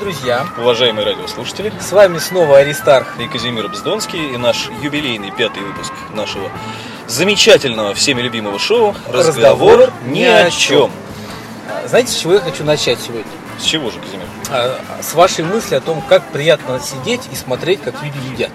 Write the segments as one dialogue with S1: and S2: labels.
S1: друзья!
S2: Уважаемые радиослушатели,
S1: С вами снова Аристарх.
S2: и Казимир Бздонский, и наш юбилейный пятый выпуск нашего замечательного, всеми любимого шоу «Разговор, ни о чем».
S1: А, Знаете, с чего я хочу начать сегодня?
S2: С чего же, Казимир?
S1: А, С вашей мысли о том, как приятно сидеть и смотреть, как люди едят.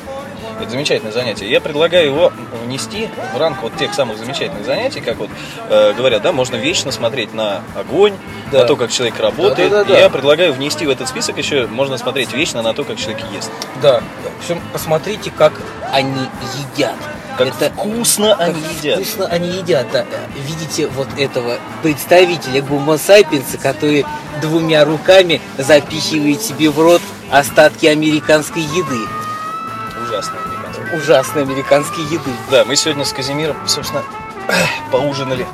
S2: Это замечательное занятие. Я предлагаю его внести в ранг вот тех самых замечательных занятий, как вот э, говорят, да, можно вечно смотреть на огонь,
S1: Да.
S2: на то, как человек работает.
S1: Да-да-да-да.
S2: Я предлагаю внести в этот список еще можно смотреть вечно на то, как человек ест.
S1: Да. Причем посмотрите, как они едят.
S2: Как
S1: Это
S2: вкусно они
S1: как
S2: едят.
S1: Вкусно они едят, да. Видите вот этого представителя гомо сапиенса, который двумя руками запихивает себе в рот остатки американской еды.
S2: Ужасно. американцы.
S1: Ужасной американской еды.
S2: Да, мы сегодня с Казимиром, собственно, поужинали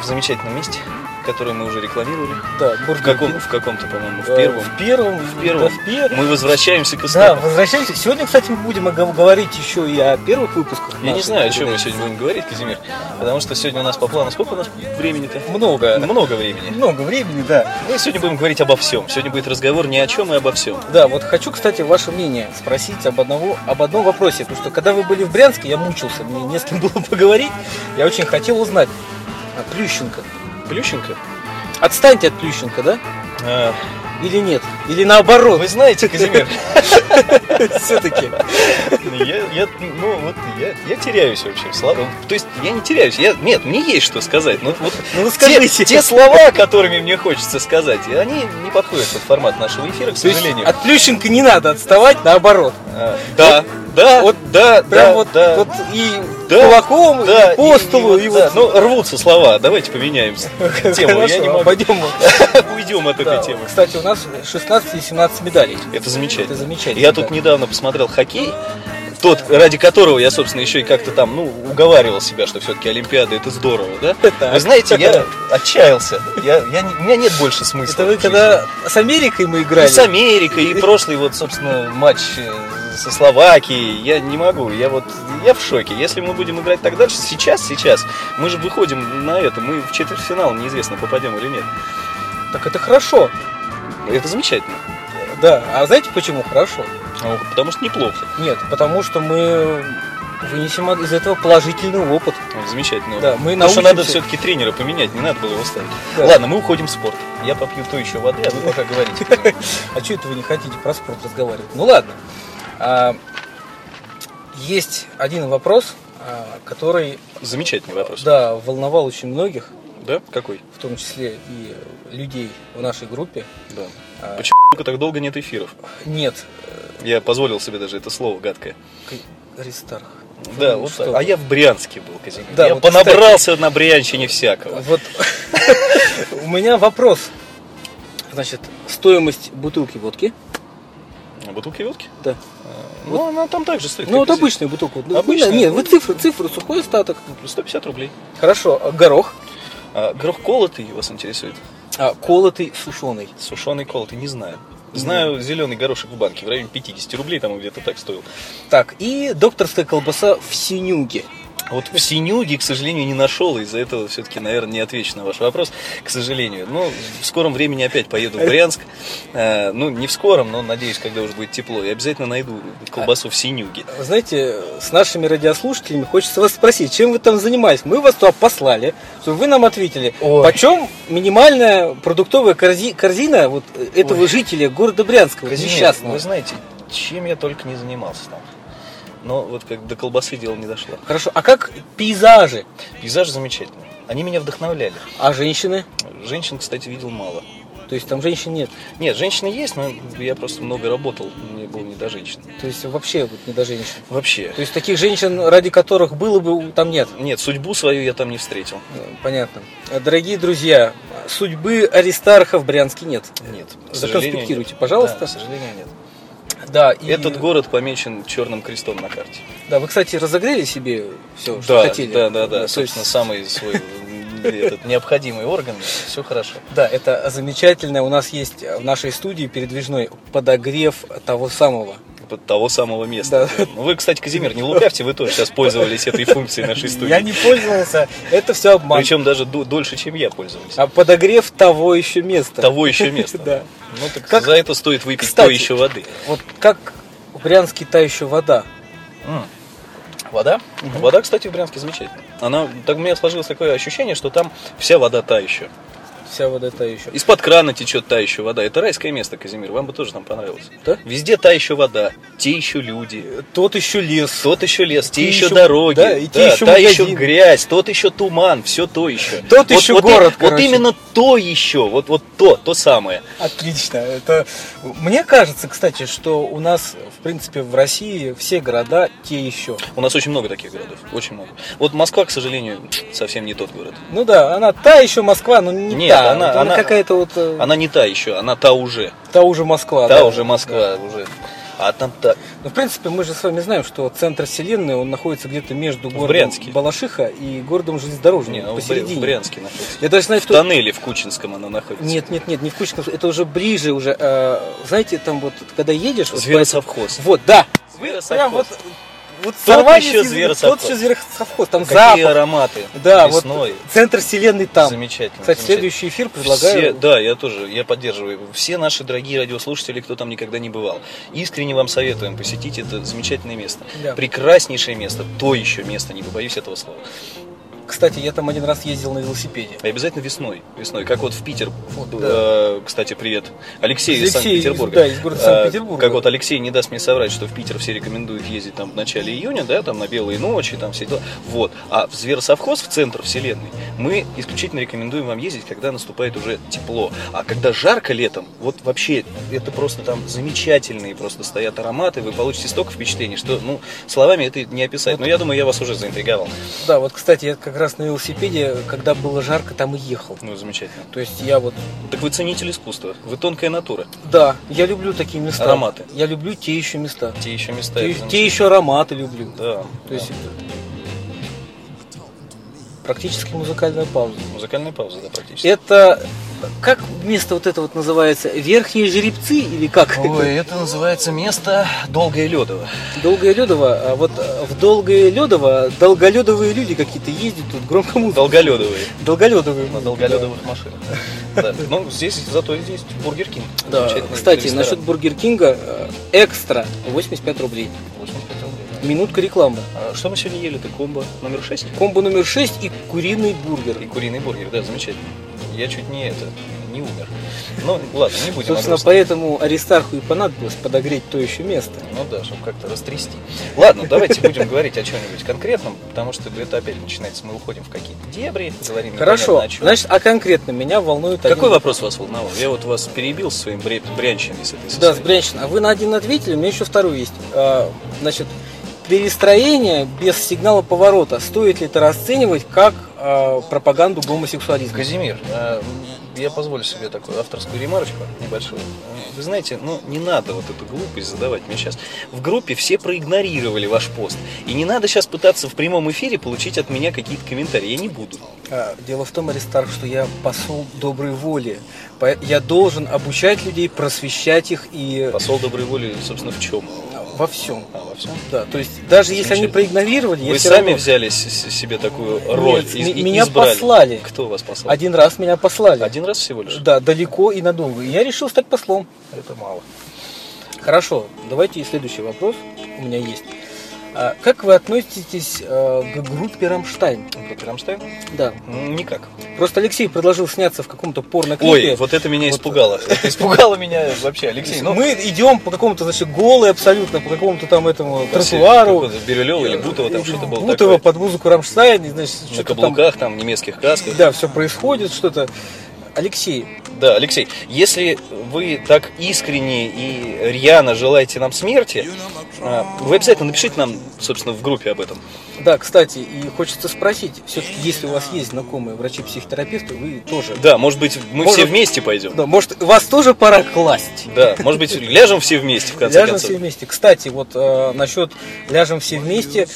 S2: в замечательном месте, которое мы уже рекламировали.
S1: Да,
S2: В каком? В каком-то, по-моему, в первом.
S1: В первом, в
S2: первом.
S1: да, в первом.
S2: Мы возвращаемся к
S1: Да,
S2: истокам.
S1: возвращаемся. Сегодня, кстати, мы будем о- говорить еще и о первых выпусках.
S2: Я не
S1: наших
S2: знаю, о чем мы
S1: передач.
S2: сегодня будем говорить, Казимир, потому что сегодня у нас по плану сколько у нас времени-то?
S1: Много.
S2: Много времени.
S1: Много времени, да.
S2: Мы сегодня будем говорить обо всем. Сегодня будет разговор ни о чем и обо всем.
S1: Да, вот хочу, кстати, ваше мнение спросить об, одного, об одном вопросе. Потому что когда вы были в Брянске, я мучился, мне не с кем было поговорить. Я очень хотел узнать. А, Плющенко.
S2: Плющенко?
S1: Отстаньте от Плющенко, да?
S2: А,
S1: Или нет? Или наоборот?
S2: Вы знаете, Казимир,
S1: Все-таки.
S2: я, я, ну, вот, я, я теряюсь вообще в словах. Ну, То есть я не теряюсь. Я, нет, мне есть что сказать. Но вот
S1: Ну, вы
S2: те,
S1: скажите.
S2: те слова, которыми мне хочется сказать, и они не подходят под формат нашего эфира, к
S1: То есть
S2: сожалению.
S1: от Плющенко не надо отставать, наоборот.
S2: А, Да, да,
S1: вот
S2: да,
S1: Прям
S2: да,
S1: вот,
S2: да.
S1: вот и
S2: Да,
S1: кулаком,
S2: Да,
S1: и по столу, и, вот. ну,
S2: да, ну, рвутся слова. Давайте поменяем с- тему. Я
S1: Хорошо,
S2: не могу.
S1: Пойдем.
S2: Уйдем от
S1: Да,
S2: этой темы.
S1: Кстати, у нас 16 и 17 медалей.
S2: Это замечательно.
S1: Это замечательно.
S2: Я тут
S1: да.
S2: недавно посмотрел хоккей, тот, ради которого я, собственно, еще и как-то там, ну, уговаривал себя, что все-таки Олимпиада это здорово, да?
S1: Так.
S2: Вы знаете, я отчаялся. Я, я не- у меня нет больше смысла.
S1: Это вы
S2: в жизни.
S1: когда с Америкой мы
S2: И
S1: играли?
S2: с Америкой, и прошлый вот, собственно, матч э, со Словакией. Я не могу, я вот, я в шоке. Если мы будем играть так дальше, сейчас, сейчас, мы же выходим на это, мы в четвертьфинал, неизвестно, попадем или нет.
S1: Так это хорошо.
S2: Это замечательно.
S1: Да. А знаете почему хорошо?
S2: Ну, Потому что неплохо.
S1: Нет, потому что мы вынесем из этого положительный опыт.
S2: Ну, Замечательно.
S1: Да, мы
S2: Потому что
S1: научимся-
S2: надо все-таки тренера поменять, не надо было его ставить.
S1: Да.
S2: Ладно, мы уходим в спорт. Я попью то еще воды, а вы пока говорите.
S1: А что это вы не хотите про спорт разговаривать? Ну ладно. А, есть один вопрос, а, который,
S2: Замечательный вопрос.
S1: да, волновал очень многих,
S2: Да? Какой?
S1: в том числе и людей в нашей группе.
S2: Да.
S1: А,
S2: Почему сука, так долго нет эфиров?
S1: Нет,
S2: Я позволил себе даже это слово гадкое.
S1: к- Аристарх.
S2: Да,
S1: Ну,
S2: вот
S1: что
S2: так.
S1: вы.
S2: А я в Брянске был, Казимир.
S1: Да,
S2: я
S1: вот,
S2: понабрался на Брянщине всякого.
S1: Вот у меня вопрос. Значит, стоимость бутылки водки.
S2: А бутылки водки?
S1: Да.
S2: Ну, она там также стоит.
S1: А, Ну, вот
S2: как и здесь.
S1: обычная бутылка. Ну,
S2: Обычная.
S1: не, Нет, вы цифры, цифры, сухой остаток.
S2: 150 рублей.
S1: Хорошо, а горох,
S2: А, горох колотый вас интересует?
S1: а, колотый, сушеный.
S2: Сушеный колотый, не знаю.
S1: Ну.
S2: Знаю зеленый горошек в банке в районе 50 рублей, там он где-то так стоил.
S1: Так, и докторская колбаса в синюге.
S2: А Вот в Синюге, к сожалению, не нашел. Из-за этого все-таки, наверное, не отвечу на ваш вопрос. К сожалению. Ну, в скором времени опять поеду в Брянск. Э, Ну, не в скором, но, надеюсь, когда уже будет тепло. И обязательно найду колбасу в Синюге.
S1: Вы знаете, с нашими радиослушателями хочется вас спросить, чем вы там занимались? Мы вас туда послали, чтобы вы нам ответили,
S2: Ой.
S1: почем минимальная продуктовая корзи- корзина вот э, этого жителя города Брянского, несчастного?
S2: Вы знаете, чем я только не занимался там. Но вот как до колбасы дело не дошло.
S1: Хорошо, а как пейзажи?
S2: Пейзаж замечательный. Они меня вдохновляли.
S1: А женщины?
S2: Женщин, кстати, видел мало.
S1: То есть там женщин нет.
S2: Нет, женщины есть, но я просто много работал. Мне было не до женщин.
S1: То есть вообще вот не до женщин.
S2: Вообще.
S1: То есть таких женщин, ради которых было бы, у- там нет.
S2: Нет, судьбу свою я там не встретил.
S1: Э, Понятно. Э, Дорогие друзья, судьбы Аристарха в Брянске нет.
S2: Нет. к сожалению,
S1: Законспектируйте,
S2: нет.
S1: пожалуйста.
S2: Да, к сожалению, нет.
S1: Да, и-
S2: Этот город помечен черным крестом на карте.
S1: Да, вы, кстати, разогрели себе все, что
S2: да,
S1: хотели.
S2: да, да, да.
S1: То
S2: Собственно,
S1: есть-
S2: самый свой м, этот, необходимый орган. Все хорошо.
S1: Да, это замечательно. У нас есть в нашей студии передвижной подогрев того самого
S2: типа того самого места. Ну, вы, кстати, Казимир, не лукавьте, вы тоже сейчас пользовались этой функцией нашей студии.
S1: Я не пользовался, это все обман.
S2: Причем даже ду- дольше, чем я пользовался.
S1: А подогрев того еще места.
S2: Того еще места.
S1: А, Да.
S2: Ну так
S1: Как-
S2: за это стоит выпить
S1: Кстати.
S2: той еще воды.
S1: Вот как в Брянске та еще вода.
S2: М. Вода? Вода, кстати, в Брянске замечательная. Она, так у меня сложилось такое ощущение, что там вся вода та еще.
S1: Вся вода та еще.
S2: Из-под крана течет та еще вода. Это райское место, Казимир. Вам бы тоже там понравилось.
S1: Да?
S2: Везде та еще вода, те еще люди.
S1: Тот еще лес.
S2: Тот еще лес, те,
S1: Те
S2: еще,
S1: еще-
S2: дороги,
S1: да, и те еще
S2: та еще
S1: магазины.
S2: грязь, тот еще туман, все то еще.
S1: Тот еще
S2: вот, и-
S1: город,
S2: Вот
S1: короче.
S2: именно то еще, вот, вот то, то самое.
S1: Отлично. Это... Мне кажется, кстати, что у нас, в принципе, в России все города те еще.
S2: У нас очень много таких городов, очень много. Вот Москва, к сожалению, совсем не тот город.
S1: Ну да, она та еще Москва, но не
S2: Нет,
S1: та.
S2: она-
S1: Вот
S2: она-
S1: какая-то вот э,
S2: Она не та еще, она та уже.
S1: та уже Москва.
S2: Та
S1: да.
S2: уже Москва, уже. А там та.
S1: Ну, в принципе, мы же с вами знаем, что центр вселенной, он находится где-то между городом
S2: Брянске.
S1: Балашиха и городом Железнодорожным,
S2: Не, ну, в Бря-
S1: посередине.
S2: в Брянске находится.
S1: Я даже знаю,
S2: В
S1: что...
S2: тоннеле в Кучинском она находится.
S1: Нет, нет, нет, не в Кучинском, это уже ближе уже. э, знаете, там вот, когда едешь... вот по этому-
S2: Зверосовхоз.
S1: Вот, да.
S2: Зверосовхоз.
S1: Прям вот... Вот
S2: Тот
S1: сорвались
S2: еще
S1: из-
S2: зверосовхоз.
S1: Тот еще зверосовхоз, там запах.
S2: Какие ароматы.
S1: Да,
S2: весной.
S1: вот центр вселенной там.
S2: Замечательно.
S1: Кстати,
S2: замечательно.
S1: следующий эфир
S2: Все,
S1: предлагаю.
S2: да, я тоже, я поддерживаю. Все наши дорогие радиослушатели, кто там никогда не бывал, искренне вам советуем посетить это замечательное место.
S1: Да.
S2: Прекраснейшее место, то еще место, не побоюсь этого слова.
S1: Кстати, я там один раз ездил на велосипеде.
S2: И обязательно весной. Весной. Как вот в Питер.
S1: Вот,
S2: э,
S1: да.
S2: Кстати, привет. Алексей,
S1: Алексей
S2: из Санкт-Петербурга.
S1: из- да, из города
S2: Э,
S1: Санкт-Петербурга.
S2: Как вот Алексей не даст мне соврать, что в Питер все рекомендуют ездить там в начале июня, да, там на белые ночи, там все дела. Вот. А в Зверосовхоз, в центр вселенной, мы исключительно рекомендуем вам ездить, когда наступает уже тепло. А когда жарко летом, вот вообще это просто там замечательные просто стоят ароматы, вы получите столько впечатлений, что, ну, словами это не описать. Но я думаю, я вас уже заинтриговал.
S1: Да, вот, кстати, я как раз на велосипеде, когда было жарко, там и ехал.
S2: Ну, замечательно.
S1: То есть я вот
S2: Так вы ценитель искусства, вы тонкая натура.
S1: Да, я люблю такие места.
S2: Ароматы.
S1: Я люблю те еще места.
S2: Те еще места.
S1: Те,
S2: я думаю,
S1: те еще ароматы люблю.
S2: Да.
S1: То есть практически музыкальная пауза.
S2: Музыкальная пауза, да, практически.
S1: Это как место вот это вот называется? Верхние жеребцы или как?
S2: Ой, это называется место Долгое Ледово.
S1: Долгое Ледово. А вот э, в Долгое Ледово долголедовые люди какие-то ездят тут, громко музыка.
S2: Долголедовые.
S1: Долголедовые.
S2: На долголедовых машинах. Да. Ну, здесь зато и здесь Бургер Кинг.
S1: Да.
S2: Замечательный
S1: Кстати,
S2: ресторан.
S1: насчет Бургер Кинга э, экстра 85 рублей.
S2: 85 рублей.
S1: Минутка рекламы.
S2: А Что мы сегодня ели? Это комбо номер 6
S1: Комбо номер 6 и куриный бургер.
S2: и куриный бургер. Да, замечательно. Я чуть не это, не умер. Ну, ладно, не будем. о
S1: Собственно,
S2: грустном.
S1: поэтому Аристарху и понадобилось подогреть то еще место.
S2: Ну да, чтобы как-то растрясти. Ладно, давайте будем говорить о чем-нибудь конкретном, потому что это опять начинается, мы уходим в какие-то дебри, говорим
S1: Хорошо.
S2: непонятно о чем.
S1: Значит, а конкретно меня волнует один-
S2: Какой вопрос вас волновал? Я вот вас перебил своим бре- брянщиной с этой
S1: Да,
S2: социальной.
S1: с Брянщиной. А вы на один ответили, у меня еще второй есть. А, Значит, перестроение без сигнала поворота. Стоит ли это расценивать как а, пропаганду гомосексуализма?
S2: Казимир, э, я позволю себе такую авторскую ремарочку небольшую. Э, Вы знаете, ну не надо вот эту глупость задавать мне сейчас. В группе все проигнорировали ваш пост. И не надо сейчас пытаться в прямом эфире получить от меня какие-то комментарии. Я не буду.
S1: А, Дело в том, Аристарх, что я посол доброй воли. По- Я должен обучать людей, просвещать их и а,
S2: Посол доброй воли, собственно, в чем?
S1: во всем.
S2: А, во всем?
S1: Да, то есть даже если они
S2: Замечательно.
S1: проигнорировали, я
S2: Вы
S1: всё
S2: сами
S1: равно-
S2: взяли с- с- себе такую роль
S1: Нет,
S2: и-
S1: ми-
S2: и
S1: меня
S2: избрали.
S1: послали.
S2: Кто вас послал?
S1: Один раз меня послали.
S2: Один раз всего лишь?
S1: Да, далеко и надолго. И я решил стать послом.
S2: Это мало.
S1: Хорошо, давайте следующий вопрос у меня есть. А, Как вы относитесь э, к группе Рамштайн?
S2: Группа Рамштайн?
S1: Да.
S2: М, Никак.
S1: Просто Алексей предложил сняться в каком-то порноклипе.
S2: Ой, вот это меня
S1: Вот.
S2: испугало. Это испугало меня вообще, Алексей. Ну,
S1: Мы идем по какому-то, значит, голые абсолютно, по какому-то там этому тротуару.
S2: тротуару. Бирюлева или Бутова, там что-то было
S1: Бутова
S2: такое. Ну,
S1: под музыку Рамштайн, и, значит,
S2: На
S1: что-то там...
S2: каблуках, там, немецких касках.
S1: Да, все происходит, что-то. Алексей,
S2: Да, Алексей, если вы так искренне и рьяно желаете нам смерти, а, вы обязательно напишите нам, собственно, в группе об этом.
S1: да, кстати, и хочется спросить, все-таки, если у вас есть знакомые врачи-психотерапевты, вы тоже
S2: Да, может быть, мы
S1: Может-
S2: все вместе пойдем.
S1: Да, может, вас тоже пора класть?
S2: Да, может быть, ляжем все вместе, в конце
S1: Ляжем
S2: концов.
S1: все вместе. Кстати, вот э, насчет ляжем все вместе.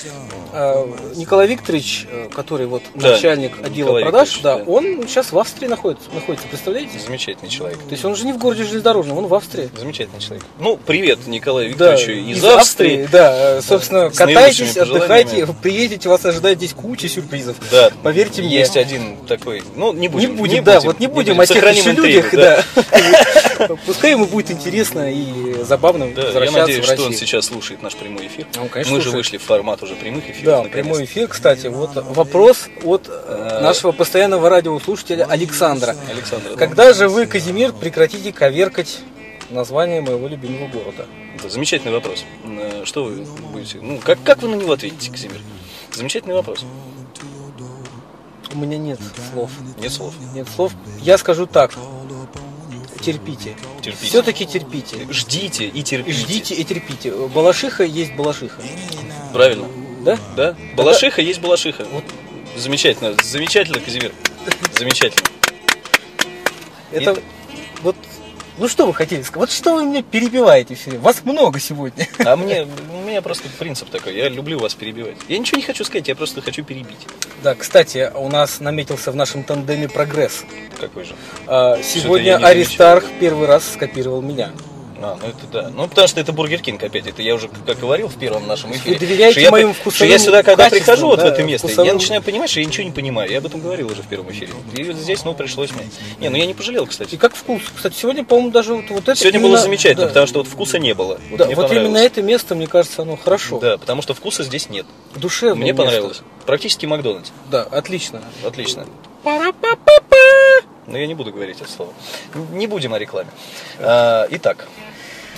S1: э, Николай Викторович, э, который вот
S2: Да,
S1: начальник отдела
S2: Николай
S1: продаж, да,
S2: Викторович, да.
S1: он сейчас в Австрии находится. находится, представляете?
S2: Замечательный человек.
S1: То есть он же не в городе железнодорожном, он в Австрии.
S2: Замечательный человек. Ну, привет Николаю Викторовичу из, Австрии.
S1: Да, э, собственно,
S2: С
S1: катайтесь,
S2: наилучшими
S1: отдыхайте,
S2: пожеланиями.
S1: приедете, вас ожидает здесь куча сюрпризов.
S2: Да.
S1: Поверьте мне.
S2: Есть один такой. Ну, не будем.
S1: не будем, да, вот не будем, о тех
S2: Сохраним
S1: еще
S2: интригу,
S1: людях,
S2: да.
S1: да. Пускай ему будет интересно и забавно
S2: Да, я
S1: возвращаться
S2: надеюсь,
S1: в
S2: что он
S1: Россию. Ну,
S2: сейчас слушает наш прямой эфир.
S1: Он, конечно,
S2: Мы же
S1: слушает.
S2: вышли в формат уже прямых эфиров.
S1: Да,
S2: наконец-то.
S1: прямой эфир, кстати, вот вопрос от э, нашего постоянного радиослушателя Александра.
S2: Александр, ну, да.
S1: Когда же вы, Казимир, прекратите коверкать название моего любимого города?
S2: Да, замечательный вопрос. Э, Что вы будете? Ну, как, как вы на него ответите, Казимир? Замечательный вопрос.
S1: У меня нет слов.
S2: Нет слов.
S1: Нет слов. Я скажу так. Терпите.
S2: Терпите.
S1: Все-таки терпите.
S2: Ждите и
S1: И
S2: терпите.
S1: Ждите и терпите. Балашиха есть балашиха.
S2: Правильно.
S1: Да?
S2: Да? Балашиха есть балашиха.
S1: Вот.
S2: Замечательно. Замечательно, Казимир. Замечательно.
S1: Это вот... Ну что вы хотели сказать? Вот что вы меня перебиваете все время? Вас много сегодня.
S2: А мне, у меня просто принцип такой. Я люблю вас перебивать. Я ничего не хочу сказать, я просто хочу перебить.
S1: Да, кстати, у нас наметился в нашем тандеме прогресс.
S2: Какой же?
S1: А,
S2: я
S1: Сегодня
S2: не
S1: Аристарх первый раз скопировал меня.
S2: А, ну это да. Ну, потому что это Бургер Кинг опять. Это я уже, как говорил в первом нашем эфире.
S1: доверяете
S2: что я
S1: моим
S2: по-
S1: вкусовым
S2: что я сюда, когда
S1: качествам,
S2: прихожу вот в
S1: да,
S2: это место, я
S1: вкусовым-
S2: начинаю понимать, что я ничего не понимаю. Я об этом говорил уже в первом эфире. И вот здесь, ну, пришлось мне. Не, ну я не пожалел,
S1: И
S2: кстати.
S1: как вкус. Кстати, сегодня, по-моему, даже вот, вот это...
S2: Сегодня
S1: именно-
S2: было замечательно,
S1: да.
S2: потому что вот вкуса не было. Вот
S1: Да,
S2: мне
S1: вот
S2: понравилось.
S1: именно это место, мне кажется, оно хорошо.
S2: Да, потому что вкуса здесь нет.
S1: Душевное
S2: Мне
S1: место.
S2: понравилось. Практически Макдональдс.
S1: Да, отлично.
S2: Отлично. Но я не буду говорить это слово. Н- Не будем о рекламе. А, итак,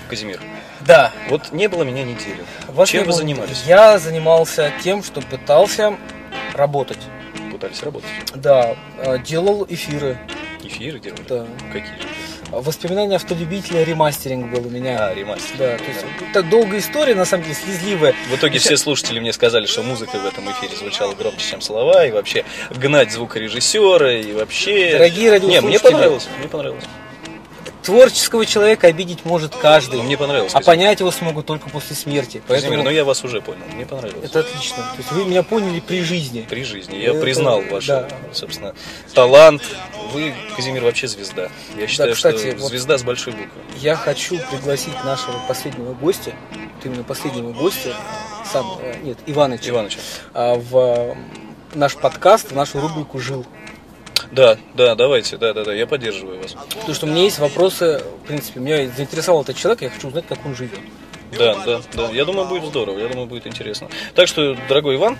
S2: Казимир,
S1: Да.
S2: вот не было меня неделю.
S1: Вас
S2: Чем
S1: не
S2: вы
S1: было.
S2: занимались?
S1: Я занимался тем, что пытался работать.
S2: Пытались работать.
S1: Да, э, делал эфиры.
S2: Эфиры делали?
S1: Да.
S2: Какие же?
S1: Воспоминания автолюбителя ремастеринг был у меня.
S2: А, ремастер.
S1: Да, то есть так долгая история, на самом деле, слезливая.
S2: В итоге все слушатели мне сказали, что музыка в этом эфире звучала громче, чем слова, и вообще гнать звукорежиссера, и вообще...
S1: Дорогие
S2: Не,
S1: радиослушатели.
S2: мне понравилось, мне понравилось.
S1: Творческого человека обидеть может каждый.
S2: Ну, мне понравилось.
S1: А
S2: Казимир.
S1: понять его смогут только после смерти. Поэтому
S2: Казимир, ну я вас уже понял, мне понравилось.
S1: это отлично. То есть вы меня поняли при жизни.
S2: При жизни. Я
S1: Это-
S2: признал ваш,
S1: да.
S2: собственно, талант. Вы, Казимир, вообще звезда. Я считаю,
S1: кстати,
S2: что
S1: вот-
S2: звезда с большой буквы.
S1: Я хочу пригласить нашего последнего гостя, вот именно последнего гостя, сам, э, нет, Иваныч,
S2: Иваныч.
S1: а, в э, наш подкаст, в нашу рубрику «Жил».
S2: Да, да, давайте, да, да, да, я поддерживаю вас.
S1: Потому что у меня есть вопросы, в принципе, меня заинтересовал этот человек, я хочу узнать, как он живет.
S2: Да, да, да. Я думаю, будет здорово, я думаю, будет интересно. Так что, дорогой Иван,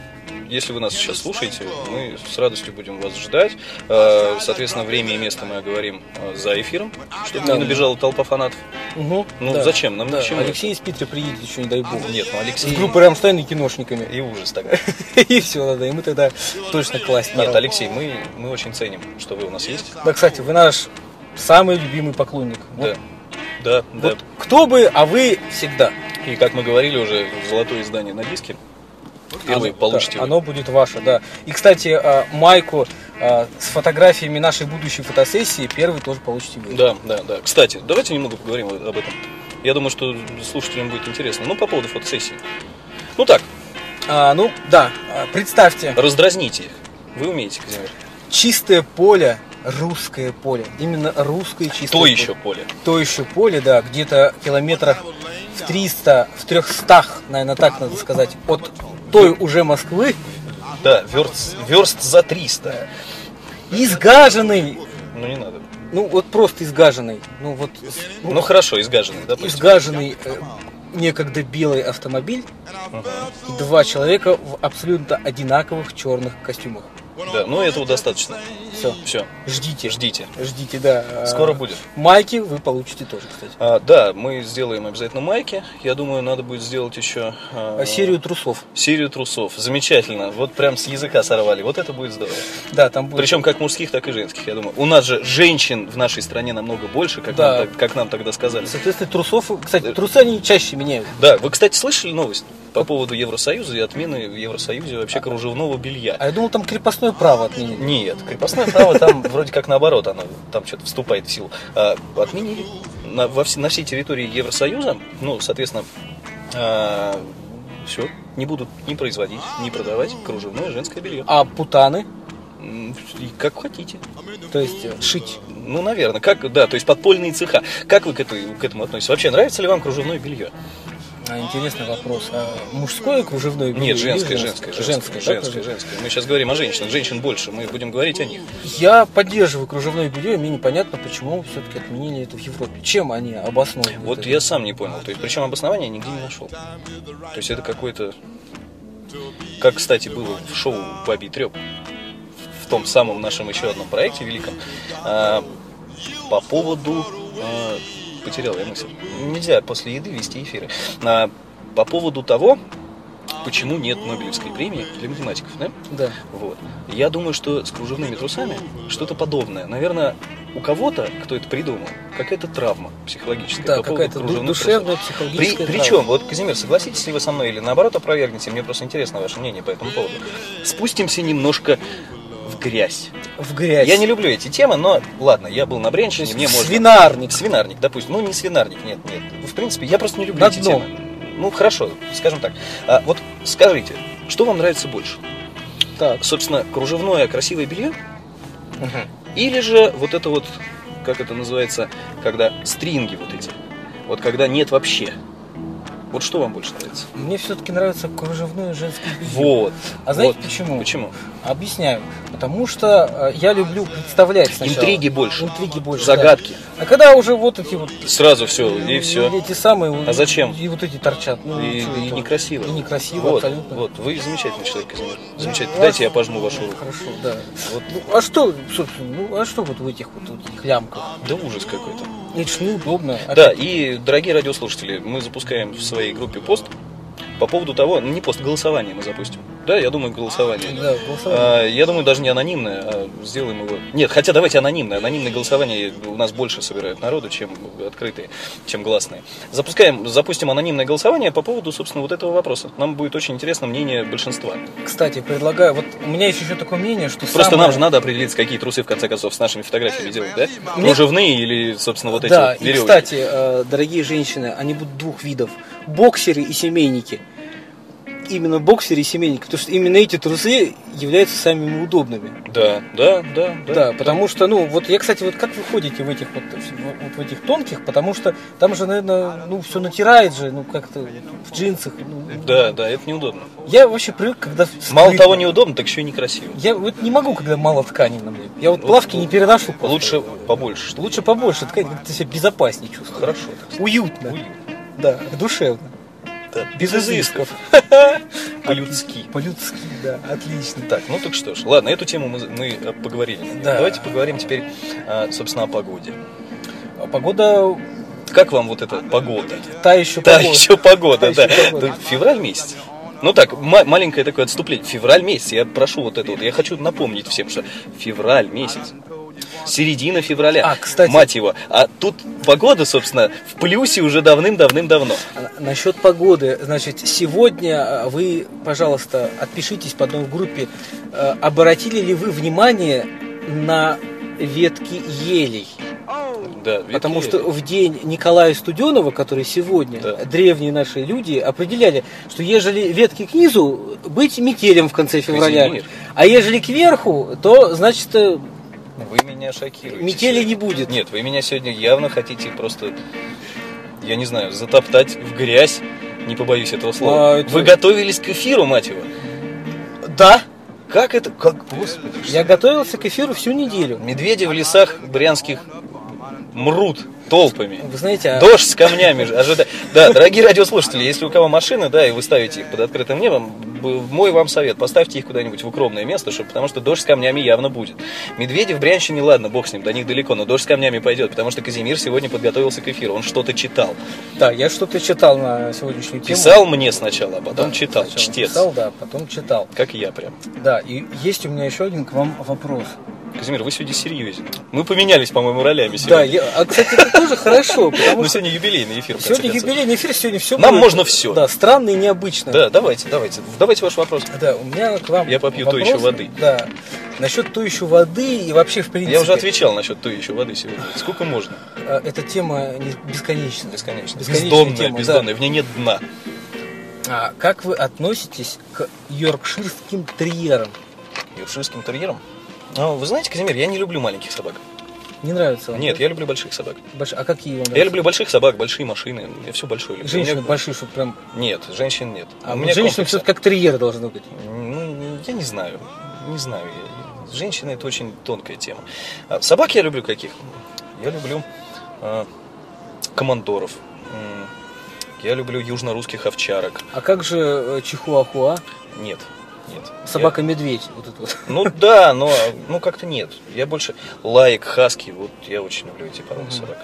S2: если вы нас сейчас слушаете, мы с радостью будем вас ждать. Э, Соответственно, время и место мы оговорим э, за эфиром, чтобы не набежала толпа фанатов.
S1: Угу.
S2: Ну, зачем? Нам
S1: да.
S2: к чему
S1: Алексей из Питера приедет еще, не дай бог.
S2: Нет, ну
S1: С
S2: Алексей...
S1: группой Рамштайн и киношниками.
S2: И ужас тогда.
S1: И все, да, да, и мы тогда точно класть.
S2: Нет, Алексей, мы, мы очень ценим, что вы у нас есть.
S1: Да, кстати, вы наш самый любимый поклонник. Вот
S2: Да. Да, да.
S1: Вот кто бы, а вы всегда.
S2: И как мы говорили уже, золотое издание на диске. Первый
S1: Оно-
S2: получите.
S1: да,
S2: вы.
S1: оно будет ваше, да. И, кстати, а, майку а, с фотографиями нашей будущей фотосессии первый тоже получите вы.
S2: Да, да, да. Кстати, давайте немного поговорим об этом. Я думаю, что слушателям будет интересно. Ну, по поводу фотосессии. Ну так,
S1: А, ну, да, а, представьте,
S2: раздразните их. Вы умеете, Казимир.
S1: чистое поле, русское поле. Именно русское чистое
S2: То
S1: поле.
S2: еще поле.
S1: То еще поле, да, где-то километрах в 300, в 300, наверное, так надо сказать, от той уже Москвы,
S2: Да, верст, верст за 300.
S1: изгаженный,
S2: Ну, не надо.
S1: ну вот просто изгаженный, ну вот ну,
S2: Ну, хорошо, изгаженный, допустим.
S1: изгаженный э, некогда белый автомобиль и два человека в абсолютно одинаковых черных костюмах.
S2: Да, ну, этого достаточно.
S1: Все,
S2: Все,
S1: ждите,
S2: ждите.
S1: ждите, да.
S2: Скоро
S1: А,
S2: будет.
S1: Майки вы получите тоже, кстати.
S2: А, да, мы сделаем обязательно майки. Я думаю, надо будет сделать еще... а,
S1: А, Серию трусов.
S2: Серию трусов. Замечательно. Вот прям с языка сорвали. Вот это будет здорово.
S1: Да, там будет.
S2: Причем как мужских, так и женских, я думаю. У нас же женщин в нашей стране намного больше, как,
S1: Да.
S2: нам, так- как нам тогда сказали.
S1: Соответственно, трусов, кстати, трусы они чаще меняют.
S2: Да, вы, кстати, слышали новость по поводу Евросоюза и отмены в Евросоюзе вообще кружевного белья?
S1: А я думал, там крепостное право отменили.
S2: Нет, крепостное право там вроде как наоборот, оно там что-то вступает в силу. А, отменили на, во все- на всей территории Евросоюза, ну, соответственно, а, все, не будут не производить, не продавать кружевное женское белье.
S1: А путаны?
S2: М, и Как хотите.
S1: То есть э, шить.
S2: Ну, наверное. Как, да, то есть подпольные цеха. Как вы к, этой- к этому относитесь? Вообще, нравится ли вам кружевное белье?
S1: А, интересный вопрос. А мужское кружевное белье?
S2: Нет,
S1: или
S2: женское, женское,
S1: Женское, да,
S2: женское, женское, женское. Мы сейчас говорим о женщинах, женщин больше, мы будем говорить о них.
S1: Я поддерживаю кружевное белье, и мне непонятно, почему все-таки отменили это в Европе. Чем они обоснованы?
S2: Вот
S1: это?
S2: я сам не понял. То есть, причем обоснования я нигде не нашел. То есть это какой-то. Как, кстати, было в шоу Бабий Треп в том самом нашем еще одном проекте великом. а, по поводу. а, потерял я мысль. Нельзя после еды вести эфиры. А, по поводу того, почему нет Нобелевской премии для математиков, да?
S1: Да.
S2: Вот. Я думаю, что с кружевными трусами что-то подобное. Наверное, у кого-то, кто это придумал, какая-то травма психологическая.
S1: Да,
S2: по поводу
S1: какая-то ду-
S2: кружевных трусов.
S1: душевная,
S2: При-
S1: психологическая.
S2: причем, вот, Казимир, согласитесь ли вы со мной или наоборот опровергните, мне просто интересно ваше мнение по этому поводу. Спустимся немножко в грязь.
S1: травма. в грязь.
S2: Я не люблю эти темы, но ладно, я был на
S1: То
S2: бренчине,
S1: есть
S2: мне можно...
S1: свинарник.
S2: Свинарник, допустим. Ну, не свинарник, нет, нет. Ну, В принципе, я просто не люблю
S1: На
S2: эти
S1: дно.
S2: темы. Ну, хорошо, скажем так. А, вот скажите, что вам нравится больше?
S1: Так.
S2: собственно, кружевное красивое белье, или же вот это вот, как это называется, когда стринги вот эти, вот когда нет вообще. Вот что вам больше нравится?
S1: Мне все-таки нравится кружевное женское белье.
S2: Вот.
S1: А знаете
S2: Вот.
S1: почему?
S2: Почему?
S1: Объясняю. Потому что э, я люблю представлять сначала.
S2: Интриги больше.
S1: Интриги больше. да.
S2: Загадки.
S1: А когда уже вот эти вот
S2: Сразу все, и
S1: ну,
S2: все.
S1: Эти самые. вот-
S2: А зачем?
S1: И вот эти торчат. Ну,
S2: И,
S1: чё
S2: и
S1: это?
S2: некрасиво.
S1: И некрасиво,
S2: вот,
S1: абсолютно.
S2: Вот, вы замечательный человек, Казимир. Замечательно.
S1: Ну,
S2: Дайте
S1: а
S2: я
S1: что-
S2: пожму вашу руку.
S1: Хорошо, да.
S2: Вот.
S1: Ну, а что, собственно, ну, а что вот в этих вот, вот этих лямках?
S2: Да ужас какой-то.
S1: Это ж неудобно.
S2: Да, и, дорогие радиослушатели, мы запускаем в своей группе пост по поводу того, ну, не пост, голосование мы запустим. Да, я думаю, голосование.
S1: Да, голосование.
S2: А, Я думаю, даже не анонимное, а сделаем его. Нет, хотя давайте анонимное. Анонимные голосования у нас больше собирают народу, чем открытые, чем гласные. Запускаем, запустим анонимное голосование по поводу, собственно, вот этого вопроса. Нам будет очень интересно мнение большинства.
S1: Кстати, предлагаю, вот у меня есть еще такое мнение, что
S2: А. Просто
S1: самое-
S2: нам же надо определиться, какие трусы, в конце концов, с нашими фотографиями делать, да?
S1: Мне-
S2: Кружевные или, собственно, вот эти
S1: да,
S2: вот
S1: и,
S2: веревочки.
S1: кстати, э, дорогие женщины, они будут двух видов. Боксеры и семейники. Именно боксеры и семейники. Потому что именно эти трусы являются самыми удобными.
S2: Да, да, да, да.
S1: Да, потому что, ну, вот я, кстати, вот как вы ходите в этих вот, в- вот в этих тонких, потому что там же, наверное, ну, все натирает же, ну, как-то в джинсах. ну.
S2: Да, да, это неудобно.
S1: Я вообще привык, когда...
S2: Мало
S1: скрыто.
S2: того неудобно, так еще и некрасиво.
S1: Я вот не могу, когда мало ткани на мне. Я вот плавки не переношу. просто.
S2: Лучше побольше. что ли?
S1: Лучше побольше ткани, как-то себя безопаснее чувствую.
S2: Хорошо. так сказать.
S1: Уютно. Да, душевно.
S2: Да,
S1: Без изысков.
S2: По-людски.
S1: По-людски, да, отлично.
S2: Так, ну так что ж, ладно, эту тему мы, мы, э, поговорили.
S1: Да.
S2: Давайте поговорим теперь, а, собственно, о погоде.
S1: А погода,
S2: Как вам вот эта погода?
S1: та еще
S2: Да,
S1: погода.
S2: еще
S1: Та
S2: погода, да.
S1: еще погода.
S2: Да, Февраль месяц. Ну так, ма- маленькое такое отступление. Февраль месяц, я прошу вот это вот, я хочу напомнить всем, что февраль месяц. Середина февраля.
S1: А, кстати.
S2: Мать его. А тут погода, собственно, в плюсе уже давным-давным-давно.
S1: А, Насчет погоды, значит, сегодня а, вы, пожалуйста, отпишитесь по одной группе, э, обратили ли вы внимание на ветки елей?
S2: Да, ветки
S1: Потому
S2: ели.
S1: что в день Николая Студенова, который сегодня,
S2: Да.
S1: древние наши люди определяли, что ежели ветки к низу, быть метелем в конце февраля,
S2: Казимир.
S1: а ежели кверху, то, значит, э,
S2: Вы меня шокируете.
S1: Метели
S2: сегодня.
S1: не будет.
S2: Нет, вы меня сегодня явно хотите просто, я не знаю, затоптать в грязь. Не побоюсь этого слова.
S1: А, это-
S2: Вы готовились к эфиру, мать его.
S1: да,
S2: Как это? Как? Господи.
S1: я готовился к эфиру всю неделю.
S2: Медведи в лесах брянских мрут толпами.
S1: Вы знаете, а-
S2: Дождь с камнями же ожида- Да, дорогие радиослушатели, если у кого машины, да, и вы ставите их под открытым небом, б- мой вам совет, поставьте их куда-нибудь в укромное место, чтобы, потому что дождь с камнями явно будет. Медведи в Брянщине, ладно, бог с ним, до них далеко, но дождь с камнями пойдет, потому что Казимир сегодня подготовился к эфиру, он что-то читал.
S1: да, я что-то читал на сегодняшнюю тему.
S2: Писал мне сначала, а потом
S1: Да,
S2: читал,
S1: сначала
S2: чтец.
S1: Писал, да, потом читал.
S2: Как и я прям.
S1: Да, и есть у меня еще один к вам вопрос.
S2: Казимир, вы сегодня серьезен. Мы поменялись, по-моему, ролями
S1: Да,
S2: сегодня.
S1: я, а, кстати, это тоже хорошо, потому
S2: Ну,
S1: что
S2: сегодня юбилейный эфир, в конце
S1: сегодня
S2: концов.
S1: юбилейный эфир, сегодня все
S2: Нам можно всё.
S1: Да, странно и необычно.
S2: Да, давайте, давайте. Давайте ваш вопрос.
S1: Да, у меня к вам
S2: Я попью той
S1: вопрос.
S2: еще воды.
S1: Да, насчет той еще воды и вообще, в принципе,
S2: Я уже отвечал насчет той еще воды сегодня. Сколько можно?
S1: э, эта тема не- бесконечна.
S2: Бесконечно.
S1: Бесконечная
S2: Бездонная,
S1: тема, да.
S2: бездонная. В ней нет дна.
S1: А как вы относитесь к йоркширским терьерам?
S2: Йоркширским терьером? Ну, Вы знаете, Казимир, я не люблю маленьких собак.
S1: Не нравится вам?
S2: Нет, я люблю больших собак.
S1: Больш- А какие вам
S2: Я
S1: нравятся?
S2: люблю больших собак, большие машины. Я все большое люблю.
S1: Женщины
S2: У меня-
S1: большие, чтобы прям...
S2: Нет, женщин нет.
S1: А
S2: У
S1: вот
S2: меня
S1: женщины
S2: комплекс-
S1: все как терьеры должны быть.
S2: Ну, я не знаю. Не знаю. я- Женщины это очень тонкая тема. А Собак я люблю каких? Я люблю а, командоров. М, Я люблю южно-русских овчарок.
S1: А как же э, чихуахуа?
S2: Нет. Нет. Я-
S1: Собака-медведь. Вот это вот.
S2: Ну да, но ну как-то нет. Я больше лайк, хаски, вот я очень люблю эти породы
S1: Мгм.
S2: собак.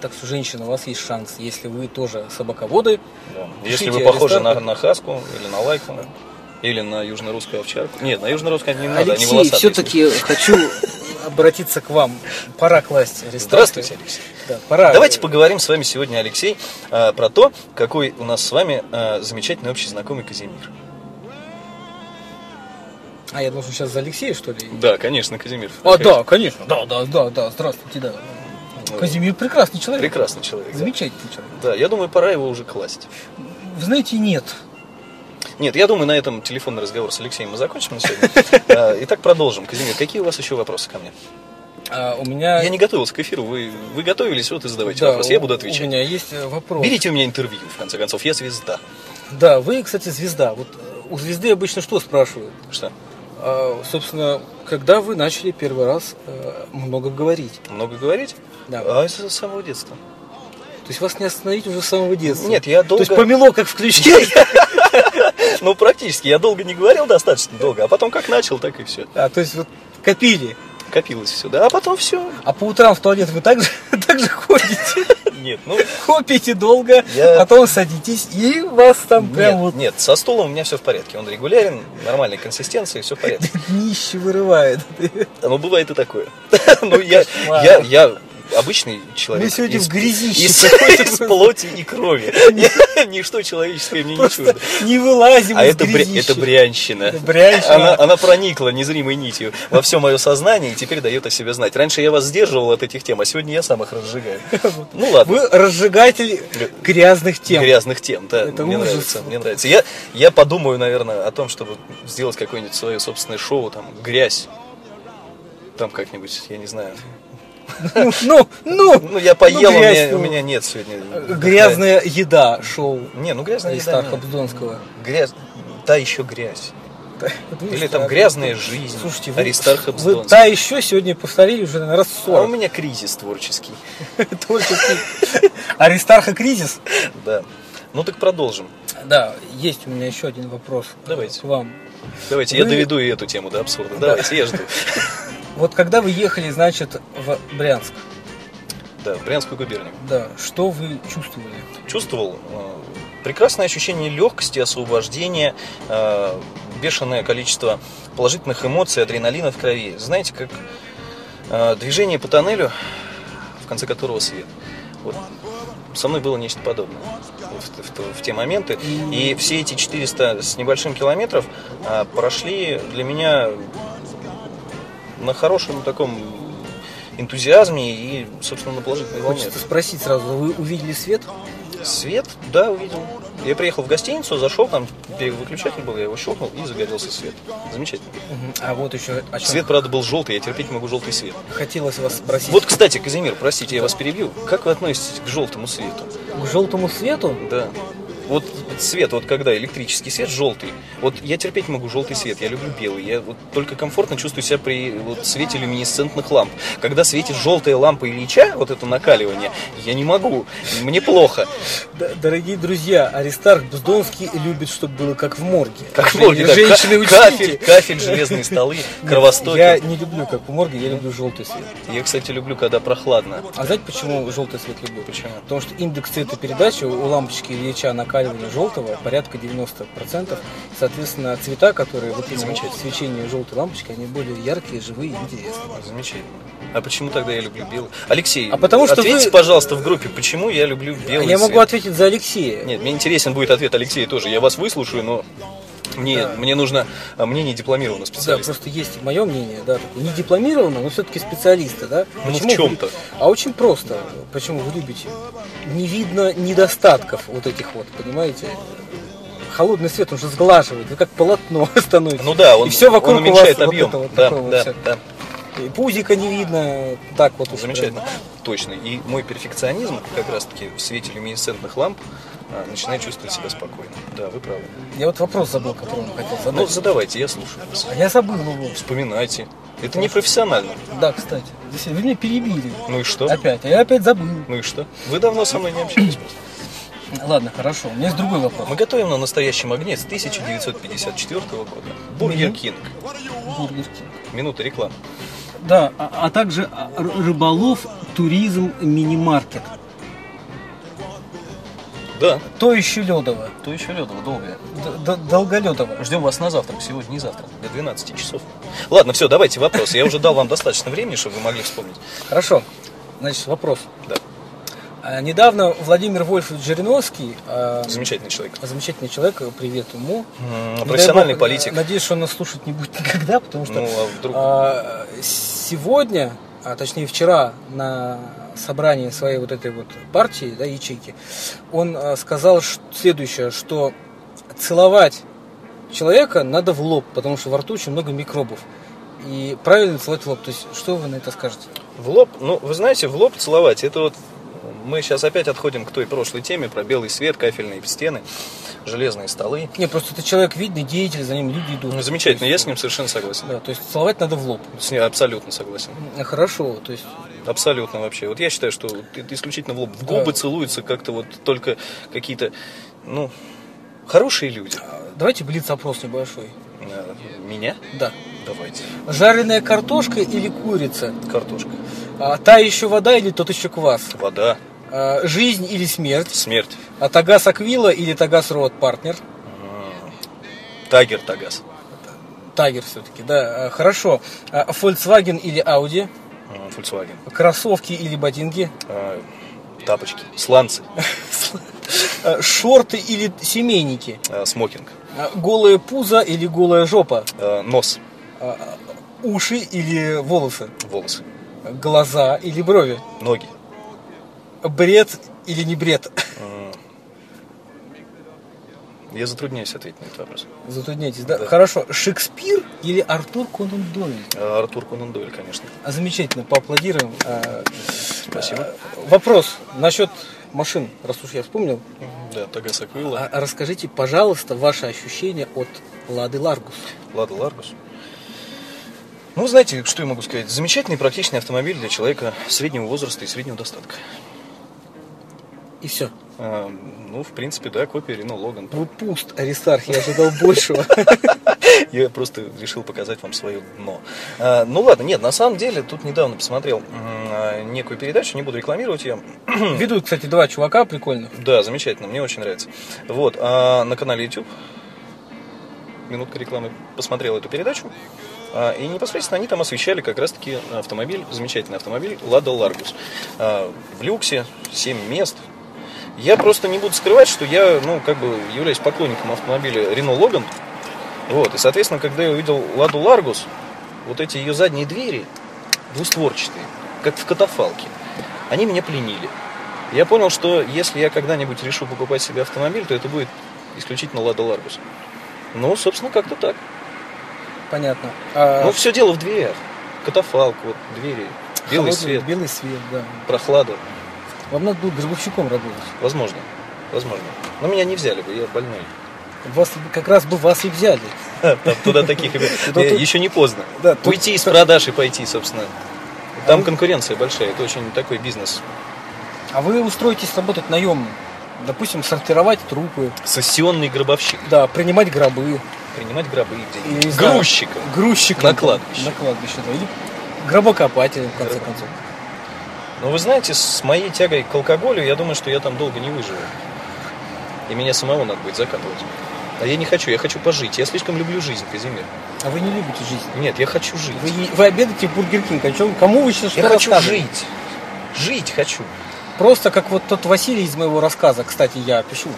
S1: Так что, женщина, у вас есть шанс, если вы тоже собаководы.
S2: Да.
S1: Пишите
S2: Если вы похожи на,
S1: арестанты.
S2: на хаску или на лайку, или на южно-русскую овчарку. Нет, на южно-русскую не надо, они
S3: Алексей,
S2: волосатые.
S3: все-таки хочу...
S1: Обратиться к вам. Пора класть арестанты.
S2: Здравствуйте, Алексей.
S1: Да, пора.
S2: Давайте поговорим с вами сегодня, Алексей, а, про то, какой у нас с вами а, замечательный общий знакомый Казимир.
S1: А я должен сейчас за Алексея, что ли?
S2: Да, конечно, Казимир.
S1: А, да, конечно. Да, да, да, да. Здравствуйте, да.
S2: Ну,
S1: Казимир прекрасный человек.
S2: Прекрасный человек. да.
S1: Замечательный человек.
S2: Да, я думаю, пора его уже класть.
S1: Вы знаете, нет.
S2: Нет, я думаю, на этом телефонный разговор с Алексеем мы закончим на сегодня. А, Итак, продолжим. Казимир, какие у вас еще вопросы ко мне?
S1: А, у меня...
S2: Я не готовился к эфиру. Вы, вы готовились, вот и задавайте
S1: Да,
S2: вопрос. Я
S1: у-
S2: буду
S1: У
S2: отвечать.
S1: меня есть э, вопрос.
S2: Берите у меня интервью, в конце концов. Я звезда.
S1: Да, вы, кстати, звезда. Вот э, у звезды обычно что спрашивают?
S2: Что?
S1: А, собственно, когда вы начали первый раз э, много говорить?
S2: Много говорить?
S1: Да.
S2: А это с самого детства.
S1: То есть вас не остановить уже с самого детства?
S2: Нет, я долго...
S1: То есть помело как в ключе?
S2: Ну, практически. Я долго не говорил, достаточно долго. А потом как начал, так и все.
S1: А, то есть вот копили.
S2: Копилось все, да. А потом все.
S1: А по утрам в туалет вы так же, так же ходите,
S2: Нет, ну...
S1: копите долго,
S2: Я-
S1: потом садитесь, и вас там прям
S2: Нет,
S1: вот
S2: нет, со стулом у меня все в порядке. Он регулярен, нормальной консистенции, все в порядке.
S1: днище вырывает.
S2: Ну, бывает и такое. Ну, я, я, я обычный человек.
S1: Мы сегодня
S2: из-
S1: в грязище
S2: Из,
S1: какой-то
S2: из
S1: просто.
S2: плоти и крови. Ничто человеческое мне не
S1: Просто
S2: чуждо.
S1: не вылазим
S2: А
S1: из
S2: это, бря- это
S1: грязища.
S2: брянщина.
S1: Это брянщина.
S2: Она, она проникла незримой нитью во все мое сознание и теперь дает о себе знать. Раньше я вас сдерживал от этих тем, а сегодня я сам их разжигаю. Ну ладно.
S1: Вы разжигатель грязных тем.
S2: Грязных тем, да.
S1: Это
S2: мне
S1: ужас.
S2: нравится, мне нравится. Я, я подумаю, наверное, о том, чтобы сделать какое-нибудь свое собственное шоу, там, грязь. Там как-нибудь, я не знаю.
S1: Ну, ну, ну,
S2: Ну, я поел, у,
S1: грязь,
S2: меня,
S1: ну.
S2: у меня нет сегодня.
S1: грязная еда шоу
S2: Не, ну грязная еда.
S1: Аристарха
S2: нет.
S1: Будонского.
S2: Грязь. Та еще грязь. Или там грязная жизнь.
S1: Ну, а, Слушайте, вы,
S2: Аристарха
S1: вы
S2: Бздонского.
S1: та еще сегодня повторили уже наверное, раз
S2: А у
S1: 40.
S2: меня кризис творческий.
S1: Только ты. Аристарха кризис?
S2: Да. Ну так продолжим.
S1: Да, есть у меня еще один вопрос э,
S2: Давайте.
S1: к вам.
S2: Давайте, я
S1: Вы-
S2: доведу и эту тему до абсурда. Давайте, я жду.
S1: Вот когда вы ехали, значит, в Брянск,
S2: Да, в Брянскую губернию.
S1: да, что вы чувствовали?
S2: Чувствовал э, прекрасное ощущение легкости, освобождения, э, бешеное количество положительных эмоций, адреналина в крови. Знаете, как э, движение по тоннелю, в конце которого свет. Вот. Со мной было нечто подобное в, в то- в те моменты. И все эти 400 с небольшим километров а, прошли для меня на хорошем таком энтузиазме и, собственно, на положительной волне.
S1: Хочется спросить сразу, вы увидели свет?
S2: Свет, да, увидел. Я приехал в гостиницу, зашел, там переключатель был, я его щелкнул и загорелся свет. Замечательно.
S1: Мгм. А вот еще о чем
S2: Свет, правда, был желтый, я терпеть не могу желтый свет.
S1: хотелось вас спросить.
S2: Вот, кстати, Казимир, простите, я вас перебью. Как вы относитесь к желтому свету?
S1: К желтому свету?
S2: Да. Вот свет, вот когда электрический свет желтый, вот я терпеть не могу желтый свет, я люблю белый, я вот только комфортно чувствую себя при вот свете люминесцентных ламп. Когда светит желтая лампа Ильича, вот это накаливание, я не могу, мне плохо.
S1: Д- Дорогие друзья, Аристарх Бздонский любит, чтобы было как в морге.
S2: Как
S1: Жен-
S2: можно, да,
S1: Женщины,
S2: ка-
S1: учтите.
S2: кафель, кафель, железные столы,
S1: Нет,
S2: кровостоки.
S1: Я
S2: Я...
S1: не люблю как в морге, я люблю желтый свет.
S2: кстати, люблю, когда прохладно.
S1: А знаете, почему желтый свет люблю?
S2: Почему?
S1: Потому что индекс цветопередачи у лампочки Ильича накаливания желтого порядка 90%. Соответственно, цвета, которые выписаны в свечении желтой лампочки, они более яркие, живые и интересные.
S2: Замечательно. А почему тогда я люблю белый? Алексей,
S1: А потому что
S2: ответьте,
S1: вы-
S2: пожалуйста, в группе, почему я люблю белый
S1: я
S2: цвет?
S1: могу ответить за Алексея.
S2: Нет, мне интересен будет ответ Алексея тоже. Я вас выслушаю, но мне, мне нужно а, мнение дипломированного
S1: Да,
S2: специалиста.
S1: просто есть мое мнение, да, не дипломированного, но все-таки специалиста, да.
S2: Ну, в
S1: Почему вы-
S2: чём-то.
S1: А очень просто, почему вы любите. Не видно недостатков вот этих вот, понимаете? холодный свет, он же сглаживает, вы как полотно становится.
S2: Ну да, он,
S1: и все вокруг
S2: он уменьшает
S1: у вас
S2: объем.
S1: вот это вот
S2: да,
S1: такое вот
S2: да,
S1: всё.
S2: да.
S1: И пузика не видно, так вот уж э, прям.
S2: Замечательно. Точно. И мой перфекционизм, как раз таки в свете люминесцентных ламп, а, начинает чувствовать себя спокойно. Да, вы правы.
S1: Я вот вопрос забыл, который он хотел задать.
S2: Ну, задавайте, я слушаю вас.
S1: А я забыл его.
S2: Вспоминайте. Это не профессионально.
S1: Да, кстати. Здесь вы меня перебили.
S2: Ну и что?
S1: Опять. А я опять забыл.
S2: Ну и что? Вы давно со мной не общались.
S1: Ладно, хорошо. У меня есть другой вопрос.
S2: Мы готовим на настоящем огне с 1954 года. Бургер
S1: Мгм.
S2: Кинг.
S1: Бургер Кинг.
S2: Минута рекламы.
S1: Да, а, а также а, р- рыболов, туризм, мини-маркет.
S2: Да.
S1: То еще ледово.
S2: То еще Ледова долгая.
S1: Д- д- Долголедово.
S2: Ждем вас на завтрак, сегодня и завтра, до 12 часов. Ладно, все, давайте вопрос. Я уже дал вам достаточно времени, чтобы вы могли вспомнить.
S1: Хорошо. Значит, вопрос.
S2: Да.
S1: А, Недавно Владимир Вольфович Жириновский, а,
S2: Замечательный человек.
S1: замечательный человек, привет ему.
S2: М,
S1: Не дай
S2: Ну, Профессиональный
S1: бог,
S2: политик.
S1: Надеюсь, что он нас слушать не будет никогда, потому что
S2: Ну, а вдруг?
S1: а, сегодня, а точнее вчера на собрании своей вот этой вот партии, да, ячейки, он а, сказал ш- следующее, что целовать человека надо в лоб, потому что во рту очень много микробов. И правильно целовать в лоб. То есть, что вы на это скажете?
S2: В лоб, ну, вы знаете, в лоб целовать, это вот мы сейчас опять отходим к той прошлой теме про белый свет, кафельные стены, железные столы.
S1: Не, просто это человек видный, деятель, за ним люди идут.
S2: Ну, замечательно, я с
S1: есть,
S2: ним совершенно согласен.
S1: Да, то есть целовать надо в лоб.
S2: С ним абсолютно согласен.
S1: Хорошо, то есть
S2: Абсолютно вообще. Вот я считаю, что это исключительно в лоб. В губы
S1: Да.
S2: целуются как-то вот только какие-то, ну, хорошие люди.
S1: а, давайте блиц-опрос небольшой.
S2: Э, Меня?
S1: Да.
S2: Давайте.
S1: Жареная картошка или курица?
S2: Картошка.
S1: А, та еще вода или тот еще квас?
S2: Вода.
S1: А, жизнь или смерть?
S2: Смерть.
S1: А Тагас Аквила или Тагас Роуд Партнер?
S2: Тагер Тагас.
S1: Тагер все-таки, да. А, хорошо. А, Volkswagen или Audi?
S2: М, Volkswagen.
S1: Кроссовки или ботинки?
S2: Э, Тапочки. Сланцы.
S1: А, шорты или семейники?
S2: Э, Смокинг.
S1: А, голое пузо или голая жопа?
S2: Э, Нос.
S1: А, уши или волосы?
S2: Волосы.
S1: Глаза или брови?
S2: Ноги.
S1: Бред или не бред?
S2: Я затрудняюсь ответить на этот вопрос.
S1: Затрудняйтесь, да?
S2: Да.
S1: Хорошо. Шекспир или Артур Конан Дойль?
S2: Э, Артур Конан Дойль, конечно.
S1: А, Замечательно, поаплодируем. А, э,
S2: Спасибо.
S1: Вопрос насчет машин, раз уж я вспомнил.
S2: Да, Тагас Аквилла.
S1: А- а Расскажите, пожалуйста, ваши ощущения от Лады Ларгус.
S2: Лада Ларгус. Ну, знаете, что я могу сказать? Замечательный и практичный автомобиль для человека среднего возраста и среднего достатка.
S1: И все.
S2: Э, Ну, в принципе, да, копия Рено Логан.
S1: Вы пуст, Аристарх, я ожидал большего.
S2: Я просто решил показать вам свое дно. А, Ну ладно, нет, на самом деле, тут недавно посмотрел м, а, некую передачу, не буду рекламировать ее.
S1: Ведут, кстати, два чувака прикольных.
S2: Да, замечательно, мне очень нравится. Вот, а на канале YouTube минутка рекламы посмотрел эту передачу. а, И непосредственно они там освещали как раз-таки автомобиль, замечательный автомобиль Лада Ларгус. В люксе, 7 мест. Я просто не буду скрывать, что я, ну, как бы являюсь поклонником автомобиля Рено Логан. Вот, и, соответственно, когда я увидел Ладу Ларгус, вот эти ее задние двери, двустворчатые, как в катафалке, они меня пленили. Я понял, что если я когда-нибудь решу покупать себе автомобиль, то это будет исключительно Лада Ларгус. Ну, собственно, как-то так.
S1: Понятно. А,
S2: Ну, все дело в дверях. Катафалк, вот двери,
S1: холодный,
S2: белый свет,
S1: Белый свет, да.
S2: прохлада.
S1: Вам надо было гробовщиком работать.
S2: Возможно, возможно. Но меня не взяли бы, я больной.
S1: Вас как раз бы вас и взяли.
S2: Там туда таких
S1: Ну, тут-
S2: еще не поздно.
S1: Да, тут-
S2: Уйти из продаж и пойти, собственно. Там конкуренция большая, это очень такой бизнес.
S1: А вы устроитесь работать наемным. Допустим, сортировать трупы,
S2: Сессионный гробовщик.
S1: да, принимать гробы.
S2: Принимать гробы где
S1: Или, не знаю,
S2: Грузчика.
S1: Грузчиком.
S2: На кладбище.
S1: На кладбище, да. Или гробокопателем, в конце
S2: Гроб-
S1: концов.
S2: Но вы знаете, с моей тягой к алкоголю, я думаю, что я там долго не выживу. И меня самого надо будет закапывать. А я не хочу, я хочу пожить. Я слишком люблю жизнь, Казимир.
S1: А вы не любите жизнь.
S2: Нет, я хочу жить.
S1: Вы, е- вы обедаете в Бургер Кинг. О чем- Кому вы сейчас что
S2: Я хочу
S1: рассказываете?
S2: жить. Жить хочу.
S1: Просто как вот тот Василий из моего рассказа, кстати, я пишу.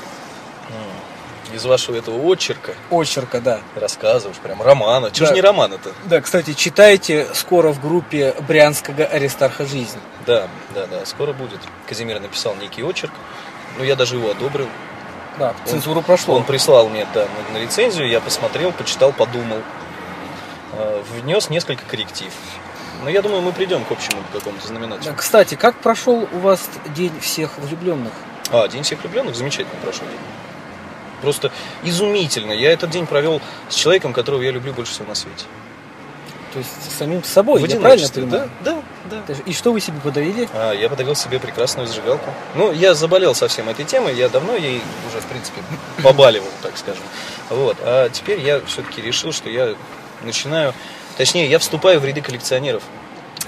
S2: Из вашего этого очерка,
S1: Очерка, да.
S2: рассказа уж прям романа. Чего
S1: Да.
S2: ж не романа-то?
S1: Да, кстати, читайте скоро в группе Брянского Аристарха Жизнь.
S2: Да, да, да, скоро будет. Казимир написал некий очерк. Ну, я даже его одобрил.
S1: Да,
S2: Он-
S1: цензуру прошло.
S2: Он прислал мне да, на, на рецензию, я посмотрел, почитал, подумал. Э, Внес несколько корректив. Но я думаю, мы придем к общему какому-то знаменателю.
S1: Кстати, как прошел у вас день всех влюбленных?
S2: А, День всех влюбленных замечательно прошел. Просто изумительно. Я этот день провел с человеком, которого я люблю больше всего на свете.
S1: То есть с самим собой,
S2: в
S1: я правильно
S2: одиночестве,
S1: понимаю?
S2: Да, да, да.
S1: То есть, И что вы себе подарили?
S2: А, я подарил себе прекрасную зажигалку. Ну, я заболел совсем этой темой, я давно ей уже, в принципе, побаливал, так скажем. Вот. А теперь я все-таки решил, что я начинаю, точнее, я вступаю в ряды коллекционеров.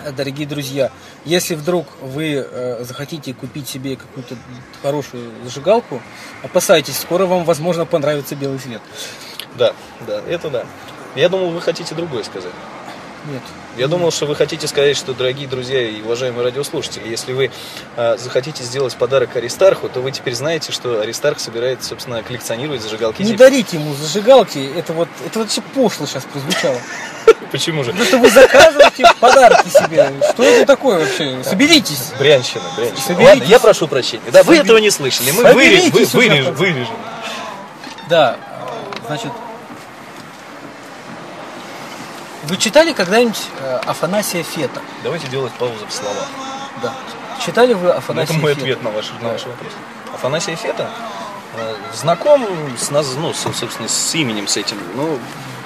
S1: Э, Дорогие друзья, если вдруг вы э, захотите купить себе какую-то хорошую зажигалку, опасайтесь, скоро вам, возможно, понравится белый свет.
S2: Да, да, это да. Я думал, вы хотите другое сказать.
S1: Нет.
S2: Я думал, что вы хотите сказать, что, дорогие друзья и уважаемые радиослушатели, если вы а, захотите сделать подарок Аристарху, то вы теперь знаете, что Аристарх собирает, собственно, коллекционировать зажигалки.
S1: Не
S2: Зиппи.
S1: дарите ему зажигалки, это вот это вообще пошло сейчас прозвучало.
S2: Почему же?
S1: Потому что вы заказываете подарки себе. Что это такое вообще? Соберитесь.
S2: Брянщина, брянщина.
S1: Соберитесь.
S2: Ладно, я прошу прощения. Да, вы
S1: Собер-
S2: этого не слышали. Мы
S1: Соберитесь
S2: вырежем, вы,
S1: уже,
S2: вырежем,
S1: пожалуйста.
S2: вырежем.
S1: Да, э, значит, вы читали когда-нибудь э, Афанасия Фета?
S2: Давайте делать паузу в словах.
S1: Да. Читали вы
S2: Ну, это
S1: Афанасия
S2: мой
S1: Фета?
S2: ответ на ваш, на ваш вопрос. Афанасий Фета э, знаком с нас, ну, со- собственно, с именем, с этим. Ну,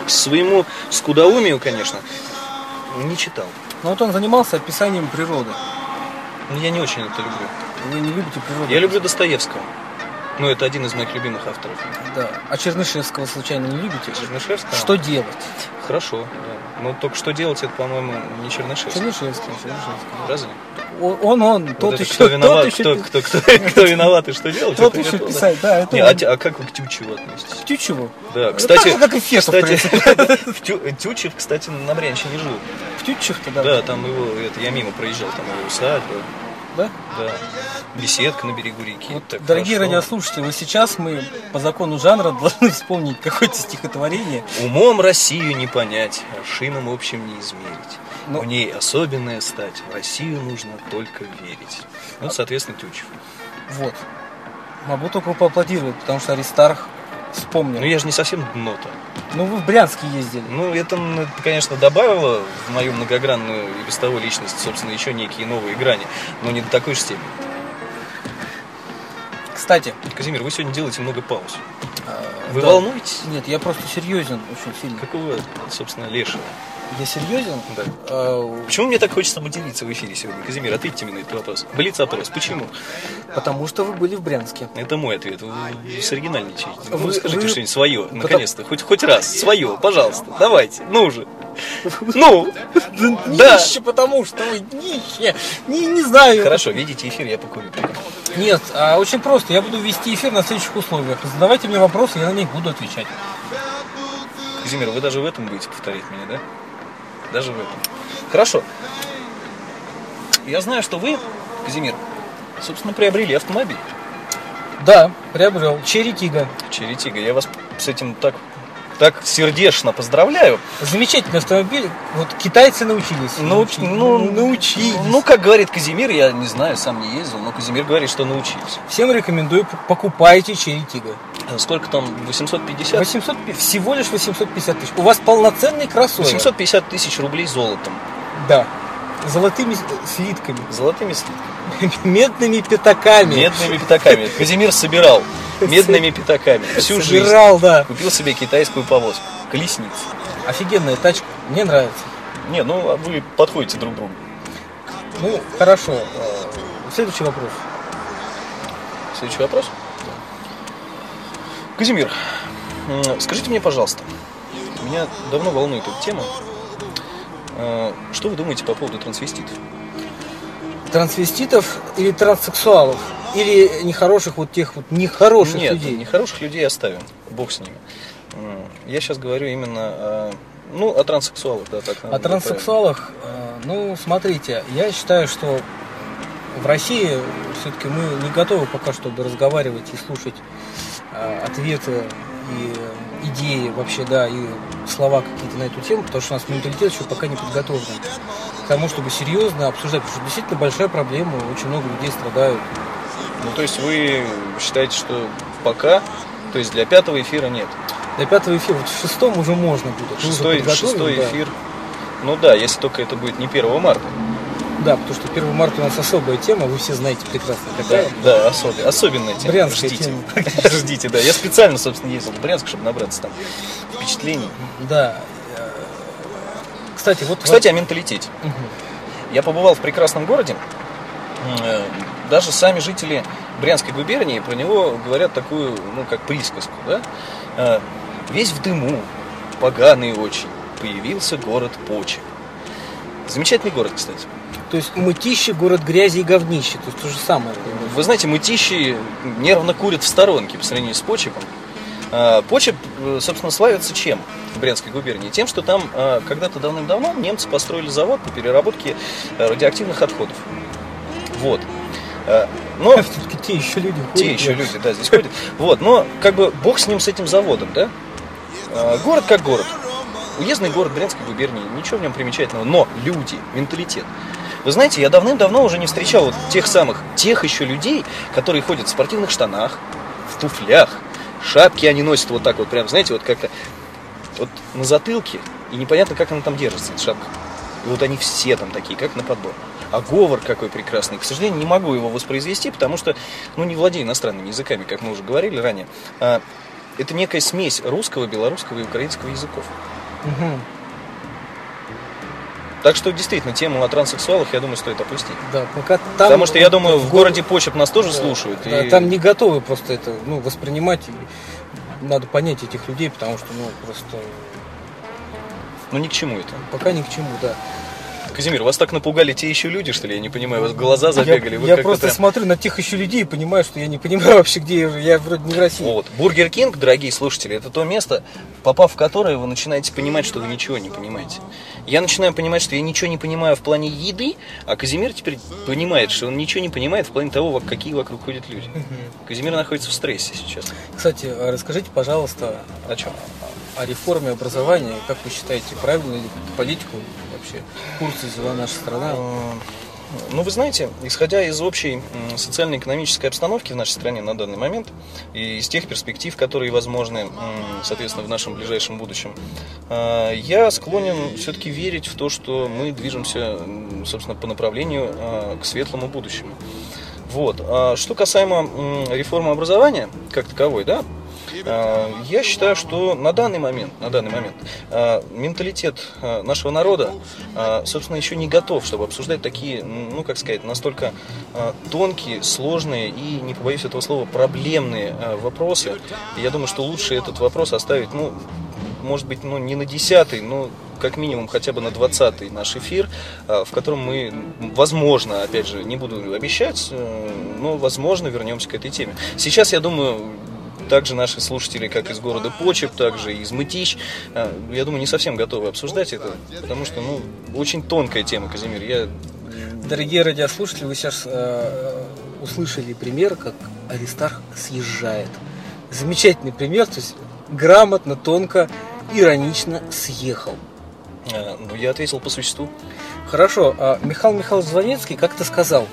S2: к своему скудоумию, конечно, не читал.
S1: Ну вот он занимался описанием природы.
S2: Ну, Я не очень это люблю.
S1: Вы не любите природу?
S2: Я люблю Достоевского. Ну, это один из моих любимых авторов.
S1: Да. А Чернышевского случайно не любите?
S2: Чернышевского?
S1: Что делать?
S2: Хорошо, да. Но только что делать, это, по-моему, не Чернышевский.
S1: Чернышевский, Чернышевский.
S2: Разве?
S1: Он, он, он,
S2: Вот
S1: тот
S2: это
S1: еще,
S2: кто виноват,
S1: тот еще,
S2: кто,
S1: пи-
S2: кто, кто, кто виноват и что делать?
S1: тот
S2: это
S1: еще
S2: не то, да.
S1: писать, да, это
S2: Не,
S1: он.
S2: а, те- а как вы к Тютчеву относитесь?
S1: Птючеву.
S2: Да,
S1: Ну,
S2: кстати,
S1: так же, как и Фетов, в
S2: кстати,
S1: принципе.
S2: в Тю- Тютчев, кстати, на Брянщине жил.
S1: Птючев-то, да.
S2: Да, там его, это я мимо проезжал, там его усадьба,
S1: Да?
S2: да, беседка на берегу реки.
S1: Вот,
S2: так
S1: дорогие
S2: хорошо.
S1: радиослушатели, вот сейчас мы по закону жанра должны вспомнить какое-то стихотворение.
S2: Умом Россию не понять, а аршином общим не измерить.
S1: Ну.
S2: В ней особенная стать, в Россию нужно только верить. Ну, соответственно, Тютчев.
S1: Вот. Могу только поаплодировать, потому что Аристарх вспомнил.
S2: Ну, я же не совсем дно-то.
S1: Ну, вы в Брянске ездили.
S2: Ну, это, м, конечно, добавило в мою многогранную и без того личность, собственно, еще некие новые грани, но не до такой же степени.
S1: Кстати,
S2: Казимир, вы сегодня делаете много пауз.
S1: э,
S2: Вы
S1: да.
S2: волнуетесь?
S1: Нет, я просто серьезен очень сильно.
S2: Какого, собственно, лешего?
S1: Я серьезен?
S2: Да.
S1: Э,
S2: Почему мне так хочется поделиться в эфире сегодня? Казимир, ответьте мне на этот вопрос. Блиц-опрос. Почему?
S1: Потому что вы были в Брянске.
S2: Это мой ответ. Вы с оригинальничаете. Ну,
S1: Вы-
S2: скажите
S1: вы-
S2: что-нибудь свое, наконец-то. Хоть, хоть раз. Свое, пожалуйста. Давайте. Ну же. Ну. Да.
S1: Нище, потому что вы нище. Не, не знаю.
S2: Хорошо, видите эфир, я покурю.
S1: Нет, а очень просто. Я буду вести эфир на следующих условиях. Задавайте мне вопросы, я на них буду отвечать.
S2: Казимир, вы даже в этом будете повторять меня, да? Даже в этом. Хорошо. Я знаю, что вы, Казимир, собственно, приобрели автомобиль.
S1: Да, приобрел. Черри Тига.
S2: Черетига, я вас с этим так, так сердечно поздравляю.
S1: Замечательный автомобиль. Вот китайцы научились.
S2: Научи-
S1: Ну, научились.
S2: Ну, как говорит Казимир, я не знаю, сам не ездил, но Казимир говорит, что научились.
S1: Всем рекомендую, п- покупайте Черри Тига.
S2: А Сколько там? 850?
S1: 800, пи- всего лишь 850 тысяч. У вас полноценный кроссовер.
S2: 850 тысяч рублей золотом,
S1: Да. Золотыми с- слитками,
S2: золотыми слитками,
S1: медными пятаками.
S2: медными пятаками. Казимир собирал медными пятаками всю жизнь.
S1: Собирал, да.
S2: Купил себе китайскую повозку, колесницу.
S1: Офигенная тачка. Мне нравится.
S2: Не, ну а вы подходите друг к другу.
S1: Ну, хорошо. э, Следующий вопрос.
S2: Следующий вопрос. Казимир, м, скажите мне, пожалуйста, меня давно волнует эта тема. Э, Что вы думаете по поводу трансвеститов?
S1: Трансвеститов или транссексуалов? Или нехороших вот тех вот нехороших
S2: Нет,
S1: людей?
S2: нехороших людей оставим. Бог с ними. М, Я сейчас говорю именно о, ну, о транссексуалах, да, так.
S1: О
S2: наверное,
S1: транссексуалах, э, ну, смотрите, я считаю, что в будет правильно. России все-таки мы не готовы пока, чтобы разговаривать и слушать э, ответы и э, идеи вообще, да, и слова какие-то на эту тему, потому что у нас менталитет еще пока не подготовлен к тому, чтобы серьезно обсуждать, потому что действительно большая проблема, очень много людей страдают.
S2: правильно. Ну, то есть вы считаете, что пока, то есть для пятого эфира нет.
S1: Для пятого эфира, вот в шестом уже можно будет. Мы уже
S2: Шестой,
S1: подготовим,
S2: шестой
S1: Ну, да.
S2: эфир. Ну да, если только это будет не 1 марта.
S1: Да, потому что 1 марта у нас особая тема, вы все знаете прекрасно какая.
S2: Да, особи- особенная тема.
S1: Брянская
S2: Ждите.
S1: тема.
S2: Ждите, да. Я специально, собственно, ездил в Брянск, чтобы набраться там впечатлений.
S1: Ну, Да. Э, Кстати, вот...
S2: Кстати, о менталитете.
S1: Мгм.
S2: Я побывал в прекрасном городе. Э, Даже сами жители Брянской губернии про него говорят такую, ну, как присказку, да? Э, Весь в дыму, поганый очень, появился город почек. Замечательный город, кстати.
S1: То есть мытище, город грязи и говнище. То есть то же самое.
S2: Вы знаете, мытищи нервно курят в сторонке по сравнению с почепом. А, Почеп, э, собственно, славится чем в Брянской губернии? Тем, что там э, когда-то давным-давно немцы построили завод по переработке э, радиоактивных отходов. Вот. Э, Но
S1: Все-таки те еще люди.
S2: те
S1: ходят, да.
S2: еще люди, да, здесь ходят. Вот, но как бы бог с ним, с этим заводом, да? Э, Город как город. Уездный город Брянской губернии, ничего в нем примечательного, но люди, менталитет. Вы знаете, я давным-давно уже не встречал вот тех самых, тех еще людей, которые ходят в спортивных штанах, в туфлях, шапки они носят вот так вот, прям, знаете, вот как-то вот на затылке, и непонятно, как она там держится, эта шапка. И вот они все там такие, как на подбор. А говор какой прекрасный. К сожалению, не могу его воспроизвести, потому что, ну, не владею иностранными языками, как мы уже говорили ранее. А, это некая смесь русского, белорусского и украинского языков.
S1: Мгм.
S2: Так что, действительно, тему о транссексуалах, я думаю, стоит опустить.
S1: Да, пока там...
S2: потому что, я думаю, в
S1: го-
S2: городе Почеп нас тоже
S1: да,
S2: слушают.
S1: да,
S2: и-
S1: Там не готовы просто это ну, воспринимать. И Надо понять этих людей, потому что ну просто
S2: Ну, ни к чему это.
S1: пока ни к чему, да.
S2: Казимир, вас так напугали те еще люди, что ли? Я не понимаю, у вас глаза забегали.
S1: я
S2: вы
S1: я
S2: как-то
S1: просто
S2: прям-
S1: смотрю на тех еще людей и понимаю, что я не понимаю вообще, где я. уже. Я вроде не в России.
S2: Вот. Бургер Кинг, дорогие слушатели, это то место, попав в которое, вы начинаете понимать, что вы ничего не понимаете. Я начинаю понимать, что я ничего не понимаю в плане еды, а Казимир теперь понимает, что он ничего не понимает в плане того, во- какие вокруг ходят люди. Казимир находится в стрессе сейчас.
S1: Кстати, а расскажите, пожалуйста,
S2: О чем?
S1: о реформе образования. Как вы считаете, правильную ли политику вообще курсы взяла наша страна?
S2: Ну, вы знаете, исходя из общей м, социально-экономической обстановки в нашей стране на данный момент и из тех перспектив, которые возможны, м, соответственно, в нашем ближайшем будущем, э, я склонен все-таки верить в то, что мы движемся, м, собственно, по направлению э, к светлому будущему. Вот. А Что касаемо м, реформы образования как таковой, да, э, я считаю, что на данный момент, на данный момент э, менталитет э, нашего народа, э, собственно, еще не готов, чтобы обсуждать такие, м, ну, как сказать, настолько э, тонкие, сложные и, не побоюсь этого слова, проблемные э, вопросы. И я думаю, что лучше этот вопрос оставить, ну, может быть, ну, не на десятый, но как минимум хотя бы на 20 наш эфир, э, в котором мы, возможно, опять же, не буду обещать, э, но, возможно, вернемся к этой теме. Сейчас, я думаю, также наши слушатели, как из города Почеп, также из Мытищ, э, я думаю, не совсем готовы обсуждать это, потому что, ну, очень тонкая тема, Казимир. Я...
S1: Дорогие радиослушатели, вы сейчас э, услышали пример, как Аристарх съезжает. Замечательный пример, то есть грамотно, тонко, иронично съехал.
S2: э, ну, я ответил по существу.
S1: Хорошо, а Михаил Михайлович Звонецкий как-то сказал,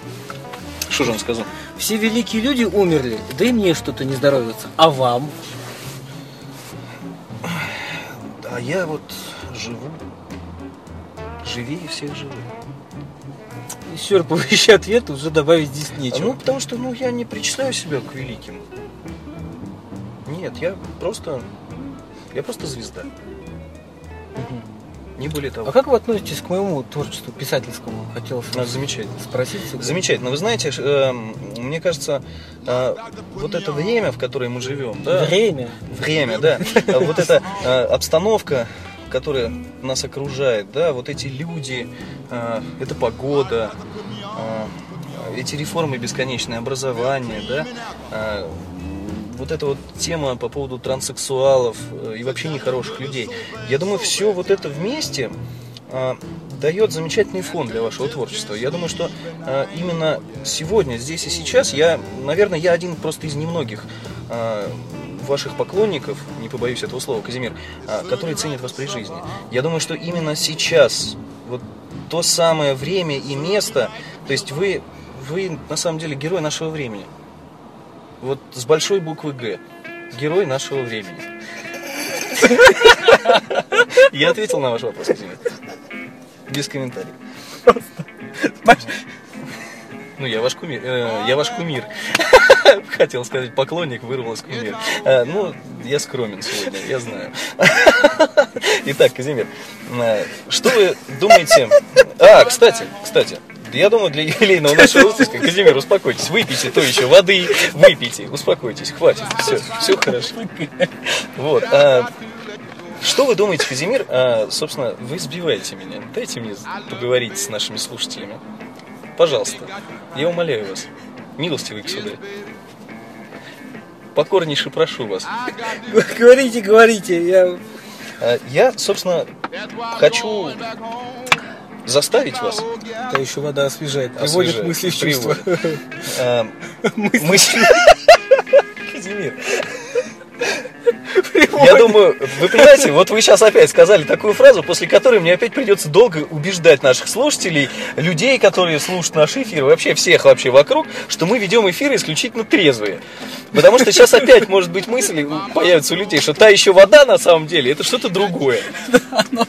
S2: Что же он сказал?
S1: все великие люди умерли, да и мне что-то не здоровится. А вам?
S2: А я вот живу, живее всех живых.
S1: Исчерпывающий ответ уже добавить здесь
S2: Ну,
S1: нечего.
S2: потому что, ну, я не причисляю себя к великим. Нет, я просто... Я просто звезда.
S1: Мгм.
S2: Не более того.
S1: А как вы относитесь к моему творчеству писательскому? Хотелось
S2: Ну,
S1: вас
S2: замечательно.
S1: спросить.
S2: Замечательно. Вы знаете, ш- эм, мне кажется, э, вот это время, в которое мы живем, да?
S1: Время.
S2: Время, да. Э, Вот эта э, обстановка, которая нас окружает, да, вот эти люди, э, эта погода, э, эти реформы бесконечные, образование, да, э, вот эта вот тема по поводу транссексуалов э, и вообще нехороших людей. Я думаю, все вот это вместе э, дает замечательный фон для вашего творчества. Я думаю, что э, именно сегодня, здесь и сейчас, я, наверное, я один просто из немногих э, ваших поклонников, не побоюсь этого слова, Казимир, э, которые ценят вас при жизни. Я думаю, что именно сейчас, вот то самое время и место, то есть вы, вы на самом деле герой нашего времени. вот с большой буквы Г. Герой нашего времени. Я ответил на ваш вопрос, Кузьмин. Без комментариев. Ну, я ваш кумир. э, я ваш кумир. Хотел сказать поклонник, вырвалось кумир. Э, ну, я скромен сегодня, я знаю. Итак, Казимир, э, что вы думаете... А, кстати, кстати, я думаю, для юбилейного нашего выпуска, Казимир, успокойтесь, выпейте то еще воды, выпейте, успокойтесь, хватит, все, все хорошо. Вот, а, что вы думаете, Казимир? А, собственно, вы сбиваете меня. Дайте мне поговорить с нашими слушателями. Пожалуйста. Я умоляю вас. Милостивый государь. Покорнейше прошу вас.
S1: Говорите, говорите. Я...
S2: А, Я, собственно, хочу заставить вас.
S1: Это еще вода освежает. Приводит
S2: освежать,
S1: мысли в чувство.
S2: приводит. А, мысли- Казимир. Я думаю, вы понимаете, вот вы сейчас опять сказали такую фразу, после которой мне опять придется долго убеждать наших слушателей, людей, которые слушают наш эфир, вообще всех вообще вокруг, что мы ведем эфиры исключительно трезвые. Потому что сейчас опять, может быть, мысли появятся у людей, что та еще вода на самом деле, это что-то другое.
S1: ну,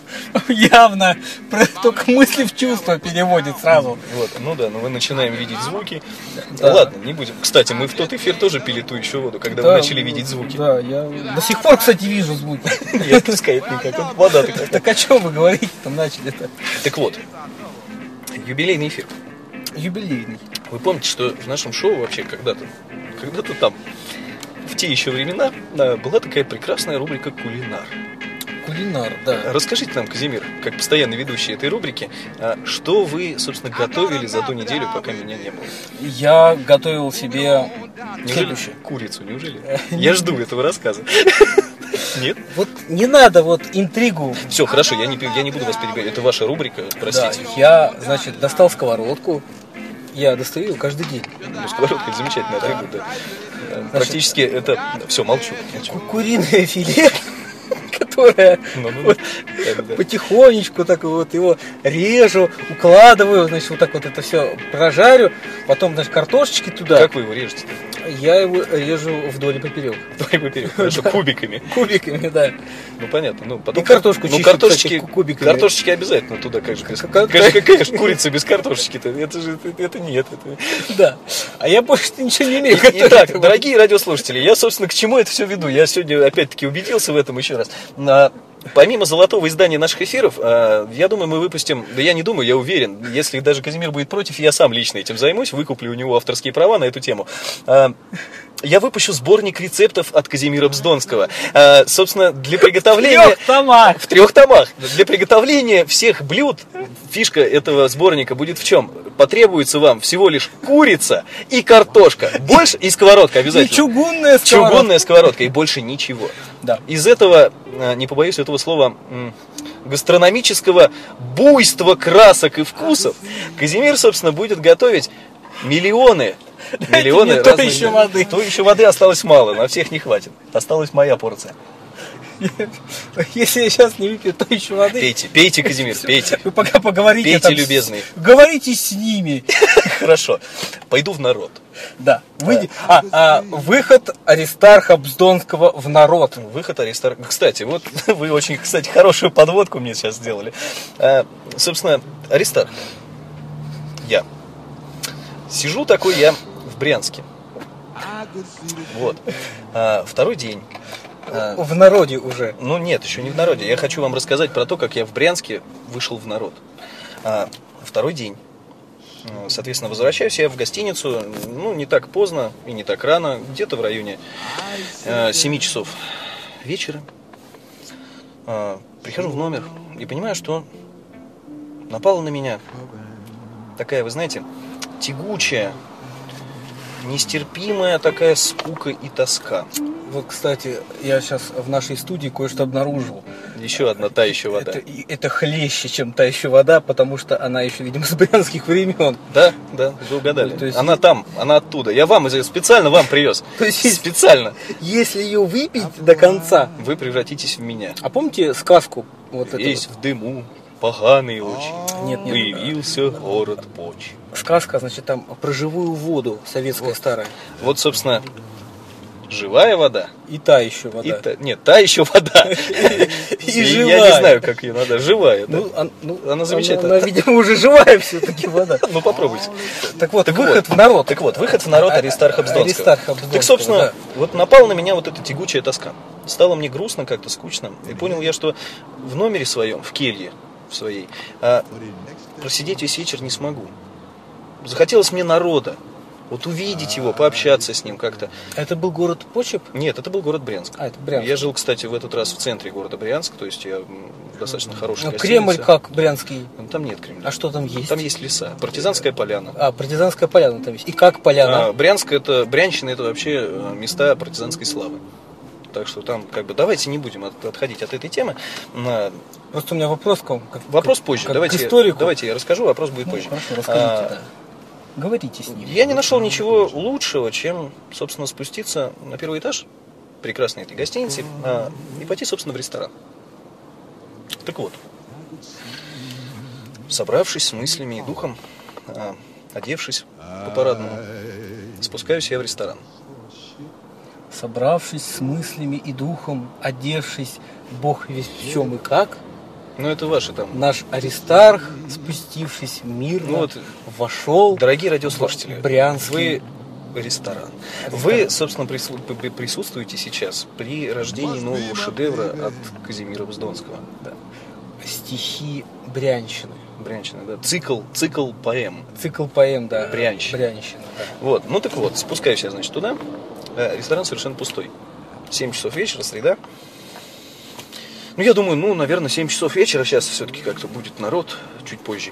S1: Явно. Про- Только мысли в чувство переводит сразу.
S2: Вот, ну да, но мы начинаем видеть звуки. Да Ладно, не будем. Кстати, мы в тот эфир тоже пили ту еще воду, когда мы
S1: Да,
S2: начали видеть звуки.
S1: Да, я до сих пор, кстати, вижу звуки.
S2: Не отпускает никак. Вот ну, вода такая.
S1: Так о чем вы говорите там начали-то?
S2: Так вот, юбилейный эфир.
S1: Юбилейный.
S2: Вы помните, что в нашем шоу вообще когда-то, когда-то там, в те еще времена, э, была такая прекрасная рубрика «Кулинар».
S1: Кулинар, да.
S2: Расскажите нам, Казимир, как постоянный ведущий этой рубрики, э, что вы, собственно, готовили за ту неделю, пока меня не было?
S1: Я готовил себе
S2: Неужели
S1: следующее.
S2: курицу, неужели? Я жду этого рассказа. Нет?
S1: Вот не надо вот интригу.
S2: Все, хорошо, я не, пи- я не буду вас перебивать. Это ваша рубрика,
S1: Да,
S2: простите.
S1: я, значит, достал сковородку. Я достаю ее каждый день.
S2: Ну, сковородка это замечательная рыба, да. Э, Практически это... Все, молчу. молчу.
S1: Ку- Куриное филе, которое
S2: Ну, ну,
S1: вот
S2: да, да, да.
S1: потихонечку так вот его режу, укладываю, значит, вот так вот это все прожарю. Потом, значит, картошечки туда.
S2: Как вы его режете?
S1: Я его режу вдоль и поперек.
S2: Давай поперек. Хорошо, кубиками.
S1: Кубиками, да.
S2: Ну понятно, ну потом.
S1: И картошку
S2: ну,
S1: чищу,
S2: картошечки,
S1: кстати, кубиками.
S2: картошечки обязательно туда, как же без.
S1: Как- как-
S2: Конечно, конечно, курица без картошечки-то. Это же это, это нет. это-
S1: Да. А я больше ничего не умею. готовить.
S2: Итак, дорогие радиослушатели, я, собственно, к чему это все веду? Я сегодня опять-таки убедился в этом еще раз. А, Помимо золотого издания наших эфиров, а, я думаю, мы выпустим, да я не думаю, я уверен, если даже Казимир будет против, я сам лично этим займусь, выкуплю у него авторские права на эту тему. А, Я выпущу сборник рецептов от Казимира Бздонского. А, Собственно, для приготовления...
S1: Трех томах.
S2: В трех томах. Для приготовления всех блюд фишка этого сборника будет в чем? Потребуется вам всего лишь курица и картошка. Больше и сковородка
S1: И
S2: обязательно.
S1: чугунная сковородка.
S2: Чугунная сковородка и больше ничего.
S1: Да.
S2: Из этого, э, не побоюсь этого слова, м, гастрономического буйства красок и вкусов Казимир, собственно, будет готовить миллионы Миллионы
S1: мне той
S2: разных
S1: еще
S2: блюд.
S1: воды.
S2: Той еще воды осталось мало, на всех не хватит. Осталась моя порция.
S1: Если я сейчас не выпью, то еще воды.
S2: Пейте, пейте, Казимир, пейте.
S1: Вы пока поговорите.
S2: Пейте,
S1: там с-
S2: любезный.
S1: Говорите с ними.
S2: Хорошо. Пойду в народ.
S1: Да. Выйди. А, а, выход Аристарха Бздонского в народ.
S2: Выход Аристар... Кстати, вот вы очень, кстати, хорошую подводку мне сейчас сделали. А, собственно, Аристарх, я. Сижу такой я в Брянске. Вот. А, второй день. А,
S1: Э, В народе уже.
S2: ну нет, еще не в народе. Я хочу вам рассказать про то, как я в Брянске вышел в народ. А, второй день. Ну, Соответственно, возвращаюсь я в гостиницу, ну, не так поздно и не так рано, где-то в районе э, 7 часов вечера. А, прихожу в номер и понимаю, что напала на меня такая, вы знаете, тягучая, нестерпимая такая скука и тоска.
S1: Вот, кстати, я сейчас в нашей студии кое-что обнаружил.
S2: Еще одна та еще вода.
S1: Это, и- это хлеще, чем та еще вода, потому что она еще, видимо, с брянских времен.
S2: Да, да, вы угадали.
S1: То есть-
S2: Она там, она оттуда. Я вам из- специально вам привез.
S1: То есть-
S2: Специально.
S1: Если ее выпить до конца.
S2: Вы превратитесь в меня.
S1: А помните сказку? Вот эту
S2: Весь в дыму, поганые лучи.
S1: вот? Нет, нет.
S2: Появился город Поч.
S1: Сказка, значит, там про живую воду советская старая.
S2: Вот, собственно, живая вода.
S1: И та еще вода.
S2: И та- нет, та еще вода.
S1: И
S2: Я
S1: живая.
S2: не знаю, как ее надо. Живая. да.
S1: Ну, он- ну,
S2: Она замечательная.
S1: Она, видимо, уже живая все-таки вода.
S2: Ну попробуйте.
S1: Так вот,
S2: Так
S1: выход
S2: вот.
S1: в народ.
S2: Так вот, выход в народ
S1: А-
S2: Аристарха Бздонского.
S1: Аристарха Бздонского,
S2: Так, собственно,
S1: да.
S2: вот напал на меня вот эта тягучая тоска. Стало мне грустно как-то, скучно. И понял я, что в номере своем, в келье в своей, а, просидеть весь вечер не смогу. Захотелось мне народа. Вот увидеть его, пообщаться с ним как-то.
S1: Это был город Почеп?
S2: Нет, это был город Брянск.
S1: А, это Брянск.
S2: Я жил, кстати, в этот раз в центре города Брянск, то есть я м, в достаточно хороший
S1: Ну, Кремль как брянский.
S2: Там нет Кремля.
S1: А что там есть?
S2: Там есть леса. Партизанская поляна.
S1: А, партизанская поляна там есть. И как поляна?
S2: А, Брянск это Брянщина это вообще э, места партизанской славы. Так что там как бы давайте не будем от- отходить от этой темы. На-
S1: Просто у меня вопрос к вам. как-
S2: Вопрос
S1: как-
S2: позже.
S1: как
S2: давайте,
S1: К историку.
S2: давайте я расскажу, вопрос будет
S1: Ну,
S2: позже.
S1: Хорошо,
S2: А,
S1: расскажите, да. Говорите с ним.
S2: Я не нашел ничего лучшего, чем, собственно, спуститься на первый этаж прекрасной этой гостиницы а, и пойти, собственно, в ресторан. Так вот, собравшись с мыслями и духом, а, одевшись по парадному, спускаюсь я в ресторан.
S1: Собравшись с мыслями и духом, одевшись, Бог весь в чем и как,
S2: Ну, это ваши там
S1: наш Аристарх, спустившись мирно,
S2: Ну вот,
S1: вошел.
S2: Дорогие радиослушатели,
S1: Брянский.
S2: вы ресторан. Вы, собственно, прису- п- п- присутствуете сейчас при рождении нового шедевра от Казимира Бздонского. Да.
S1: стихи Брянщины.
S2: Брянщина, да. Цикл, цикл поэм.
S1: Цикл поэм, да.
S2: Брянщина.
S1: Брянщина, да.
S2: Вот, ну так вот, спускаюсь я, значит, туда. Э, Ресторан совершенно пустой. 7 часов вечера, среда. Ну, я думаю, ну, наверное, 7 часов вечера сейчас все-таки как-то будет народ чуть позже.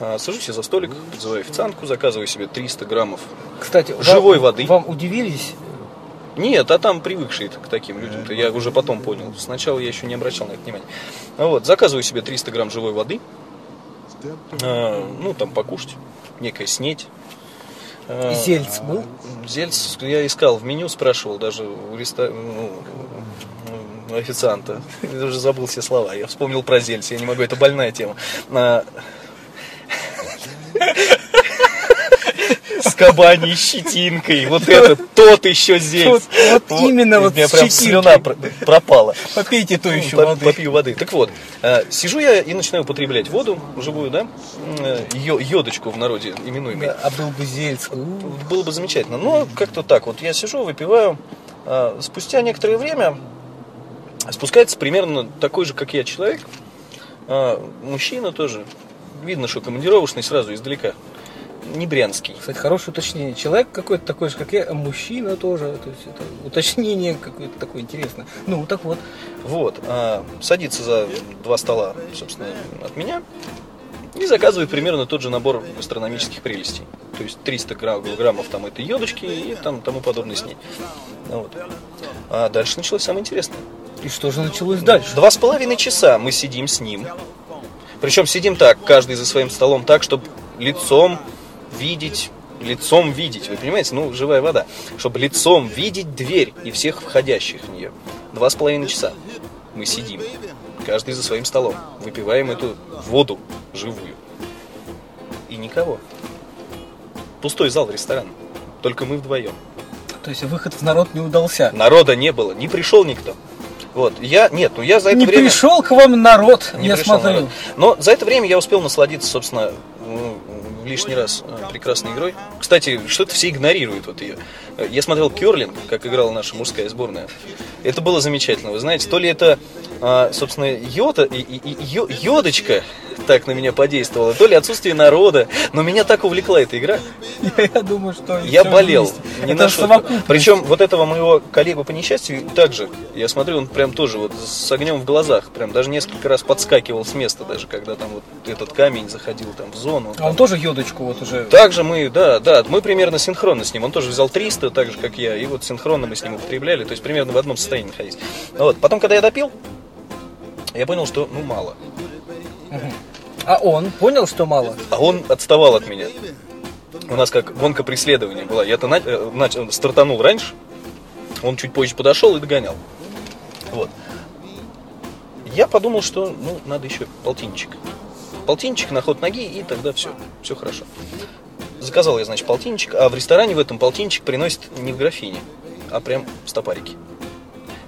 S2: А, Сажусь я за столик, вызываю официантку, заказываю себе 300 граммов.
S1: Кстати, вам-
S2: Живой воды.
S1: Вам удивились?
S2: Нет, а там привыкшие к таким людям. -то. Я уже потом понял. Сначала я еще не обращал на это внимания. А Вот, заказываю себе 300 грамм живой воды. А, ну, там покушать. Некая снеть. А,
S1: Зельц был?
S2: Зельц я искал в меню, спрашивал даже у реста- ну, у официанта. Я уже забыл все слова. Я вспомнил про зельц. Я не могу, это больная тема. А, С кабаней щетинкой. Вот это тот еще зельц.
S1: Вот- вот именно вот
S2: У меня
S1: с
S2: прям
S1: щетинкой.
S2: слюна про- пропала.
S1: Попейте то еще
S2: Поп-
S1: воды.
S2: Попью воды. Так вот, э, сижу я и начинаю употреблять воду живую, да? Э, йо- Йодочку в народе именуемой.
S1: Да, А был бы Зельц. У,
S2: Было бы замечательно. Но как-то так. Вот я сижу, выпиваю. А, Спустя некоторое время спускается примерно такой же, как я, человек. А, Мужчина тоже. Видно, что командировочный сразу издалека. Не брянский.
S1: Кстати, хорошее уточнение. Человек какой-то такой же, как я, а мужчина тоже. То есть это уточнение какое-то такое интересное. Ну, так вот.
S2: Вот. а, Садится за два стола, собственно, от меня. И заказывает примерно тот же набор гастрономических прелестей. То есть 300 гра- граммов там этой йодочки и там тому подобное с ней. Ну Вот. А дальше началось самое интересное.
S1: И что же началось дальше?
S2: Два с половиной часа мы сидим с ним. Причем сидим так, каждый за своим столом так, чтобы лицом видеть, лицом видеть, вы понимаете, ну, живая вода, чтобы лицом видеть дверь и всех входящих в нее. Два с половиной часа мы сидим, каждый за своим столом, выпиваем эту воду живую. И никого. Пустой зал ресторана, только мы вдвоем.
S1: То есть выход в народ не удался.
S2: Народа не было, не пришел никто. Вот, я, нет, ну я за это
S1: Не
S2: время...
S1: пришел к вам народ,
S2: Не
S1: я
S2: пришел
S1: смотрю.
S2: народ. Но за это время я успел насладиться, собственно, м, в лишний раз э, прекрасной игрой. Кстати, что-то все игнорируют вот ее. Э, Я смотрел Керлинг, как играла наша мужская сборная. Это было замечательно. Вы знаете, то ли это, а, собственно, йода, и- и- и- йо- йодочка так на меня подействовала, то ли отсутствие народа. Но меня так увлекла эта игра.
S1: Я думаю, что
S2: Я
S1: всё
S2: болел.
S1: вместе.
S2: Не
S1: Это
S2: на
S1: совокупность.
S2: Причем вот этого моего коллегу по несчастью также, я смотрю, он прям тоже вот с огнем в глазах, прям даже несколько раз подскакивал с места даже, когда там вот этот камень заходил там в зону.
S1: А он тоже йодочку вот уже.
S2: Также мы, да, да, мы примерно синхронно с ним. Он тоже взял 300, так же, как я, и вот синхронно мы с ним употребляли, то есть примерно в одном состоянии находились. Ну Вот. Потом, когда я допил, я понял, что, ну, мало.
S1: А он понял, что мало?
S2: А он отставал от меня. У нас как гонка преследования была. Я-то на- э, начал- стартанул раньше, он чуть позже подошел и догонял. Вот. Я подумал, что ну, надо еще полтинничек. Полтинничек на ход ноги, и тогда все, все хорошо. Заказал я, значит, полтинничек, а в ресторане в этом полтинничек приносит не в графине, а прям стопарики.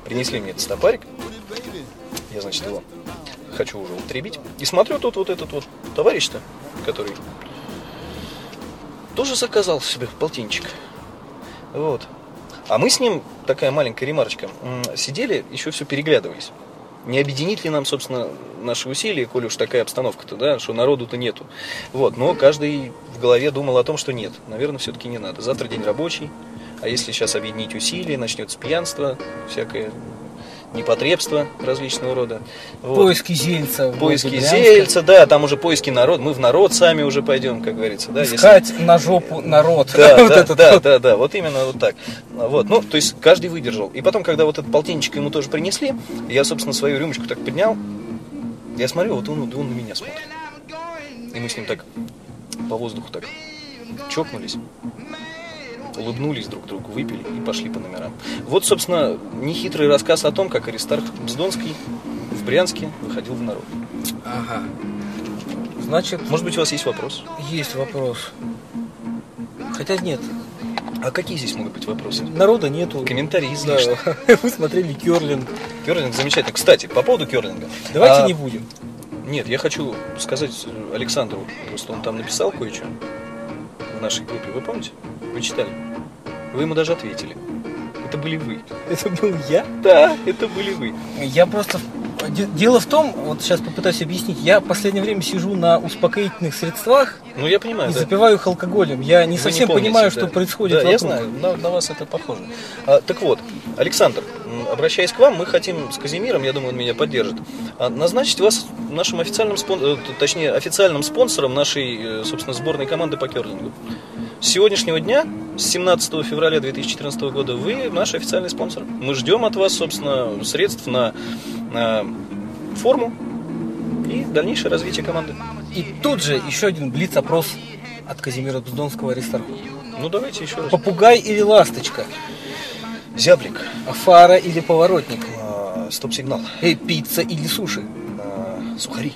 S2: Принесли мне этот стопарик, я, значит, его хочу уже утребить. И смотрю тут вот этот вот товарищ-то, который тоже заказал себе полтинчик. Вот. А мы с ним, такая маленькая ремарочка, м, сидели, еще все переглядываясь. Не объединит ли нам, собственно, наши усилия, коли уж такая обстановка-то, да, что народу-то нету. Вот, но каждый в голове думал о том, что нет, наверное, все-таки не надо. Завтра день рабочий, а если сейчас объединить усилия, начнется пьянство, всякое непотребство различного рода. Вот.
S1: Поиски зельца. в
S2: Поиски
S1: городе Брянска.
S2: зельца, да, там уже поиски народ, мы в народ сами уже пойдем, как говорится, да. если-
S1: Искать на жопу народ.
S2: да,
S1: Вот
S2: да,
S1: этот
S2: да,
S1: вот.
S2: да, да, вот именно вот так. Вот, ну, то есть каждый выдержал. И потом, когда вот этот полтинничек ему тоже принесли, я, собственно, свою рюмочку так поднял, я смотрю, вот он, он на меня смотрит. И мы с ним так по воздуху так чокнулись, улыбнулись друг другу, выпили и пошли по номерам. Вот, собственно, нехитрый рассказ о том, как Аристарх Бздонский в Брянске выходил в народ.
S1: Ага. Значит,
S2: Может быть, у вас есть вопрос?
S1: есть вопрос. Хотя нет,
S2: А какие здесь могут быть вопросы?
S1: народа нету.
S2: Комментарии
S1: Да.
S2: излишни.
S1: Вы смотрели Керлинг.
S2: Керлинг замечательно. Кстати, по поводу керлинга.
S1: Давайте
S2: А,
S1: не будем.
S2: Нет, я хочу сказать э, Александру, просто он там написал кое-что в нашей группе, вы помните? Вы читали? Вы ему даже ответили. Это были вы.
S1: Это был я.
S2: Да, это были вы.
S1: Я просто... де- Дело в том, вот сейчас попытаюсь объяснить, я в последнее время сижу на успокоительных средствах
S2: Ну, я понимаю,
S1: и
S2: да.
S1: запиваю их алкоголем. Я не
S2: Вы
S1: совсем
S2: помните,
S1: понимаю,
S2: да.
S1: что происходит
S2: Да, я
S1: вокруг.
S2: знаю, на, на вас это похоже. А, так вот, Александр, м, обращаясь к вам, мы хотим с Казимиром, я думаю, он меня поддержит, а, назначить вас нашим официальным спонсором, точнее, официальным спонсором нашей, э, собственно, сборной команды по керлингу. С сегодняшнего дня, с 17 февраля 2014 года, вы наш официальный спонсор. Мы ждем от вас, собственно, средств на, на форму и дальнейшее развитие команды.
S1: И тут же еще один блиц-опрос от Казимира Бздонского Аристарха.
S2: Ну, давайте еще раз.
S1: Попугай или ласточка?
S2: Зяблик.
S1: Фара или поворотник?
S2: А, Стоп-сигнал.
S1: Э, Пицца или суши?
S2: А, сухари,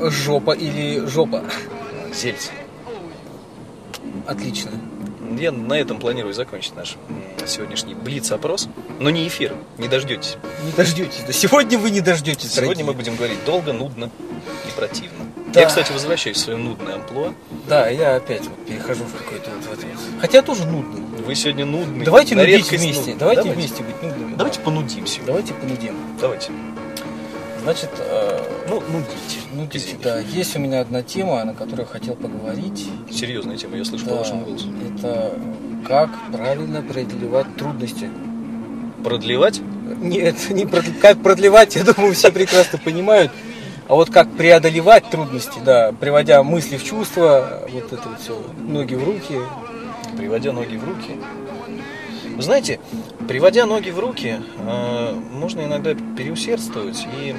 S1: Жопа или жопа?
S2: а, зельц.
S1: Отлично.
S2: Я на этом планирую закончить наш м, сегодняшний блиц-опрос, но не эфир, не дождетесь.
S1: Не дождетесь. Да сегодня вы не дождетесь. дорогие.
S2: Сегодня мы будем говорить долго, нудно и противно.
S1: Да.
S2: Я, кстати, возвращаюсь в свое нудное амплуа.
S1: Да, я опять вот перехожу в какой-то вот, в это вот. Хотя тоже нудно.
S2: Вы сегодня нудный.
S1: Давайте
S2: на
S1: нудить
S2: редкость
S1: вместе.
S2: нудный.
S1: Давайте, вместе быть нудными.
S2: Давайте
S1: Да.
S2: понудим сегодня.
S1: Давайте понудим.
S2: Давайте.
S1: Значит, э,
S2: Ну, нудите.
S1: ну,
S2: Извините.
S1: да, есть у меня одна тема, на которую я хотел поговорить.
S2: Серьезная тема, я слышу по
S1: Да,
S2: вашему голосу.
S1: это как правильно преодолевать трудности.
S2: Продлевать?
S1: Нет, не продл- как продлевать, я думаю, все прекрасно понимают. А вот как преодолевать трудности, да, приводя мысли в чувство, вот это вот все, ноги в руки.
S2: приводя ноги в руки. Вы знаете, приводя ноги в руки, э, можно иногда переусердствовать и,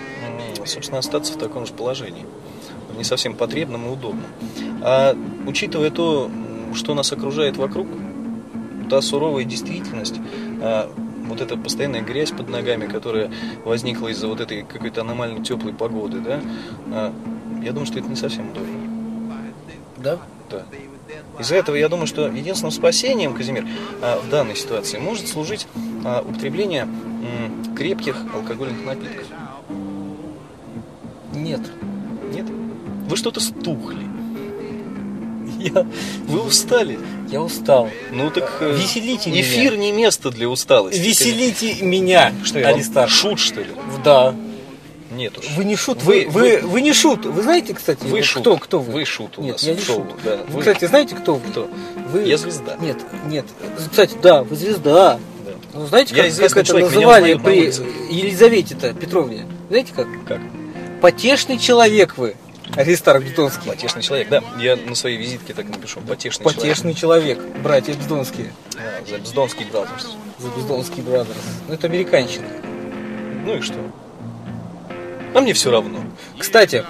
S2: м, собственно, остаться в таком же положении, в не совсем потребном и удобном. А учитывая то, м, что нас окружает вокруг, та суровая действительность, а, вот эта постоянная грязь под ногами, которая возникла из-за вот этой какой-то аномально теплой погоды, да, а, я думаю, что это не совсем удобно.
S1: Да?
S2: Да. Из-за этого я думаю, что единственным спасением, Казимир, а, в данной ситуации может служить а, употребление м, крепких алкогольных напитков.
S1: Нет.
S2: Нет? Вы что-то стухли.
S1: Я,
S2: Вы устали.
S1: я устал.
S2: Ну так... э,
S1: Веселите меня.
S2: Эфир не место для усталости.
S1: Веселите меня,
S2: Что я вам
S1: Аристарх.
S2: шут, что ли?
S1: Да.
S2: Нет уж.
S1: Вы не шут,
S2: Вы-
S1: вы, вы, вы не шут. Вы знаете, кстати,
S2: Вы
S1: вот
S2: шут.
S1: кто, кто вы?
S2: Вы шут у
S1: Нет,
S2: нас
S1: я
S2: в
S1: не
S2: шоу,
S1: шут.
S2: да.
S1: Вы,
S2: Вы-
S1: кстати, знаете, кто вы?
S2: Кто?
S1: Вы...
S2: Я звезда.
S1: Нет, нет. Кстати, да, вы звезда.
S2: Да.
S1: Ну, знаете,
S2: Я
S1: как,
S2: известный
S1: как это
S2: человек, меня
S1: называли
S2: узнают на
S1: при
S2: улице.
S1: Елизавете-то Петровне? Знаете как?
S2: Как?
S1: Потешный человек вы, Аристарх Бздонский.
S2: Потешный человек, да. Я на своей визитке так и напишу. Потешный,
S1: Потешный человек, братья Бздонские.
S2: человек. А, за Бздонский Brothers.
S1: The Бздонский Brothers. Ну, это американщина.
S2: Ну и что? А мне все равно.
S1: Кстати,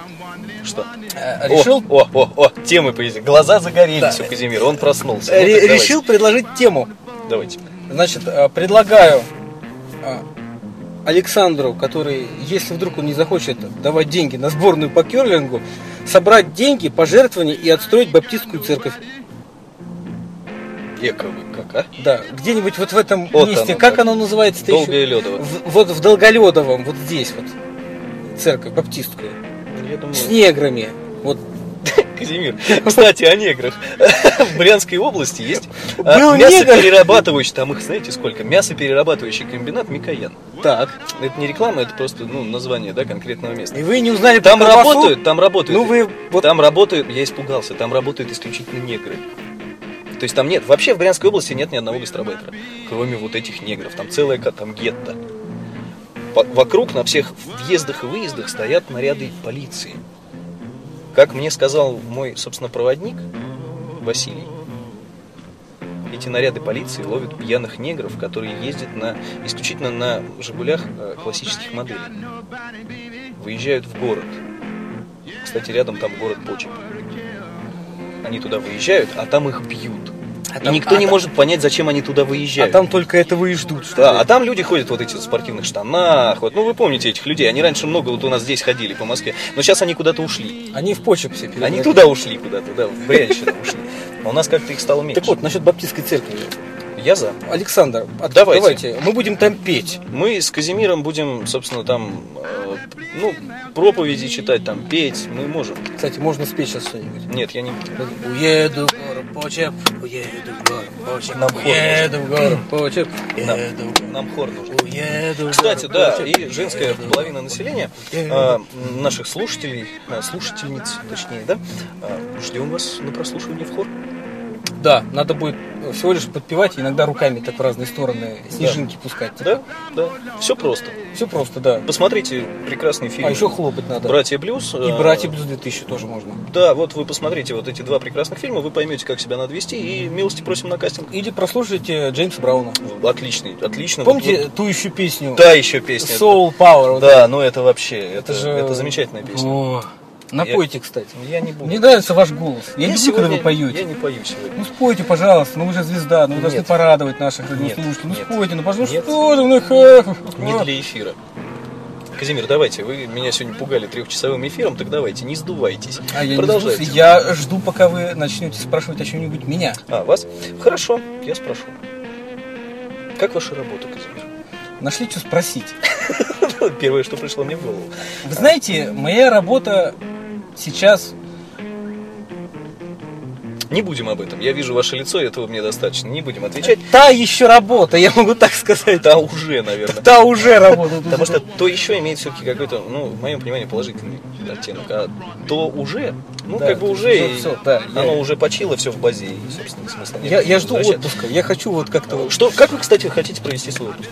S2: Что?
S1: э, решил,
S2: О, о, о, о, темы появились. Глаза загорелись
S1: Да.
S2: у Казимира, он проснулся.
S1: э,
S2: Ну, так
S1: ре-
S2: давайте.
S1: решил предложить тему.
S2: Давайте.
S1: Значит, э, предлагаю э, Александру, который, если вдруг он не захочет давать деньги на сборную по керлингу, собрать деньги, пожертвования и отстроить баптистскую церковь.
S2: Вековый, как, а?
S1: Да, где-нибудь вот в этом
S2: Вот
S1: месте,
S2: оно,
S1: как
S2: да.
S1: оно называется-то
S2: Долгое
S1: еще?
S2: Лёдово.
S1: В- вот в Долголедовом, вот здесь вот церковь баптистская.
S2: Я думаю,
S1: С неграми. Вот
S2: Казимир. Кстати, о неграх. В Брянской области есть а,
S1: Был негр.
S2: мясоперерабатывающий, там их знаете сколько? Мясоперерабатывающий комбинат Микоян.
S1: так.
S2: Это не реклама, это просто ну, название да, конкретного места.
S1: И вы не узнали про
S2: Там
S1: колбасу?
S2: работают, там работают.
S1: Ну вы вот
S2: Там работают, я испугался, там работают исключительно негры. То есть там нет, вообще в Брянской области нет ни одного гастробайтера, кроме вот этих негров. Там целая ка- там гетто. По- вокруг на всех въездах и выездах стоят наряды полиции. Как мне сказал мой, собственно, проводник Василий, эти наряды полиции ловят пьяных негров, которые ездят на, исключительно на «Жигулях» э, классических моделей. Выезжают в город. Кстати, рядом там город Почек. Они туда выезжают, а там их бьют.
S1: А
S2: и
S1: там-
S2: никто
S1: а
S2: не
S1: там-
S2: может понять, зачем они туда
S1: а
S2: выезжают.
S1: там только этого и ждут. что
S2: Да,
S1: ли.
S2: а там люди ходят вот эти в спортивных штанах. Вот, ну вы помните этих людей, они раньше много вот у нас здесь ходили по Москве, но сейчас они куда-то ушли.
S1: Они в почек все перебрали.
S2: Они туда ушли куда-то, да, в Брянщину ушли. А у нас как-то их стало меньше.
S1: Так вот, насчет баптистской церкви.
S2: я за.
S1: Александр, от-
S2: Давайте.
S1: давайте. Мы будем там петь.
S2: Мы с Казимиром будем, собственно, там, э, ну, проповеди читать, там, петь, мы можем.
S1: Кстати, можно спеть сейчас что-нибудь.
S2: Нет, я не буду.
S1: Уеду в гору почеп, уеду в гору почеп,
S2: Нам хор
S1: уеду в гору почеп,
S2: Нам,
S1: уеду в гору,
S2: нам хор нужен.
S1: уеду в
S2: Кстати,
S1: гору
S2: да,
S1: почеп,
S2: и женская
S1: уеду в гору
S2: половина населения, э, наших слушателей, э, слушательниц, точнее, да, э, ждем вас на прослушивание в хор.
S1: почеп. Да, надо будет всего лишь подпевать, иногда руками так в разные стороны снежинки пускать.
S2: Да, да. Все просто.
S1: Все просто, да.
S2: Посмотрите прекрасный фильм.
S1: А еще хлопать надо.
S2: Братья Блюз. А,
S1: И братья плюс 2000 тоже можно.
S2: Да, вот вы посмотрите вот эти два прекрасных фильма, вы поймете, как себя надо вести, и милости просим на кастинг.
S1: Или прослушайте Джеймса Брауна.
S2: Отличный, отлично.
S1: Помните
S2: Вот-
S1: ту еще песню?
S2: вот- да, еще песня.
S1: Soul Power. вот
S2: Да, ну это вообще, это, это,
S1: же-
S2: замечательная песня.
S1: О, напойте, кстати.
S2: Я не буду.
S1: Мне нравится ваш голос. Я,
S2: Я
S1: люблю,
S2: сегодня-
S1: когда вы поете.
S2: Я не пою сегодня.
S1: Ну спойте, пожалуйста, ну вы же звезда, ну вы должны
S2: Нет.
S1: порадовать наших
S2: Нет,
S1: радиослушателей. Ну
S2: нет,
S1: спойте, ну пожалуйста,
S2: нет.
S1: что же, ну ха-
S2: Не для эфира. Казимир, давайте, вы меня сегодня пугали трехчасовым эфиром, так давайте, не сдувайтесь.
S1: А я не
S2: Продолжайте.
S1: сдулся. я жду, пока вы начнете спрашивать о чем-нибудь меня.
S2: А, вас? Хорошо, я спрошу. Как ваша работа, Казимир?
S1: Нашли, что спросить.
S2: Первое, что пришло мне в голову.
S1: Вы знаете, моя работа сейчас...
S2: Не будем об этом. Я вижу ваше лицо, и этого мне достаточно. Не будем отвечать.
S1: Та еще работа, я могу так сказать.
S2: Да уже, наверное.
S1: Та уже работа.
S2: Потому что то еще имеет все-таки какой-то, ну, в моем понимании, положительный оттенок. А то уже, ну,
S1: Да,
S2: как бы
S1: то
S2: уже,
S1: уже
S2: и
S1: всё, да, я-
S2: оно уже почило, все в базе, и, собственно, смысла нет.
S1: Я, я жду
S2: возвращаться.
S1: отпуска, я хочу вот как-то
S2: Ну, Что, как вы, кстати, хотите провести свой отпуск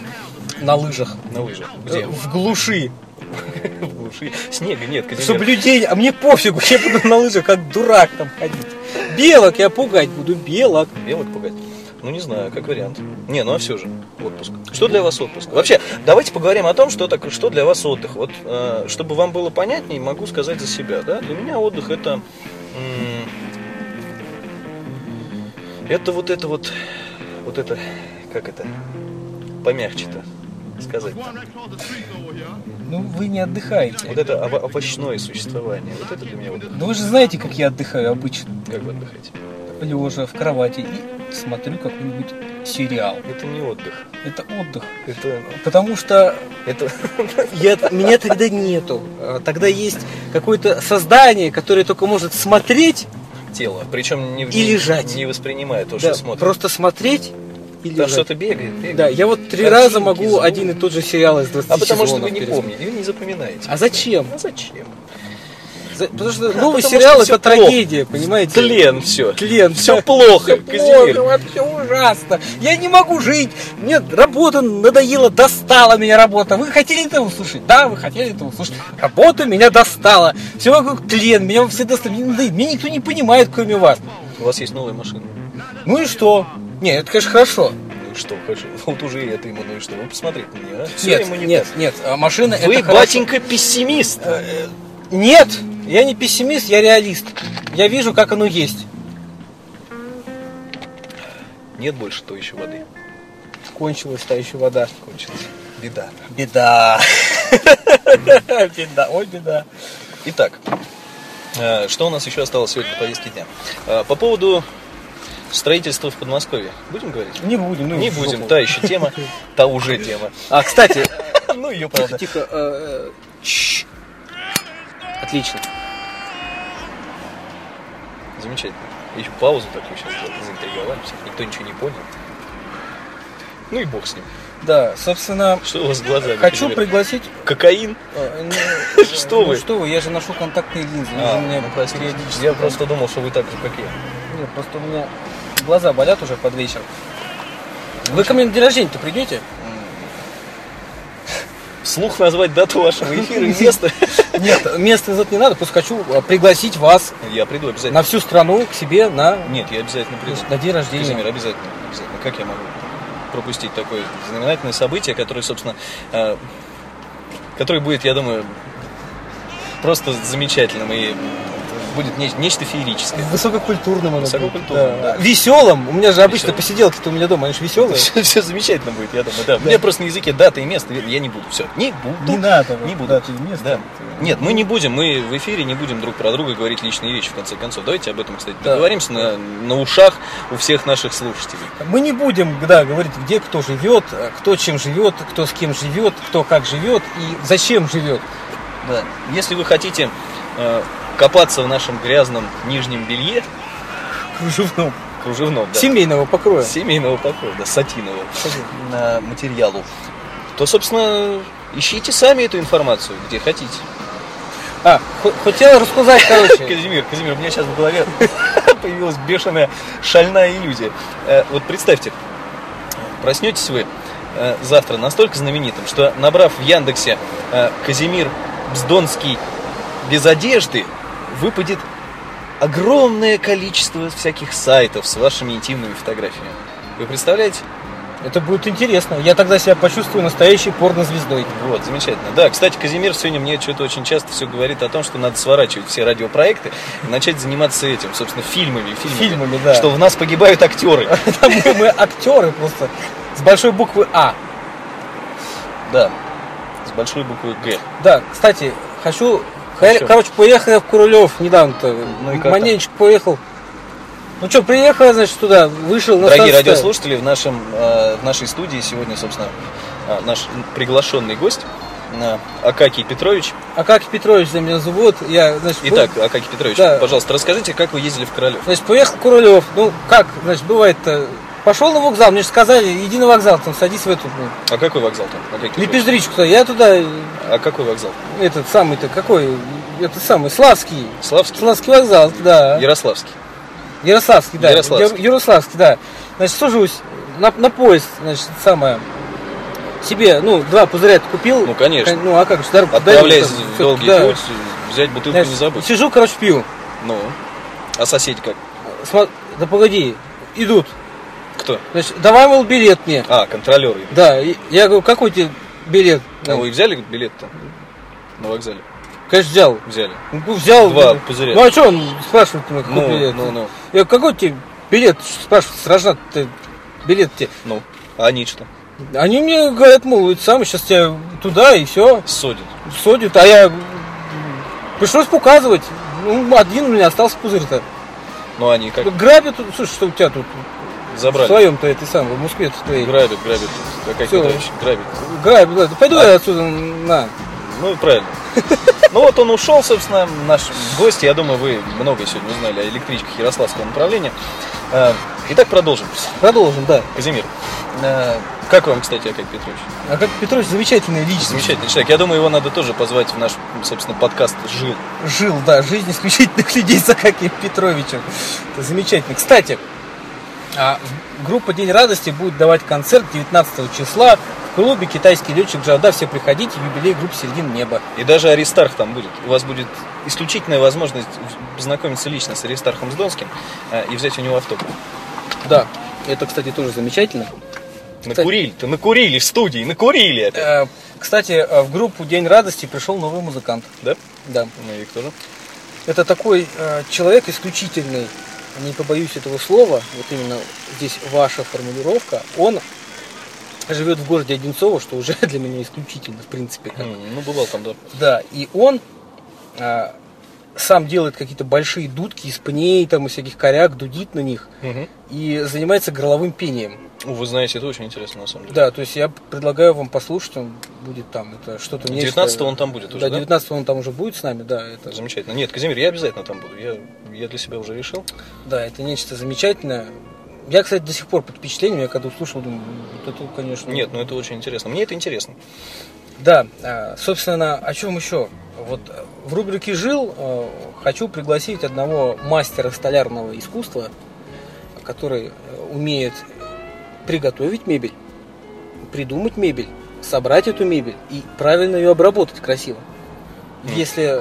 S1: на лыжах,
S2: на лыжах?
S1: э,
S2: Где?
S1: в глуши,
S2: В глуши. Снега нет,
S1: чтобы
S2: Казимир.
S1: людей, а мне пофигу, я буду на лыжах как дурак там ходить. Белок я пугать буду, белок.
S2: Белок пугать? Ну, не знаю, как вариант. Не, ну а все же, отпуск. Что для вас отпуск? Вообще, давайте поговорим о том, что, так, что для вас отдых. Вот, э, чтобы вам было понятнее, могу сказать за себя. Да? Для меня отдых это... м, это вот это вот... Вот это... Как это? Помягче-то сказать.
S1: Ну вы не отдыхаете.
S2: Вот это ово- овощное существование. Вот это для меня отдых.
S1: Ну вы же знаете, как я отдыхаю обычно.
S2: Как вы отдыхаете?
S1: Лежа в кровати и смотрю какой-нибудь сериал.
S2: Это не отдых.
S1: Это отдых.
S2: Это...
S1: Потому что
S2: Это...
S1: я, меня тогда нету. А, Тогда есть какое-то создание, которое только может смотреть
S2: тело. Причем не,
S1: И
S2: не-
S1: лежать.
S2: не воспринимая то,
S1: да,
S2: что смотрит.
S1: Просто смотреть и
S2: Там
S1: лежать.
S2: что-то бегает, бегает.
S1: Да, я вот три
S2: Картинки,
S1: раза могу
S2: звуки.
S1: один и тот же сериал из 20
S2: А потому что
S1: сезонов
S2: вы не
S1: пересмотреть.
S2: помните, вы не запоминаете.
S1: А зачем?
S2: А зачем? А
S1: За- Потому что новый
S2: потому
S1: Ну, сериал это
S2: что всё плохо.
S1: трагедия, понимаете?
S2: Тлен все.
S1: Тлен.
S2: Все плохо,
S1: Всё
S2: Казимир.
S1: плохо, вообще ужасно. Я не могу жить. Мне работа надоела, достала меня работа. Вы хотели это услышать? Да, вы хотели это услышать. Работа меня достала. Все вокруг тлен, меня все достали. Мне, надоело. Меня никто не понимает, кроме вас.
S2: У вас есть новая машина.
S1: Ну и что? Нет, это, конечно, хорошо.
S2: Ну и что, хорошо. Вот уже и это ему, ну и что. Вы посмотрите на нее, а? Всё
S1: нет,
S2: ему не
S1: нет,
S2: так.
S1: нет, а машина
S2: Вы,
S1: это хорошо.
S2: батенька, пессимист.
S1: Нет, я не пессимист, я реалист. Я вижу, как оно есть.
S2: Нет больше той еще воды.
S1: Кончилась та еще вода.
S2: Кончилось. Беда.
S1: Беда. Беда, ой, беда.
S2: Итак, э, что у нас еще осталось сегодня в повестке дня? Э, По поводу Строительство в Подмосковье. Будем говорить?
S1: Не будем, ну,
S2: Не
S1: в
S2: будем,
S1: жопу.
S2: та еще тема, та уже тема.
S3: А, кстати,
S2: Ну, ее правда.
S3: тихо, э, э, чш. Отлично.
S2: Замечательно. Еще паузу такую сейчас заинтриговали, всех. никто ничего не понял. Ну и бог с ним.
S1: Да, собственно,
S2: Что у вас с глазами?
S1: хочу
S2: Кирилл?
S1: пригласить...
S2: Кокаин?
S1: э, ну,
S2: Что
S1: ну,
S2: вы?
S1: Что вы, я же ношу контактные линзы.
S2: А,
S1: они у меня
S2: ну, простите.
S1: периодически-
S2: Я просто думал, что вы так же, как я.
S1: Нет, просто у меня глаза болят уже под вечер. Вы ко мне на день рождения-то придете?
S2: Слух назвать дату вашего эфира и место.
S1: Нет, место назвать не надо, просто хочу э, пригласить вас
S2: Я приду обязательно.
S1: на всю страну к себе на,
S2: Нет, я обязательно приду.
S1: на день
S2: Казимир,
S1: рождения.
S2: обязательно, обязательно. Как я могу пропустить такое знаменательное событие, которое, собственно, э, которое будет, я думаю, просто замечательным и будет нечто, нечто феерическое.
S1: Высококультурным оно
S2: Высококультурным, да.
S1: Веселым. У меня же обычно
S2: Весёлым.
S1: посиделки-то у меня дома, они же веселые.
S2: Все, замечательно будет, я думаю, да. Мне просто на языке дата и место, я не буду, все, не буду.
S1: надо.
S2: Не буду.
S1: даты и места.
S2: Да. Нет, мы не будем, мы в эфире не будем друг про друга говорить личные вещи, в конце концов. Давайте об этом, кстати,
S1: Да.
S2: договоримся на, на ушах у всех наших слушателей.
S1: Мы не будем да, говорить, где кто живет, э, кто чем живет, кто с кем живет, кто как живет и зачем живет.
S2: Да. Если вы хотите э, копаться в нашем грязном нижнем белье,
S1: Кружевном.
S2: кружевном, да,
S1: Семейного покроя.
S2: семейного покоя, да, сатинового э, на материалу, то, собственно, ищите сами эту информацию, где хотите.
S1: А, хо- хотел рассказать, короче.
S2: Казимир, Казимир, у меня сейчас в голове появилась бешеная шальная иллюзия. Э, Вот представьте, проснетесь вы э, завтра настолько знаменитым, что набрав в Яндексе э, Казимир Бздонский без одежды, выпадет огромное количество всяких сайтов с вашими интимными фотографиями. Вы представляете?
S1: Это будет интересно. Я тогда себя почувствую настоящей порнозвездой.
S2: Вот, замечательно. Да, кстати, Казимир сегодня мне что-то очень часто все говорит о том, что надо сворачивать все радиопроекты и начать заниматься этим, собственно, фильмами. Фильмами,
S1: Фильмами, да.
S2: Что в нас погибают актеры.
S1: Там мы, мы актеры просто с большой буквы А.
S2: Да. С большой буквы Г.
S1: Да, кстати, хочу... хо-
S2: Хочу.
S1: Короче, поехал я в Курулев недавно-то.
S2: Ну и как там?
S1: Манечек поехал. Ну что, приехал, я, значит, туда, вышел на
S2: Дорогие
S1: станцию.
S2: радиослушатели, в, нашем, э, в нашей студии сегодня, собственно, э, наш приглашенный гость э, Акакий Петрович.
S1: Акакий А Петрович за меня зовут. Я, значит,
S2: Итак, Акакий Петрович,
S1: Да.
S2: пожалуйста, расскажите, как вы ездили в Королев?
S1: Значит, поехал Курулев. Ну, как, значит, бывает-то. Пошел на вокзал, мне же сказали, иди на вокзал, там садись в эту ну,
S2: А какой вокзал там? Акакий Петрович?
S1: лепездричку-то. Я туда, э,
S2: А какой вокзал?
S1: этот самый-то, какой, этот самый, Славский.
S2: Славский?
S1: Славский вокзал, да.
S2: Ярославский.
S1: Ярославский, да.
S2: Ярославский.
S1: Я- Ярославский, да. Значит, сажусь на, на поезд, значит, самое. Себе, ну, два пузыря купил.
S2: Ну, конечно.
S1: Кон- Ну, а как же, дорогу
S2: Отправляясь
S1: дорогу-то
S2: в
S1: всё-таки,
S2: долгий
S1: да.
S2: путь, взять бутылку
S1: Значит,
S2: не забыть.
S1: Сижу, короче, пью.
S2: Ну, а соседи как?
S1: Сма- Да погоди, идут.
S2: Кто?
S1: Значит, давай, мол, билет мне.
S2: А, контролеры.
S1: Да, и- я говорю, какой тебе билет?
S2: А вы взяли билет-то? На вокзале?
S1: Конечно, взял.
S2: Взяли.
S1: Ну, взял.
S2: Два
S1: ну,
S2: пузыря.
S1: Ну, а что он спрашивает, ну, какой
S2: Ну,
S1: билет?
S2: ну, ну.
S1: Я говорю, какой тебе билет? Спрашивает, сражна ты билет тебе.
S2: Ну, а они что?
S1: Они мне говорят, мол, это самое, сейчас тебя туда и все,
S2: Судят.
S1: судят, а я м, пришлось показывать. Ну, один у меня остался пузырь-то.
S2: Ну, они как
S1: Грабят, тут, слушай, что у тебя тут в
S2: забрали.
S1: своем-то этой самой, в Москве в твоей.
S2: Грабят, грабят. Какая
S1: Всё.
S2: Петрович грабит.
S1: Грабят, да. Пойду
S2: А?
S1: я отсюда на.
S2: Ну, и правильно. Ну вот он ушел, собственно, наш гость. Я думаю, вы много сегодня узнали о электричках Ярославского направления. Э, Итак, продолжим.
S1: Продолжим, да.
S2: Казимир, э, как вам, кстати, Акакий Петрович?
S1: А как Петрович замечательная личность.
S2: Замечательный человек. Я думаю, его надо тоже позвать в наш, собственно, подкаст «Жил».
S1: Жил, да, жизнь исключительных людей с Акакием Петровичем. Это замечательно. Кстати, а, в- группа День радости будет давать концерт 19 числа в клубе «Китайский летчик Джада». Все приходите, юбилей группы «Середин неба».
S2: И даже Аристарх там будет. У вас будет исключительная возможность познакомиться лично с Аристархом Сдонским э, и взять у него автограф.
S1: Да, это, кстати, тоже замечательно.
S2: Накурили-то, накурили в студии, накурили
S1: Э,
S2: опять.
S1: Кстати, э, в группу День радости пришел новый музыкант.
S2: Да?
S1: Да.
S2: Ну и кто же?
S1: Это такой э, человек исключительный, не побоюсь этого слова, вот именно здесь ваша формулировка. Он живет в городе Одинцово, что уже для
S2: Ну,
S1: меня исключительно, в принципе. как.
S2: М, Ну, бывал там, да.
S1: Да, и он а, сам делает какие-то большие дудки из пней, там, и всяких коряк, дудит на них и занимается горловым пением.
S2: Ну, Вы знаете, это очень интересно, на самом деле.
S1: Да, то есть я предлагаю вам послушать, он будет там, это что-то нечто-
S2: 19-го он там будет уже,
S1: Да,
S2: да?
S1: 19 он там уже будет с нами, да, это,
S2: Замечательно. Нет, Казимир, я обязательно там буду. Я, я для себя уже решил.
S1: да, это нечто замечательное. Я, кстати, до сих пор под впечатлением, я когда услышал, думаю, вот это, конечно...
S2: Нет, ну это очень интересно. Мне это интересно.
S1: Да, э, собственно, о чем еще? Вот э, в рубрике «Жил» э, хочу пригласить одного мастера столярного искусства, который э, умеет приготовить мебель, придумать мебель, собрать эту мебель и правильно ее обработать красиво.
S2: Мгм.
S1: Если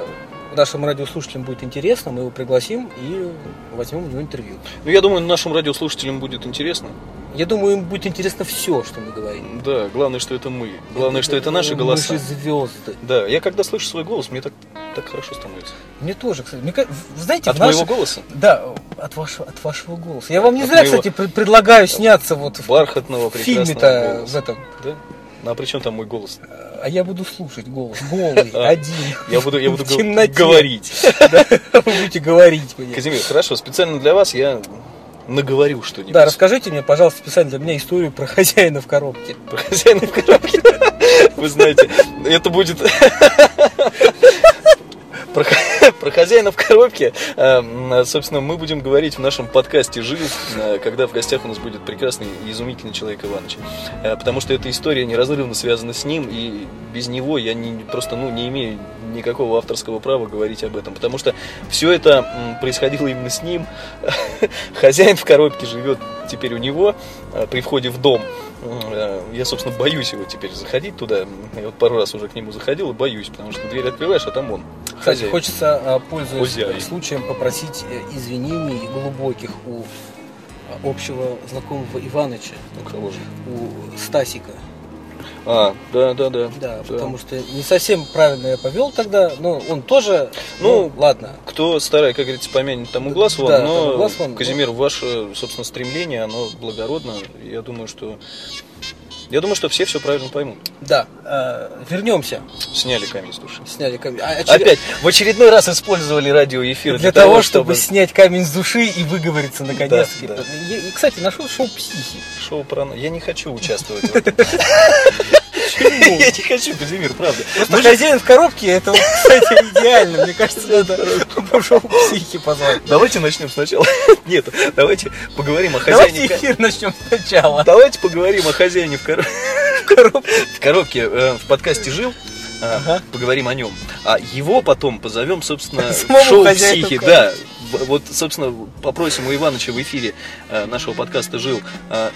S1: нашим радиослушателям будет интересно, мы его пригласим и возьмем у него интервью.
S2: Ну, я думаю, нашим радиослушателям будет интересно.
S1: Я думаю, им будет интересно все, что мы говорим.
S2: Да, главное, что это мы. Главное, что это наши голоса.
S1: Мы же звезды.
S2: Да, я когда слышу свой голос, мне так, так хорошо становится.
S1: Мне тоже, кстати. Мне, ка- в- знаете,
S2: От
S1: в наших-
S2: моего голоса?
S1: Да, от вашего, от вашего голоса. Я вам не
S2: От
S1: зря,
S2: моего-
S1: кстати, пр- предлагаю сняться вот в
S2: Бархатного, прекрасного
S1: фильме-то в
S2: голоса.
S1: этом.
S2: Да? Ну, а при чем там мой голос?
S1: А я буду слушать голос, голый,
S2: А.
S1: один.
S2: Я буду, я буду
S1: В
S2: гов-
S1: темноте.
S2: говорить.
S1: Вы будете говорить мне.
S2: Казимир, хорошо, специально для вас я наговорю что-нибудь.
S1: Да, расскажите мне, пожалуйста, специально для меня историю про хозяина в коробке.
S2: Про хозяина в коробке. Вы знаете, это будет... Про, х- про хозяина в коробке, эм, собственно, мы будем говорить в нашем подкасте «Жил», э, когда в гостях у нас будет прекрасный и изумительный человек Иваныч. Э, Потому что эта история неразрывно связана с ним, и без него я не- просто ну, не имею никакого авторского права говорить об этом. Потому что все это м, происходило именно с ним. Хозяин в коробке живет теперь у него э, при входе в дом. Э, Я, собственно, боюсь его теперь заходить туда. Я вот пару раз уже к нему заходил и боюсь, потому что дверь открываешь, а там он.
S1: Кстати,
S2: хозяин.
S1: хочется, а, пользуясь
S2: Хозяин.
S1: случаем, попросить э, извинений глубоких у а, общего знакомого Иваныча,
S2: Ну, кого же?
S1: у Стасика.
S2: А, да, да, да.
S1: Да, потому что не совсем правильно я повел тогда, но он тоже,
S2: Ну,
S1: ну, ладно.
S2: Кто старая, как говорится, помянет тому
S1: Да,
S2: глаз вон,
S1: да,
S2: но,
S1: тому глаз вон,
S2: Казимир, ваше, собственно, стремление, оно благородно. Я думаю, что... Я думаю, что все все правильно поймут.
S1: Да, э, вернемся.
S2: Сняли камень с души.
S1: Сняли камень. А, очер-
S2: Опять, в очередной раз использовали радиоэфир
S1: Для, того, чтобы снять камень с души и выговориться наконец-то.
S2: Да, да.
S1: Я- И, кстати, нашел шоу психи.
S2: Шоу про... Я не хочу участвовать в этом. Я не хочу, Казимир, правда.
S1: Просто хозяин в коробке, это, вот, кстати, идеально. Мне кажется, надо шоу психи позвать.
S2: Давайте начнем сначала. Нет, давайте поговорим о
S1: Давайте
S2: хозяине. ка-
S1: эфир начнем сначала.
S2: Давайте поговорим о хозяине в коробке. В коробке э, в подкасте жил. э,
S1: Ага.
S2: Поговорим о нем. А его потом позовем, собственно,
S1: Самому
S2: в шоу
S1: хозяину
S2: психи.
S1: в
S2: Да. Э, В- Вот, собственно, попросим у Иваныча в эфире э, нашего подкаста жил э,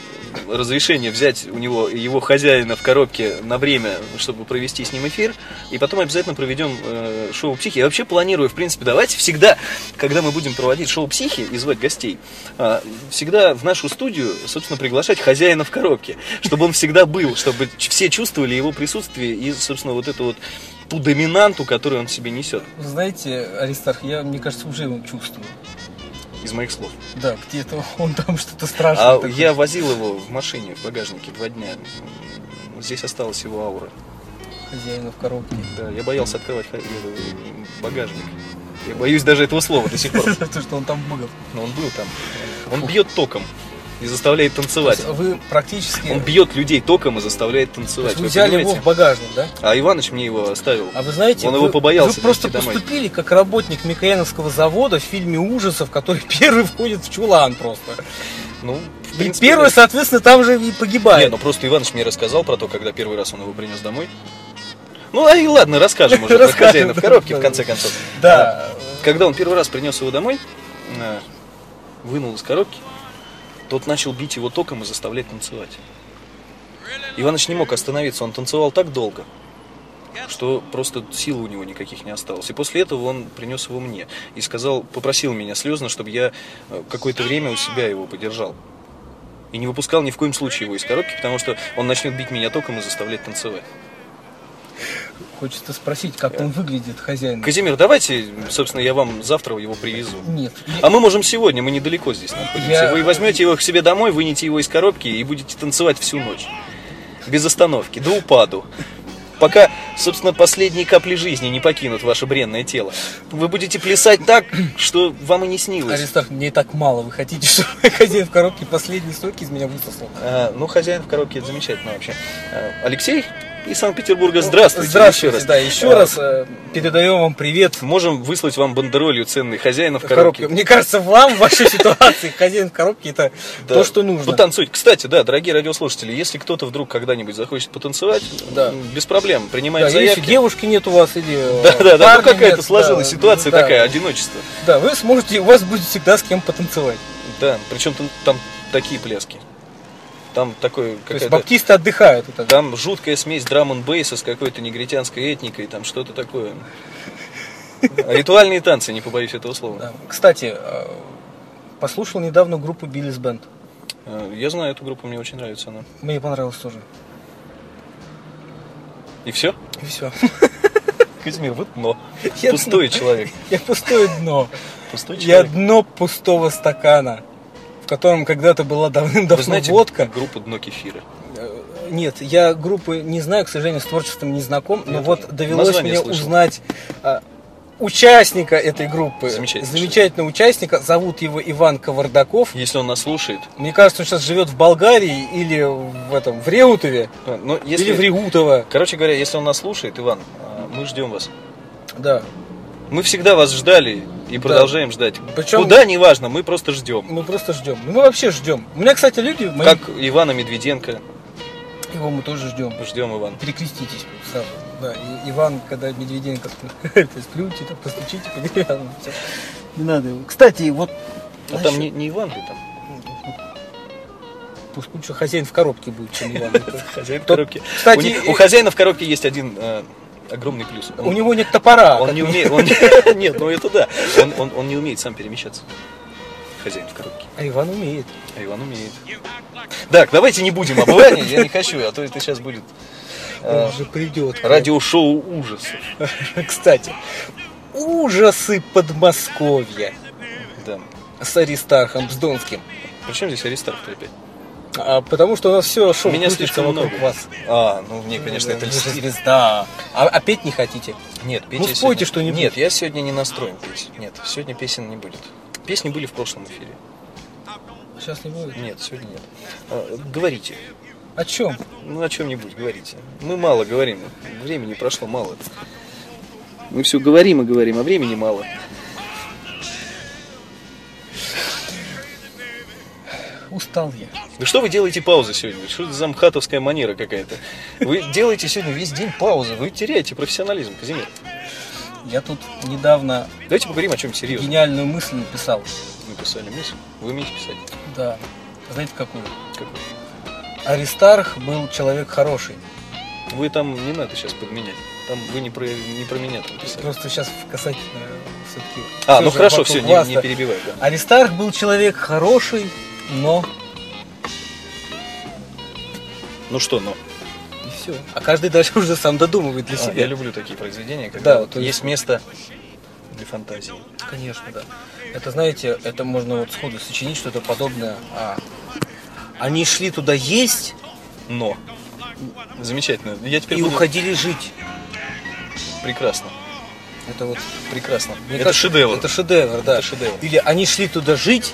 S2: разрешение взять у него его хозяина в коробке на время, чтобы провести с ним эфир. И потом обязательно проведем э, шоу психи. Я вообще планирую, в принципе, давайте всегда, когда мы будем проводить шоу психи и звать гостей, а, всегда в нашу студию, собственно, приглашать хозяина в коробке, чтобы он всегда был, чтобы ч- все чувствовали его присутствие и, собственно, вот эту вот ту доминанту, которую он в себе несет,
S1: Вы знаете, Аристарх, я, мне кажется, уже его чувствую.
S2: из моих слов.
S1: Да, где-то он там что-то страшное.
S2: А
S1: такое.
S2: я возил его в машине, в багажнике два дня. М, Здесь осталась его аура.
S1: Хозяина в коробке.
S2: Да, я боялся открывать ха- э, багажник. Я боюсь даже этого слова до сих пор.
S1: То, что он там был.
S2: Но он был там. Он бьет током и заставляет танцевать.
S1: Вы практически...
S2: Он бьет людей током и заставляет
S1: То
S2: танцевать.
S1: есть вы
S2: Вы
S1: взяли его
S2: понимаете?
S1: в багажник, да?
S2: А Иваныч мне его оставил.
S1: А вы знаете,
S2: Он
S1: вы,
S2: его побоялся
S1: Вы просто
S2: привезти домой.
S1: поступили как работник Микояновского завода в фильме ужасов, который первый входит в чулан просто.
S2: Ну, в
S1: И
S2: принципе,
S1: первый,
S2: да.
S1: соответственно, там же и
S2: Не,
S1: погибает.
S2: ну просто Иваныч мне рассказал про то, когда первый раз он его принес домой. Ну, а и ладно, расскажем уже про
S1: Расскажем,
S2: хозяина в
S1: да,
S2: коробке,
S1: да,
S2: в конце
S1: да.
S2: концов.
S1: Да.
S2: Когда он первый раз принес его домой, э, вынул из коробки, тот начал бить его током и заставлять танцевать. Иваныч не мог остановиться, он танцевал так долго, что просто сил у него никаких не осталось. И после этого он принес его мне и сказал, попросил меня слезно, чтобы я э, какое-то время у себя его подержал. И не выпускал ни в коем случае его из коробки, потому что он начнет бить меня током и заставлять танцевать.
S1: Хочется спросить, как он выглядит, хозяин.
S2: Казимир, давайте, собственно, я вам завтра его привезу.
S1: Нет.
S2: А мы можем сегодня, мы недалеко здесь находимся.
S1: Я-
S2: Вы возьмете его к себе домой, вынете его из коробки и будете танцевать всю ночь. Без остановки, до упаду. пока, собственно, последние капли жизни не покинут ваше бренное тело. Вы будете плясать так, что вам и не снилось.
S1: Аристарх, мне и так мало. Вы хотите, чтобы хозяин в коробке последние соки из меня высосал?
S2: А, ну, хозяин в коробке, это замечательно вообще. А, Алексей из Санкт-Петербурга, здравствуйте.
S1: Здравствуйте,
S2: еще раз.
S1: да, еще
S2: А,
S1: раз э, передаем вам привет.
S2: Можем выслать вам бандеролью ценный хозяина в
S1: В коробке.
S2: коробке.
S1: Мне кажется, вам в вашей ситуации хозяин в коробке это
S2: Да. Ну,
S1: то, что нужно.
S2: Потанцуйте. Кстати, да, дорогие радиослушатели, если кто-то вдруг когда-нибудь захочет потанцевать,
S1: Да.
S2: м, без проблем,
S1: Да,
S2: принимаем
S1: если
S2: заявки.
S1: девушки нет у вас или э,
S2: Да, да, да, ну
S1: парня
S2: какая-то
S1: нет,
S2: сложилась
S1: да, ну,
S2: ситуация
S1: да.
S2: такая, одиночество.
S1: Да, вы сможете, у вас будет всегда с кем потанцевать.
S2: Да, причем там, там такие пляски. Там такой
S1: То есть
S2: какая-то...
S1: баптисты отдыхают. вот так.
S2: Там жуткая смесь драм н бейса с какой-то негритянской этникой, там что-то такое. А Ритуальные танцы, не побоюсь этого слова.
S1: Да. Кстати, э, послушал недавно группу Биллис Бенд.
S2: Э, Я знаю эту группу, мне очень нравится она.
S1: Мне понравилось тоже.
S2: И все?
S1: И все.
S2: Казимир, вот но.
S1: Я
S2: Пустой человек.
S1: Я пустое дно.
S2: Пустой
S1: Я
S2: человек.
S1: дно пустого стакана, в котором когда-то была
S2: Вы
S1: давным-давно
S2: знаете
S1: водка.
S2: группу «Дно кефира»?
S1: Э, Нет, я группы не знаю, к сожалению, с творчеством не знаком, но
S2: Я
S1: вот
S2: тоже.
S1: довелось
S2: Название
S1: мне
S2: слышал.
S1: узнать а, участника этой группы.
S2: Замечательный
S1: Замечательного участника. Зовут его Иван Ковардаков.
S2: Если он нас слушает.
S1: Мне кажется, он сейчас живет в Болгарии или в этом в Реутове,
S2: А, Ну, если...
S1: или в Реутово.
S2: Короче говоря, если он нас слушает, Иван, а, мы ждем вас.
S1: Да.
S2: Мы всегда вас ждали и продолжаем ждать.
S1: Причем-
S2: Куда, неважно, мы просто ждем.
S1: Мы просто ждем. Ну, Мы вообще ждем. У меня, кстати, люди, мои,
S2: Как Ивана Медведенко.
S1: его мы тоже ждем.
S2: Ждем, Иван.
S1: Перекреститесь сразу. Да, и Иван, когда Медведенко, то есть плюньте, там, постучите по деревянному. всё. Не надо его. Кстати, вот
S2: А
S1: знаешь,
S2: там не, не Иван ли там?
S1: пусть лучше хозяин в коробке будет, чем Иван.
S2: Хозяин в
S1: Тот-
S2: коробке.
S1: кстати,
S2: у, них-
S1: э,
S2: у хозяина в коробке есть один э, огромный плюс. Он,
S1: У него нет топора.
S2: он
S1: как
S2: не
S1: мы-
S2: умеет. он не- нет, ну это да. Он, он- он не умеет сам перемещаться. Хозяин в коробке.
S1: А Иван умеет.
S2: А Иван умеет. Так, давайте не будем об Иване, я не хочу, а то это сейчас будет э,
S1: Он же придет.
S2: радиошоу ужасов.
S1: Кстати, ужасы Подмосковья
S2: Да.
S1: с Аристархом Бздонским.
S2: Причем здесь Аристарх опять?
S1: А, потому что у нас все шоу
S2: Меня
S1: крутится
S2: слишком
S1: вокруг
S2: много.
S1: вас.
S2: А, ну мне, конечно,
S1: Да,
S2: это
S1: вы же
S2: льстит.
S1: звезда. А, а петь не хотите?
S2: Нет, петь
S1: Ну,
S2: я
S1: спойте
S2: сегодня-
S1: что-нибудь.
S2: Нет, я сегодня не настроен петь. Нет, сегодня песен не будет. Песни были в прошлом эфире.
S1: Сейчас не будет.
S2: Нет, сегодня нет. А, говорите.
S1: О чем?
S2: Ну, о чем-нибудь говорите. Мы мало говорим. Времени прошло мало. Мы все говорим и говорим, а времени мало.
S1: Устал я.
S2: Да что вы делаете паузы сегодня? Что это за мхатовская манера какая-то? Вы делаете сегодня весь день паузы. Вы теряете профессионализм, Казимир.
S1: Я тут недавно
S2: Давайте поговорим о чем серьезном.
S1: гениальную мысль написал.
S2: Вы писали мысль. Вы умеете писать?
S1: Да. Знаете какую?
S2: Как вы?
S1: Аристарх был человек хороший.
S2: Вы там не надо сейчас подменять. Там вы не про, не про меня там писали.
S1: Просто сейчас э, касательно все-таки.
S2: А, ну хорошо, все, не, не перебивай. Да.
S1: Аристарх был человек хороший, но
S2: Ну что, ну.
S1: и все. А каждый дальше уже сам додумывает для
S2: А,
S1: себя.
S2: я люблю такие произведения, когда
S1: Да,
S2: вот
S1: то
S2: есть...
S1: есть-
S2: место для фантазии.
S1: Конечно, да. Это, знаете, это можно вот сходу сочинить что-то подобное. А, Они шли туда есть
S2: Но. Замечательно. Я теперь
S1: и
S2: буду-
S1: уходили жить.
S2: Прекрасно.
S1: Это вот
S2: Прекрасно.
S1: мне
S2: это
S1: кажется,
S2: шедевр.
S1: Это шедевр, да.
S2: Это шедевр.
S1: Или они шли туда жить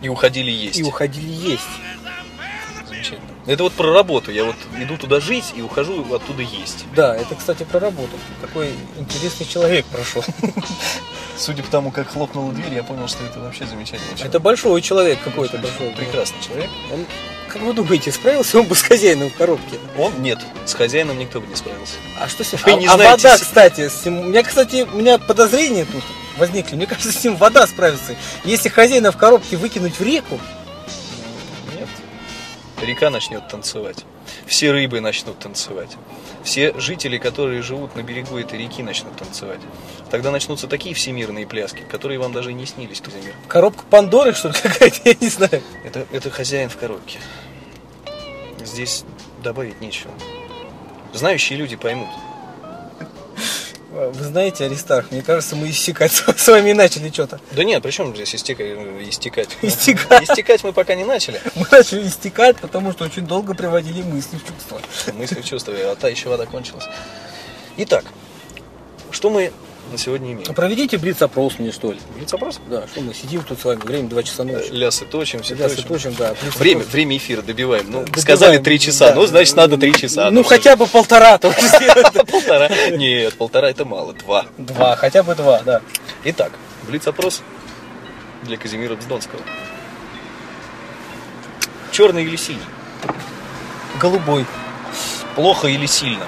S2: И уходили есть.
S1: и уходили есть.
S2: Замечательно. Это вот про работу. Я вот иду туда жить и ухожу оттуда есть.
S1: Да, это, кстати, про работу. Такой интересный человек прошел.
S2: Судя по тому, как хлопнула дверь, я понял, что это вообще замечательно.
S1: Это большой человек какой-то прошел.
S2: прекрасный человек.
S1: Он, как вы думаете, справился он бы с хозяином в коробке?
S2: Он нет. С хозяином никто бы не справился.
S1: А что с ним?
S2: Вы
S1: а,
S2: не
S1: а
S2: знаете,
S1: вода,
S2: с-
S1: кстати, с ним- у меня, кстати, у меня подозрения тут возникли. Мне кажется, с ним вода справится. Если хозяина в коробке выкинуть в реку,
S2: Нет. Река начнет танцевать. Все рыбы начнут танцевать. Все жители, которые живут на берегу этой реки, начнут танцевать. Тогда начнутся такие всемирные пляски, которые вам даже и не снились, Казимир.
S1: коробка Пандоры, что ли, какая-то, я не знаю.
S2: Это, это хозяин в коробке. Здесь добавить нечего. Знающие люди поймут.
S1: А, э, вы знаете, Аристарх, мне кажется, мы иссякать с вами начали что-то.
S2: Да нет, причем здесь истека- истекать?
S1: Истекать.
S2: Истекать мы пока не начали.
S1: Мы начали истекать, потому что очень долго приводили мысли в чувство.
S2: Мысли чувствую, а та еще вода кончилась. Итак, что мы на сегодня имеем?
S1: А Проведите блиц-опрос мне, что ли.
S2: Блиц-опрос?
S1: Да, что мы сидим тут с вами, время 2 часа ночи.
S2: Э, Лясы точим, все
S1: Сейчас
S2: точим.
S1: точим, да. блиц-опрос.
S2: Время, время эфира добиваем. Ну,
S1: Добиваем,
S2: сказали 3 часа,
S1: да.
S2: ну, значит, надо 3 часа.
S1: Ну, хотя бы полтора, то уже сделать.
S2: полтора. Нет, полтора это мало, два.
S1: Два, хотя бы два, да.
S2: Итак, блиц-опрос для Казимира Бздонского. Черный или синий?
S1: Голубой.
S2: Плохо или сильно?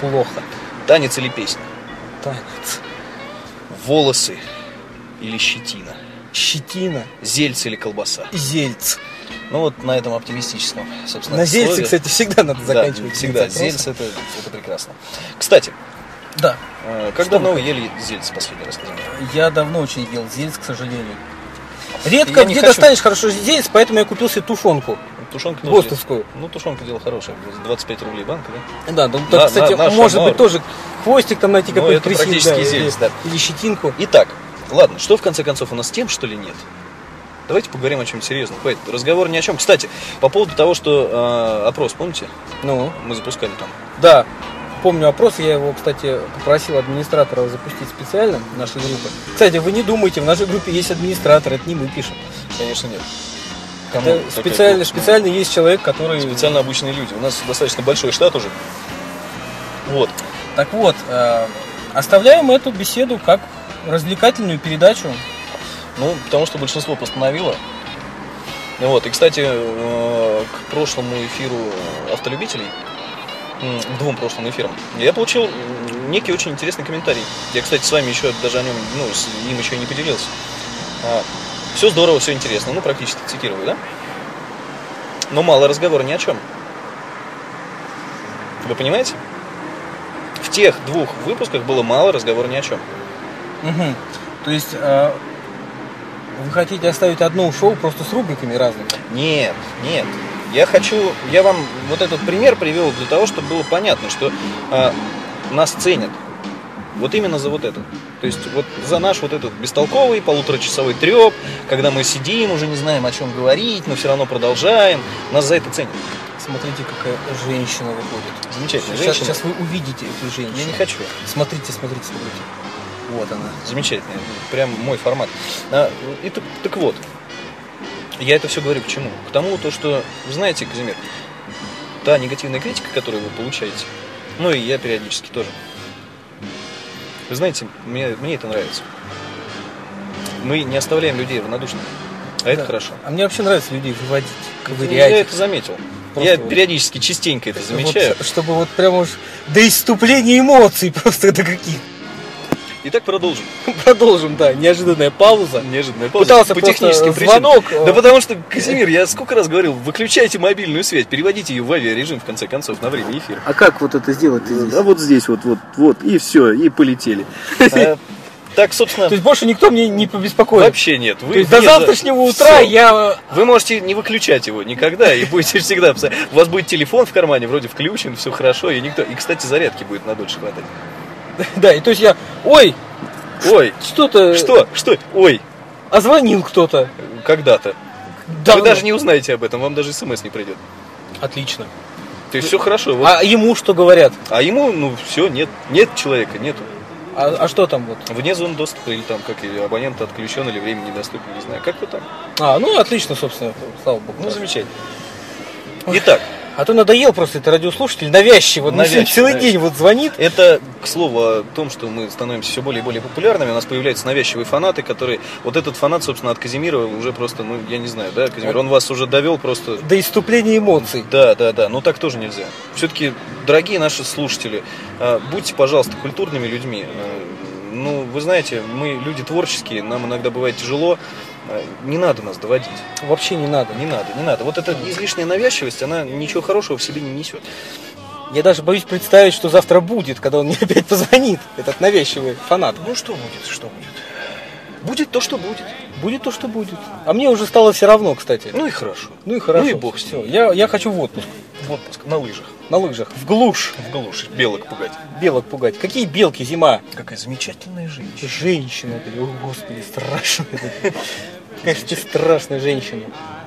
S1: Плохо.
S2: Танец или песня?
S1: Танец.
S2: Волосы или щетина?
S1: Щетина.
S2: Зельц или колбаса?
S1: Зельц.
S2: Ну вот на этом оптимистическом, собственно.
S1: На зельце,
S2: слове.
S1: кстати, всегда надо
S2: Да,
S1: заканчивать.
S2: Всегда.
S1: блиц-опрос.
S2: Зельц это, это прекрасно. Кстати,
S1: Да.
S2: э, как
S1: Что
S2: давно
S1: вы
S2: вы ели зельц последний раз? скажи мне?
S1: Я давно очень ел зельц, к сожалению. Редко
S2: Я не
S1: где
S2: хочу.
S1: достанешь хорошо зельц, поэтому я купил себе туфонку.
S2: Тушенка тоже
S1: Бостовскую.
S2: есть. Ну, тушенка дело хорошее. 25 рублей банка, да?
S1: Да, ну, так,
S2: Да,
S1: кстати,
S2: на- наша
S1: может
S2: норма.
S1: быть тоже хвостик там найти
S2: Ну,
S1: какой-то
S2: это практически
S1: или-
S2: зельц, да.
S1: или щетинку.
S2: Итак, ладно, что в конце концов у нас с тем, что ли, нет? Давайте поговорим о чем серьезном. Хватит. Разговор ни о чем. Кстати, по поводу того, что э, опрос, помните,
S1: Ну,
S2: мы запускали там.
S1: да. Помню опрос, я его, кстати, попросил администратора запустить специально нашей группы. Кстати, вы не думайте, в нашей группе есть администратор, это не мы пишем.
S2: Конечно, нет. Кому
S1: Это
S2: такая
S1: специально,
S2: глупость?
S1: специально есть человек, который...
S2: Специально обученные люди. У нас достаточно большой штат уже. Вот.
S1: Так вот, э, оставляем эту беседу как развлекательную передачу.
S2: Ну, потому что большинство постановило. Ну Вот. И, кстати, э, к прошлому эфиру автолюбителей, м, к двум прошлым эфирам, я получил м, некий очень интересный комментарий. Я, кстати, с вами еще даже о нем, ну, с ним еще и не поделился. все здорово, все интересно. Ну, практически цитирую, да? Но мало разговора ни о чем. Вы понимаете? В тех двух выпусках было мало разговора ни о чем.
S1: Мгм. То есть э, вы хотите оставить одно шоу просто с рубриками разными?
S2: Нет, нет. Я хочу, я вам вот этот пример привел для того, чтобы было понятно, что а, нас ценят. Вот именно за вот это. То есть вот за наш вот этот бестолковый полуторачасовой треп, когда мы сидим, уже не знаем, о чем говорить, но все равно продолжаем. Нас за это ценят.
S1: Смотрите, какая женщина выходит.
S2: Замечательно.
S1: Сейчас,
S2: Женщина.
S1: сейчас вы увидите эту женщину.
S2: Я не хочу.
S1: Смотрите, смотрите, смотрите. Вот она.
S2: Замечательно. Прям мой формат. А, и так, так вот, я это все говорю к чему? К тому, то, что, вы знаете, Казимир, та негативная критика, которую вы получаете, ну и я периодически тоже. Вы знаете, мне, мне это нравится. Мы не оставляем людей равнодушными. А это
S1: Да.
S2: хорошо.
S1: А мне вообще нравится людей выводить,
S2: Я
S1: ковырять.
S2: это заметил.
S1: Просто
S2: я
S1: вот-
S2: периодически частенько это замечаю.
S1: Вот, чтобы вот прямо уж до иступления эмоций просто до каких.
S2: Итак, продолжим.
S1: Продолжим, да, неожиданная пауза.
S2: Неожиданная пауза.
S1: Пытался
S2: по
S1: просто
S2: техническим причинам.
S1: звонок. э,
S2: Да потому что, Казимир, я сколько раз говорил, выключайте мобильную связь, переводите ее в авиарежим, в конце концов, на время эфира.
S1: А как вот это сделать здесь?
S2: А вот здесь вот, вот, вот, и все, и полетели. Э, Так, собственно,
S1: То есть больше никто мне не побеспокоит.
S2: вообще нет.
S1: То
S2: Вы,
S1: есть до
S2: нет, да,
S1: завтрашнего утра
S2: всё.
S1: я
S2: Вы можете не выключать его никогда, и будете всегда... абсо- У вас будет телефон в кармане, вроде включен, все хорошо, и никто... И, кстати, зарядки будет надольше хватать.
S1: э, Да, и то есть я, ой,
S2: Ой,
S1: что-то...
S2: что, что, ой,
S1: А звонил кто-то.
S2: когда-то.
S1: Да, ну
S2: Вы даже не узнаете об этом, вам даже смс не придет.
S1: Отлично.
S2: То есть все хорошо. вот
S1: А ему что говорят?
S2: А ему, ну, все, нет, нет человека, нету.
S1: А, а что там вот?
S2: Вне зоны доступа или там, как и абонент отключен или время недоступно, не знаю, как-то там.
S1: А, ну отлично, собственно, слава богу.
S2: Ну, замечательно. Итак,
S1: А то надоел просто этот радиослушатель, навязчиво, ну,
S2: Навязчиво,
S1: целый
S2: навязчиво.
S1: день вот звонит.
S2: это, к слову, о том, что мы становимся все более и более популярными, у нас появляются навязчивые фанаты, которые... Вот этот фанат, собственно, от Казимира уже просто, ну, я не знаю, да, Казимир, он вас уже довел просто...
S1: До иступления эмоций.
S2: Да, да, да, но так тоже нельзя. Все-таки, дорогие наши слушатели, э, будьте, пожалуйста, культурными людьми. Э, Ну, вы знаете, мы люди творческие, нам иногда бывает тяжело. Э, Не надо нас доводить.
S1: Вообще не надо.
S2: Не надо, не надо. Вот эта излишняя навязчивость, она ничего хорошего в себе не несет.
S1: Я даже боюсь представить, что завтра будет, когда он мне опять позвонит, этот навязчивый фанат.
S2: Ну что будет, что будет? Будет то, что будет.
S1: Будет то, что будет. А мне уже стало все равно, кстати.
S2: Ну и хорошо.
S1: Ну и хорошо.
S2: Ну и бог с ним.
S1: Все, я, я хочу в отпуск.
S2: в отпуск на лыжах.
S1: На лыжах. В глушь.
S2: В глушь, белок пугать.
S1: Белок пугать. Какие белки, зима?
S2: Какая замечательная женщина.
S1: Женщина, блин. О, господи, страшно. Конечно, ты страшная женщина.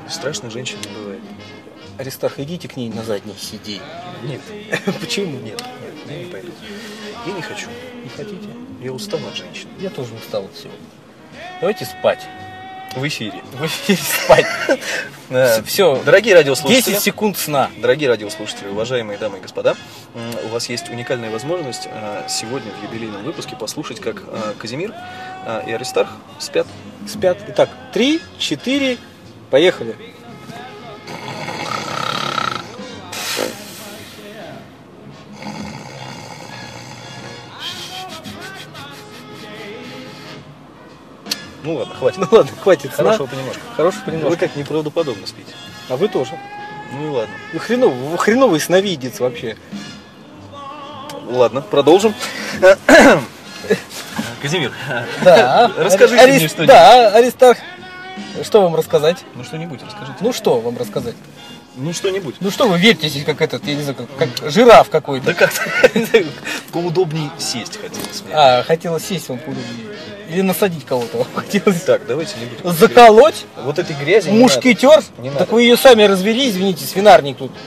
S2: Страшных женщин не бывает.
S1: Аристарх, идите к ней на задней сиди.
S2: Нет,
S1: Почему?
S2: нет, нет, я не пойду. Я не хочу.
S1: Не хотите?
S2: Я устал от женщин.
S1: Я тоже устал от всего. Давайте спать.
S2: В эфире.
S1: В эфире спать.
S2: Э,
S1: Всё.
S2: Дорогие
S1: 10
S2: радиослушатели.
S1: секунд сна.
S2: Дорогие радиослушатели, уважаемые дамы и господа, м, у вас есть уникальная возможность э, сегодня в юбилейном выпуске послушать, как э, Казимир э, и Аристарх спят.
S1: Спят. Итак, 3, 4, поехали.
S2: Ну ладно, хватит.
S1: Ну ладно, хватит сна.
S2: Хорошего понемножку.
S1: Хорошего
S2: Вы
S1: понемножку.
S2: как неправдоподобно спите.
S1: А вы тоже.
S2: Ну и ладно.
S1: Вы хреновый, вы хреновый сновидец вообще.
S2: Ладно, продолжим. Казимир,
S1: Да. а?
S2: Расскажите мне что-нибудь.
S1: Да, а, Аристарх. Что вам рассказать?
S2: ну что-нибудь расскажите.
S1: Ну что вам рассказать?
S2: Ну что-нибудь.
S1: Ну что вы вертитесь, как этот, я не знаю, как, как жираф
S2: Да
S1: какой-то.
S2: как поудобнее сесть хотелось мне.
S1: А, хотелось сесть вам поудобнее. Или насадить кого-то вам хотелось.
S2: Так, давайте не будем.
S1: Заколоть?
S2: Вот этой грязи не
S1: Мушкетер?
S2: Не надо.
S1: Так вы ее сами развели, извините, свинарник тут.
S2: надо,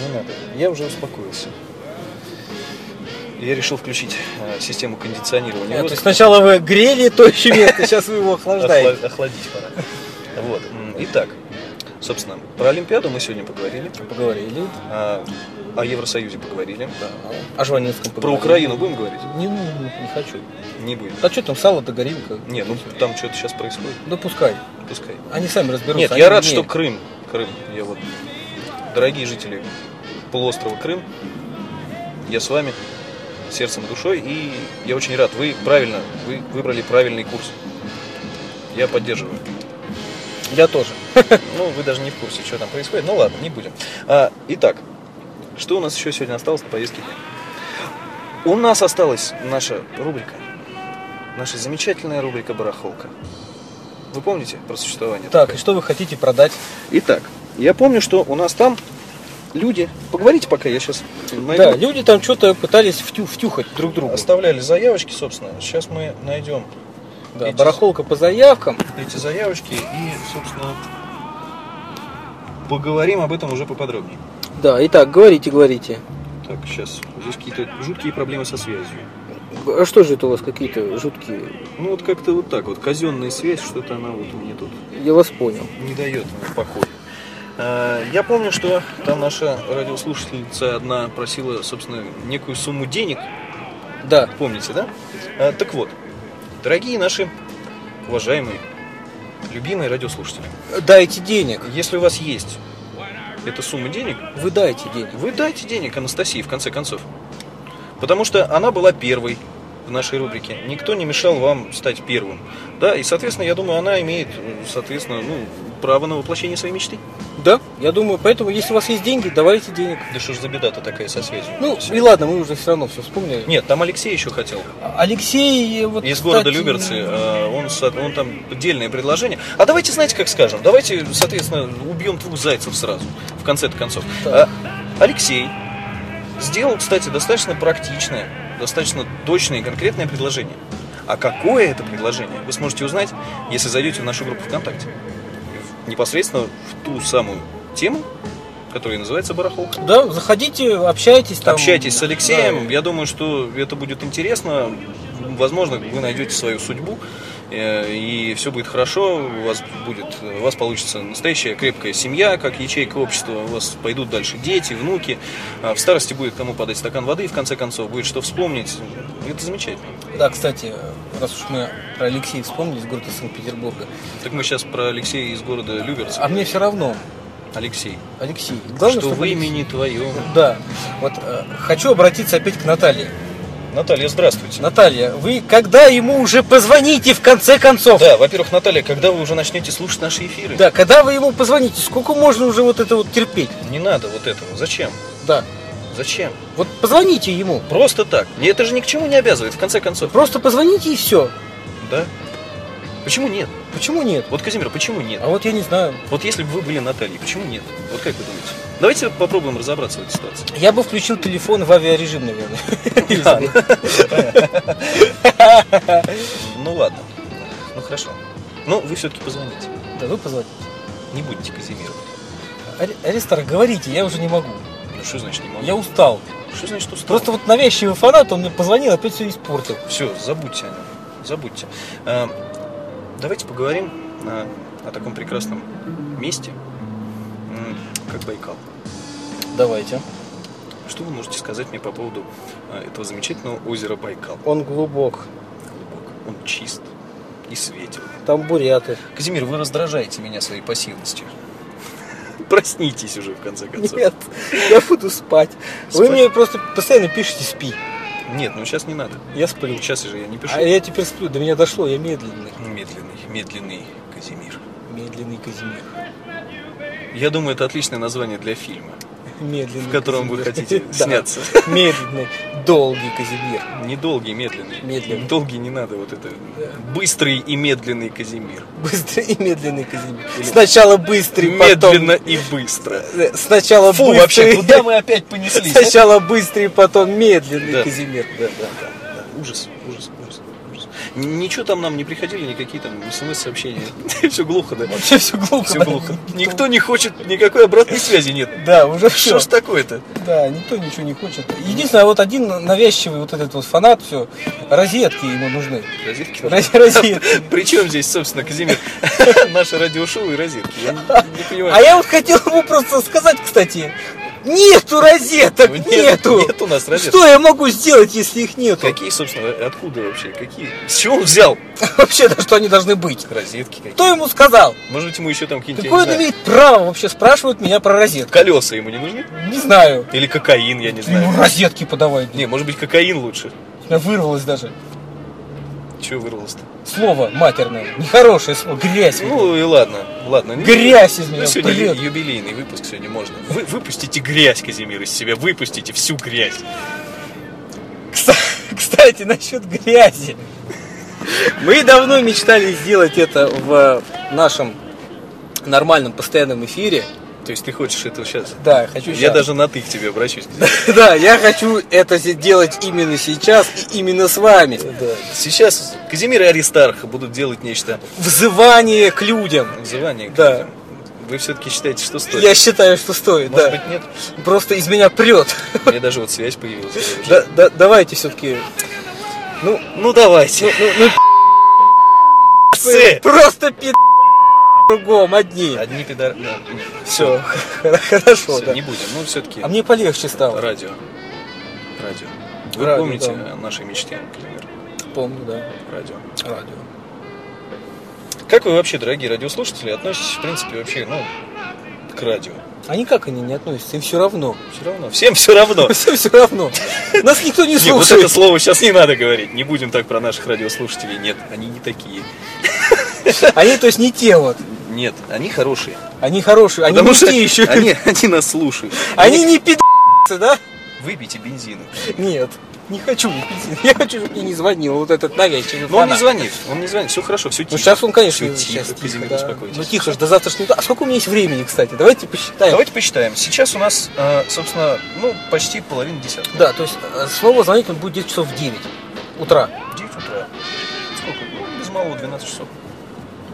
S2: не надо. Ну, Я уже успокоился. Я решил включить э, систему кондиционирования.
S1: А, то
S2: воздуха.
S1: есть сначала вы грели то еще место, сейчас вы его охлаждаете.
S2: Охла- Охладить пора. Вот. м, Итак, собственно, про Олимпиаду мы сегодня поговорили.
S1: Поговорили. а,
S2: а, О Евросоюзе поговорили.
S1: О Жванинском
S2: Про Украину будем говорить?
S1: Не, ну, не хочу.
S2: Не будем.
S1: А что там, сало да горилка?
S2: Не, ну там что-то сейчас происходит,
S1: Да пускай.
S2: пускай.
S1: Они сами разберутся.
S2: Нет,
S1: они
S2: я рад,
S1: умнее.
S2: что Крым, Крым, я вот, дорогие жители полуострова Крым, я с вами сердцем и душой, и я очень рад, вы правильно, вы выбрали правильный курс. Я поддерживаю.
S1: Я тоже.
S2: Ну, вы даже не в курсе, что там происходит. Ну ладно, не будем. А, итак, что у нас еще сегодня осталось на повестке дня? У нас осталась наша рубрика, наша замечательная рубрика «Барахолка». Вы помните про существование?
S1: Так, и что вы хотите продать?
S2: Итак, я помню, что у нас там люди, поговорите пока, я сейчас
S1: Да, люди там что-то пытались втю- втюхать друг другу.
S2: оставляли заявочки, собственно. Сейчас мы найдем
S1: Да,
S2: Эти-
S1: барахолка по заявкам.
S2: эти заявочки и, собственно, поговорим об этом уже поподробнее.
S1: Да, итак, говорите, говорите.
S2: Так, сейчас. Здесь какие-то жуткие проблемы со связью.
S1: А что же это у вас какие-то жуткие?
S2: Ну вот как-то вот так вот, казенная связь, что-то она вот мне тут
S1: Я вас понял.
S2: не дает мне покоя. Э, Я помню, что там наша радиослушательница одна просила, собственно, некую сумму денег
S1: Да.
S2: Помните, да? Э, Так вот, дорогие наши уважаемые, любимые радиослушатели,
S1: Дайте денег.
S2: если у вас есть эта сумма денег,
S1: Вы дайте денег.
S2: вы дайте денег Анастасии, в конце концов. Потому что она была первой в нашей рубрике. Никто не мешал вам стать первым. Да, и, соответственно, я думаю, она имеет, э, соответственно, ну, право на воплощение своей мечты.
S1: Да, я думаю, поэтому, если у вас есть деньги, давайте денег.
S2: Да что ж за беда-то такая со связью?
S1: Ну, и ладно, мы уже все равно все вспомнили.
S2: Нет, там Алексей еще хотел.
S1: Алексей, э, вот,
S2: Из города
S1: кстати,
S2: Люберцы, э, он, со- он там отдельное предложение. А давайте, знаете, как скажем, давайте, соответственно, убьем двух зайцев сразу, в конце-то концов.
S1: Так.
S2: А, Алексей сделал, кстати, достаточно практичное, достаточно точное и конкретное предложение. А какое это предложение, вы сможете узнать, если зайдете в нашу группу ВКонтакте. Непосредственно в ту самую тему, которая называется «Барахолка».
S1: Да, заходите, общайтесь там.
S2: Общайтесь с Алексеем.
S1: Да.
S2: Я думаю, что это будет интересно. Возможно, вы найдете свою судьбу. э, И все будет хорошо, у вас будет, у вас получится настоящая крепкая семья, как ячейка общества, у вас пойдут дальше дети, внуки, А в старости будет кому подать стакан воды, в конце концов, будет что вспомнить. Это замечательно.
S1: Да, кстати, раз уж мы про Алексея вспомнили из города Санкт-Петербурга.
S2: Так мы сейчас про Алексея из города Люберца.
S1: А мне все равно,
S2: Алексей,
S1: Алексей. Главное,
S2: что в
S1: чтобы Алексей-
S2: имени твоем.
S1: Да. Вот э, хочу обратиться опять к Наталье.
S2: Наталья, здравствуйте.
S1: Наталья, вы когда ему уже позвоните в конце концов?
S2: Да, во-первых, Наталья, когда вы уже начнете слушать наши эфиры?
S1: Да, когда вы ему позвоните? Сколько можно уже вот это вот терпеть?
S2: Не надо вот этого. Зачем?
S1: Да.
S2: Зачем?
S1: Вот позвоните ему.
S2: Просто так. И Это же ни к чему не обязывает, в конце концов.
S1: Просто позвоните и все.
S2: Да? Почему нет?
S1: Почему нет?
S2: Вот, Казимир, почему нет?
S1: А вот я не знаю.
S2: Вот если бы вы были Натальей, почему нет? Вот как вы думаете? Давайте попробуем разобраться в этой ситуации.
S1: Я бы включил телефон в авиарежим, наверное.
S2: Ну ладно. Ну хорошо. Ну, вы все-таки позвоните.
S1: Да вы позвоните.
S2: Не будете Казимиром.
S1: Ари- Аристарх, говорите, я уже не могу.
S2: Ну что значит не могу?
S1: Я устал.
S2: Что значит устал?
S1: Просто вот навязчивый фанат, он мне позвонил, опять все испортил.
S2: Все, забудьте о нем. Забудьте. Э, Давайте поговорим э, о таком прекрасном месте, м, как Байкал.
S1: Давайте.
S2: Что вы можете сказать мне по поводу э, этого замечательного озера Байкал?
S1: Он глубок.
S2: Глубок, он чист и светел.
S1: Там буряты.
S2: Казимир, вы раздражаете меня своей пассивностью. Проснитесь уже, в конце концов.
S1: Нет, я буду спать. Вы
S2: Спать?
S1: мне просто постоянно пишете спи.
S2: Нет, ну сейчас не надо.
S1: Я сплю.
S2: Сейчас же я не пишу.
S1: А я теперь сплю, до меня дошло, я медленный.
S2: Медленный, медленный Казимир.
S1: Медленный Казимир.
S2: Я думаю, это отличное название для фильма,
S1: Медленный
S2: в котором вы
S1: Ну, Казимир.
S2: хотите
S1: Да.
S2: сняться.
S1: Медленный, долгий Казимир.
S2: Недолгий, медленный.
S1: Медленный.
S2: Долгий не надо, вот это. Быстрый и медленный Казимир.
S1: Быстрый и медленный Казимир. Сначала быстрый,
S2: Медленно и быстро.
S1: потом... э, Сначала
S2: Фу,
S1: быстрый.
S2: вообще, куда мы опять понеслись? а?
S1: Сначала быстрый, потом медленный
S2: Да.
S1: Казимир.
S2: Да, да, да, да. Ужас, ужас, ужас, ужас. Н- Ничего там нам не приходили, никакие там смс-сообщения. Все глухо, да?
S1: Вообще все глухо.
S2: Все
S1: да?
S2: глухо. Никто не хочет, никакой обратной связи нет.
S1: Да, уже все.
S2: Что ж такое-то?
S1: Да, никто ничего не хочет. Единственное, вот один навязчивый вот этот вот фанат, все, розетки ему нужны.
S2: Розетки?
S1: Роз- Розетки.
S2: При чем здесь, собственно, Казимир? Наше радиошоу и розетки. Я не не
S1: А
S2: понимаю.
S1: я вот хотел ему просто сказать, кстати, нету розеток,
S2: Нет,
S1: нету.
S2: Нет у нас розетки.
S1: Что я могу сделать, если их нету?
S2: Какие, собственно, откуда вообще? Какие? С чего он взял?
S1: Вообще-то, что они должны быть?
S2: Розетки какие.
S1: Кто ему сказал?
S2: Может быть, ему еще там какие-нибудь, я
S1: Какое
S2: не
S1: он
S2: знаю,
S1: имеет право вообще спрашивать меня про розетки?
S2: колеса ему не нужны?
S1: Не знаю.
S2: Или кокаин, я не
S1: Ему
S2: знаю.
S1: розетки подавай. блин.
S2: Не, может быть, кокаин лучше.
S1: У меня вырвалось даже.
S2: Чего вырвалось-то?
S1: Слово матерное. Нехорошее слово. Грязь.
S2: Ну и ладно, ладно. Не-
S1: Грязь из
S2: Ну,
S1: меня,
S2: сегодня
S1: блин.
S2: ю- юбилейный выпуск, сегодня можно. Вы, выпустите грязь, Казимир, из себя, выпустите всю грязь.
S1: Кста- Кстати, насчет грязи. Мы давно мечтали сделать это в нашем нормальном постоянном эфире.
S2: То есть ты хочешь это сейчас?
S1: Да, хочу
S2: Я
S1: щас.
S2: даже на ты к тебе обращусь. Казимир.
S1: Да, я хочу это сделать именно сейчас и именно с вами.
S2: Сейчас Казимир и Аристарх будут делать нечто
S1: Взывание к людям.
S2: называние. к
S1: Да.
S2: людям. Вы все-таки считаете, что стоит?
S1: Я считаю, что стоит,
S2: Может
S1: да.
S2: быть, нет?
S1: Просто из меня прет.
S2: Мне даже вот связь появилась. Я уже-
S1: Да, да, давайте все-таки.
S2: Ну, ну давайте.
S1: ну,
S2: Псы!
S1: э, Просто пи***, кругом одни.
S2: Одни пидор... да, нет,
S1: Все,
S2: всё,
S1: хорошо,
S2: А всё,
S1: да.
S2: не будем. Ну, все-таки
S1: А мне полегче стало.
S2: радио. Радио. Вы
S1: Радио,
S2: помните
S1: да.
S2: о нашей мечте, например,
S1: Помню, да.
S2: радио.
S1: Радио.
S2: Как вы вообще, дорогие радиослушатели, относитесь, в принципе, вообще, ну, к радио?
S1: А никак они не относятся, им все равно.
S2: Все равно. Всем все равно.
S1: Всем все равно. Нас никто не
S2: Не, вот это
S1: слушает.
S2: слово сейчас не надо говорить. Не будем так про наших радиослушателей. Нет, они не такие.
S1: А Они, то есть, не те вот.
S2: Нет, они хорошие.
S1: Они хорошие, они не те еще.
S2: они, они нас слушают.
S1: Они не пи***цы, да?
S2: Выпейте бензина.
S1: Нет. Не хочу мне пи***цы. Я хочу, чтобы мне не звонил вот этот навязчивый
S2: Но он не
S1: фанат.
S2: звонит, он не звонит, все хорошо, все тихо.
S1: Ну, сейчас он, конечно,
S2: все тихо,
S1: сейчас
S2: Казимир,
S1: да.
S2: успокойтесь.
S1: Ну, тихо же, до завтрашнего... утра. А сколько у меня есть времени, кстати? Давайте посчитаем.
S2: Давайте посчитаем. Сейчас у нас, э, собственно, ну, почти половина десятого.
S1: Да, то есть, э, снова звонить он будет где-то часов в 9 утра.
S2: 9 утра. Сколько? Ну, без малого 12 часов.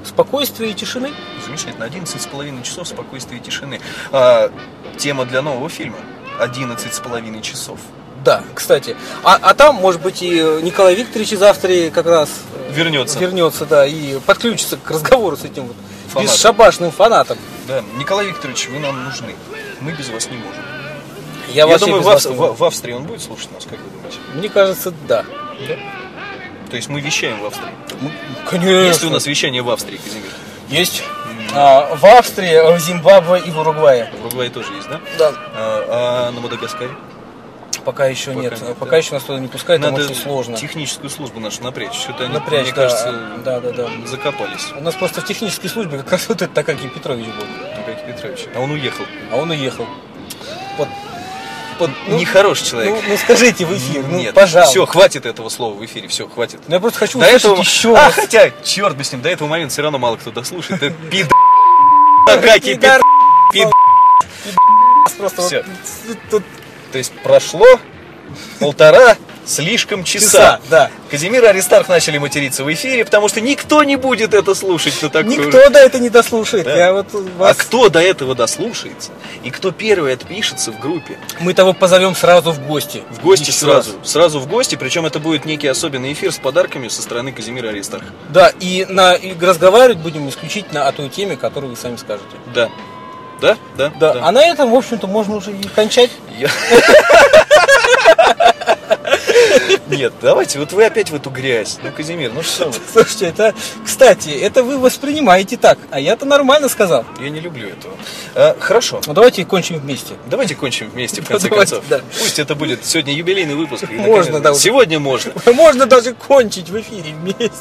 S1: Спокойствие и тишины.
S2: Замечательно. 11 с половиной часов спокойствия и тишины. А, тема для нового фильма. 11 с половиной часов.
S1: Да, кстати. А, а там, может быть, и Николай Викторович из Австрии как раз э,
S2: Вернется.
S1: вернется, да, и подключится к разговору с этим вот
S2: Фанатом.
S1: бесшабашным фанатом.
S2: Да. Николай Викторович, вы нам нужны. Мы без вас не можем.
S1: Я,
S2: Я
S1: вообще
S2: думаю,
S1: без
S2: в,
S1: вас
S2: Авс-
S1: не могу.
S2: в- в Австрии он будет слушать нас, как вы думаете?
S1: Мне кажется, да.
S2: То есть мы вещаем в Австрии.
S1: Конечно.
S2: Есть ли у нас вещание в Австрии, Казимир?
S1: Есть. А, в Австрии, в Зимбабве и в Уругвае.
S2: В Уругвае тоже есть, да?
S1: Да.
S2: А, а на Мадагаскаре?
S1: Пока еще
S2: Пока
S1: нет.
S2: нет,
S1: Пока
S2: да?
S1: еще нас туда не пускают, там очень сложно.
S2: техническую службу нашу напрячь. Что-то они,
S1: Напрячь,
S2: мне
S1: да.
S2: кажется,
S1: Да, да, да.
S2: закопались.
S1: У нас просто в технической службе как раз вот этот Такаки Петрович был.
S2: Никаких Петрович. А он уехал.
S1: А он уехал. Вот под- ну,
S2: Нехороший человек.
S1: ну, ну скажите в эфир, ну,
S2: Нет,
S1: пожалуйста.
S2: все, хватит этого слова в эфире, все, хватит.
S1: Ну, я просто хочу
S2: до
S1: услышать
S2: этого...
S1: еще
S2: А,
S1: раз.
S2: хотя, черт бы с ним, до этого момента все равно мало кто дослушает. Это пидор, Акакий,
S1: Пидор,
S2: пидор.
S1: Просто вот
S2: Всё.
S1: тут
S2: То есть прошло полтора слишком часа.
S1: часа, да.
S2: Казимир и Аристарх начали материться в эфире, потому что никто не будет это слушать, кто такой.
S1: Никто до это не дослушает.
S2: Да.
S1: Я вот
S2: А
S1: вас...
S2: кто до этого дослушается? И кто первый отпишется в группе?
S1: Мы того позовем сразу в гости.
S2: В гости
S1: Еще раз.
S2: сразу. Сразу в гости, причем это будет некий особенный эфир с подарками со стороны Казимира Аристарха.
S1: Да, и, на, и разговаривать будем исключительно о той теме, которую вы сами скажете.
S2: Да. Да, да,
S1: Да, а на этом, в общем-то, можно уже и кончать.
S2: Я- Нет, давайте, вот вы опять в эту грязь. Ну, Казимир, ну что вы?
S1: Слушайте, это, кстати, это вы воспринимаете так, а я-то нормально сказал.
S2: Я не люблю этого. А, хорошо.
S1: Ну давайте кончим вместе.
S2: Давайте кончим вместе, в конце
S1: Да, давайте,
S2: концов.
S1: да.
S2: Пусть это будет сегодня юбилейный выпуск. и,
S1: Можно,
S2: наконец,
S1: да, вот.
S2: Сегодня можно.
S1: Можно даже кончить в эфире вместе.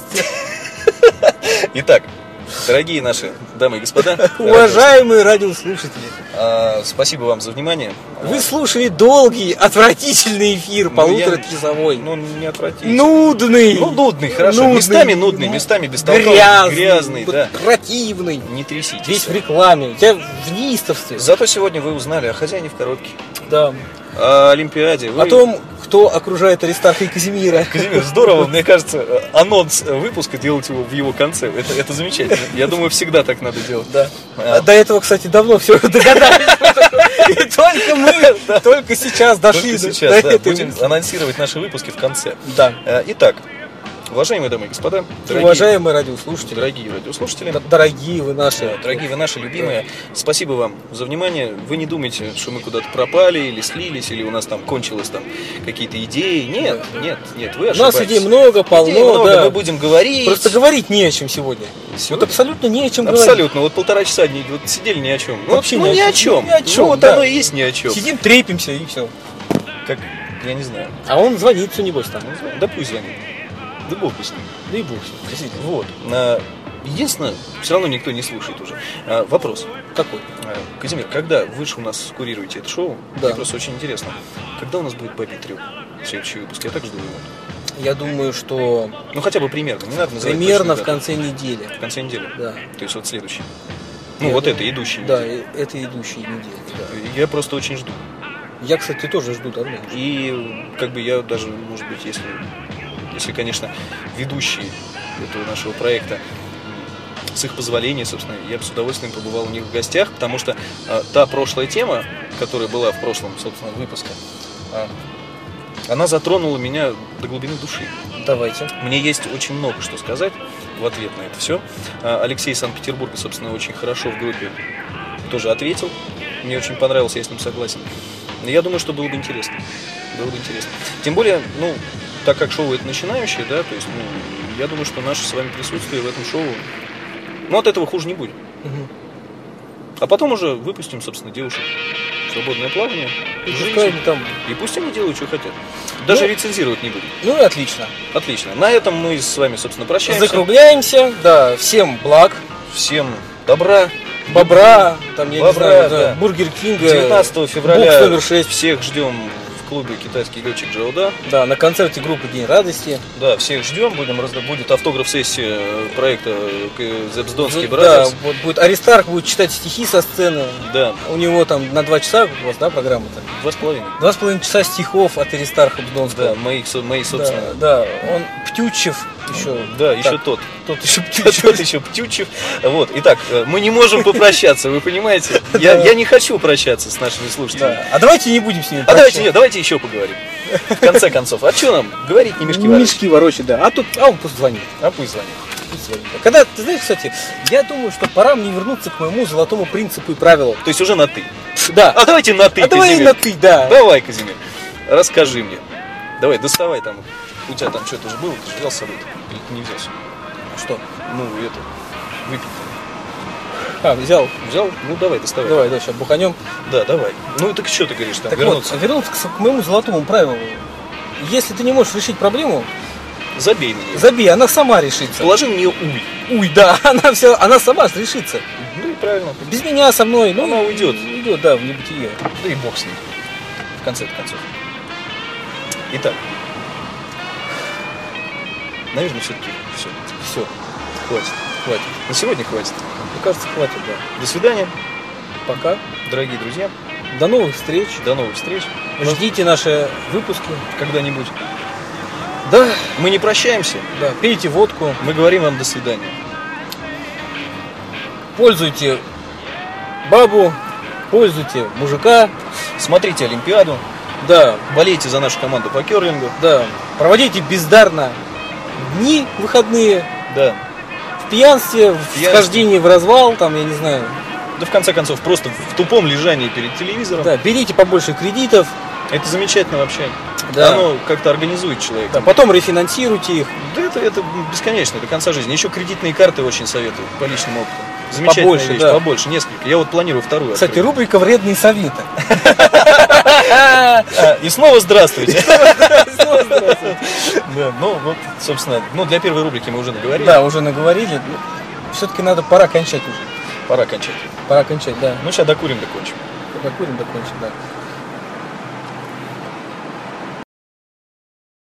S2: Итак, дорогие наши дамы и господа,
S1: Уважаемые радиослушатели,
S2: а, спасибо вам за внимание.
S1: вы слушали долгий, отвратительный эфир,
S2: Ну, я-
S1: полуторачасовой.
S2: Ну, не отвратительно.
S1: Нудный.
S2: Ну, нудный, хорошо. Местами нудный, местами бестолковый,
S1: Грязный,
S2: грязный,
S1: вот
S2: да.
S1: противный.
S2: Не тряситесь.
S1: Весь в рекламе. Я в неистовстве.
S2: Зато сегодня вы узнали о хозяине в коробке,
S1: Да.
S2: о Э, Олимпиаде. Вы-
S1: О том, кто окружает Аристарха и Казимира.
S2: Казимир, здорово, мне кажется, э, анонс э, выпуска делать его в его конце. Это, это замечательно. Я думаю, всегда так надо делать.
S1: Да.
S2: А,
S1: А До этого, кстати, давно все догадались. И только мы, только сейчас дошли
S2: Только
S1: до
S2: сейчас,
S1: до
S2: да,
S1: этой
S2: будем анонсировать наши выпуски в конце.
S1: Да.
S2: Э, Итак, уважаемые дамы и господа, дорогие,
S1: Уважаемые радиослушатели,
S2: дорогие радиослушатели,
S1: д- дорогие вы
S2: э,
S1: наши.
S2: дорогие вы наши любимые, спасибо вам за внимание. Вы не думайте, что мы куда-то пропали или слились, или у нас там кончилось там какие-то идеи. Нет, нет, нет, вы
S1: У
S2: ошибаетесь.
S1: нас идей много,
S2: Идей
S1: полно,
S2: много, мы
S1: да.
S2: будем говорить.
S1: Просто говорить не о чем сегодня. Вот
S2: Сегодня-
S1: абсолютно не о чем говорить.
S2: Абсолютно, вот полтора часа не- вот сидели ни о чем. Ну,
S1: Ну, Вообще
S2: ну,
S1: ни о
S2: ни
S1: чем.
S2: о чем.
S1: Ни о чем,
S2: Ну, вот
S1: да.
S2: оно и есть ни о чем.
S1: Сидим, трепимся и все.
S2: Как, я не знаю.
S1: А он звонит все небось там.
S2: Ну, не знаю. Да пусть звонит. Да бог бы с ним.
S1: Да и бог с ним, действительно.
S2: Вот. А, Единственное, все равно никто не слушает уже. А, Вопрос.
S1: Какой?
S2: А, Казимир, когда вы же у нас курируете это шоу,
S1: Да.
S2: мне просто очень интересно, когда у нас будет Бэби Трю? Следующий выпуск, я так жду его.
S1: Я думаю, что
S2: Ну хотя бы примерно, не надо называть
S1: примерно в
S2: точную дату.
S1: конце недели.
S2: в конце недели.
S1: Да.
S2: То есть вот следующий. Ну
S1: Я
S2: вот
S1: думаю,
S2: это, идущий.
S1: Да, и- это идущие недели. да.
S2: Я просто очень жду.
S1: Я, кстати, тоже жду ну, давно.
S2: И как бы я даже, может быть, если, если конечно, ведущие этого нашего проекта м, с их позволения, собственно, я бы с удовольствием побывал у них в гостях, потому что э, та прошлая тема, которая была в прошлом, собственно, выпуске, э, она затронула меня до глубины души.
S1: Давайте.
S2: Мне есть очень много что сказать в ответ на это все. Алексей из Санкт-Петербурга, собственно, очень хорошо в группе тоже ответил. Мне очень понравилось, я с ним согласен. Но я думаю, что было бы интересно. Было бы интересно. Тем более, ну, так как шоу это начинающее, да, то есть, ну, я думаю, что наше с вами присутствие в этом шоу, ну, от этого хуже не будет.
S1: Мгм.
S2: А потом уже выпустим, собственно, девушек в свободное плавание.
S1: И
S2: Женщин.
S1: пускай они там.
S2: И пусть они делают, что хотят. Даже
S1: Ну.
S2: рецензировать не будем.
S1: Ну и отлично.
S2: Отлично. На этом мы с вами, собственно, прощаемся.
S1: Закругляемся. Да, всем благ.
S2: Всем добра.
S1: Бобра, там, я не
S2: Бобра,
S1: знаю, да,
S2: да.
S1: Бургер Кинга.
S2: 19
S1: Бокс
S2: февраля
S1: номер 6.
S2: всех ждем в клубе «Китайский летчик Джауда».
S1: Да, на концерте группы День радости.
S2: Да, всех ждем. Будем разда- будет автограф-сессия проекта э, «Зепсдонский
S1: Да,
S2: бразерс».
S1: вот будет Аристарх будет читать стихи со сцены.
S2: Да.
S1: У него там на два часа у вас, да, программа-то?
S2: Два с половиной.
S1: Два с половиной часа стихов от Аристарха
S2: Да,
S1: Бдонского.
S2: мои, со- мои
S1: да,
S2: собственно.
S1: да, он Птючев еще.
S2: Да, еще
S1: Так,
S2: тот.
S1: тот еще Птючев.
S2: Тот еще Птючев. Вот. Итак, э, мы не можем попрощаться, вы понимаете? Я, я не хочу прощаться с нашими слушателями.
S1: Да. А давайте не будем с ними
S2: А давайте, нет, давайте еще поговорим. В конце концов. А что нам? Говорить не мешки ворочать.
S1: Мешки ворочи, да. А тут, а он пусть звонит.
S2: А пусть звонит.
S1: Пусть звонит. Когда, ты знаешь, кстати, я думаю, что пора мне вернуться к моему золотому принципу и правилу.
S2: То есть уже на «ты».
S1: Да.
S2: А давайте на «ты»,
S1: а давай
S2: Казимир.
S1: на ты, да.
S2: Давай, Казимир, расскажи мне. Давай, доставай там. У тебя там что-то же было, ты же взял с собой Или ты не взял? с собой?
S1: Что?
S2: Ну, это, выпить.
S1: А, взял.
S2: Взял? Ну, давай, доставай.
S1: Давай, да, сейчас буханем.
S2: Да, давай. Ну, так что ты говоришь там,
S1: Так
S2: вернуться?
S1: вот, вернуться к, с- к моему золотому правилу. Если ты не можешь решить проблему,
S2: Забей на нее.
S1: забей, она сама решится.
S2: Положи на нее уй.
S1: Уй, да, она все, она сама решится.
S2: Ну, и правильно.
S1: Без меня, со мной, ну,
S2: Она уйдет.
S1: Уйдет, да, в небытие.
S2: Да и бог с ней. В конце концов. Итак, наверное, все-таки все. Все. Хватит. Хватит. На сегодня хватит.
S1: Мне кажется, хватит, да.
S2: До свидания,
S1: Пока.
S2: дорогие друзья.
S1: До новых встреч.
S2: До новых встреч.
S1: Ждите наши выпуски.
S2: Когда-нибудь.
S1: Да,
S2: Мы не прощаемся.
S1: да. Пейте водку,
S2: Мы говорим вам до свидания.
S1: пользуйте бабу, пользуйте мужика.
S2: Смотрите Олимпиаду.
S1: Да,
S2: Болейте за нашу команду по керлингу.
S1: да. Проводите бездарно дни выходные
S2: Да.
S1: в пьянстве, в
S2: Пьянстве.
S1: схождении в развал, там, я не знаю.
S2: Да в конце концов, просто в тупом лежании перед телевизором.
S1: Да, берите побольше кредитов,
S2: Это замечательно вообще.
S1: Да.
S2: Оно как-то организует человека.
S1: да, потом рефинансируйте их.
S2: Да это, это бесконечно, до конца жизни. Еще кредитные карты очень советую по личному опыту. Замечательная
S1: Побольше,
S2: вещь,
S1: да.
S2: побольше, несколько. Я вот планирую вторую.
S1: Кстати,
S2: открыть.
S1: рубрика «Вредные советы».
S2: А, и снова здравствуйте.
S1: Здравствуйте.
S2: Да, ну вот, собственно, ну для первой рубрики мы уже наговорили.
S1: Да, уже наговорили. Все-таки надо пора кончать уже.
S2: Пора кончать.
S1: Пора кончать, да.
S2: Ну сейчас докурим, докончим.
S1: Докурим, докончим, да.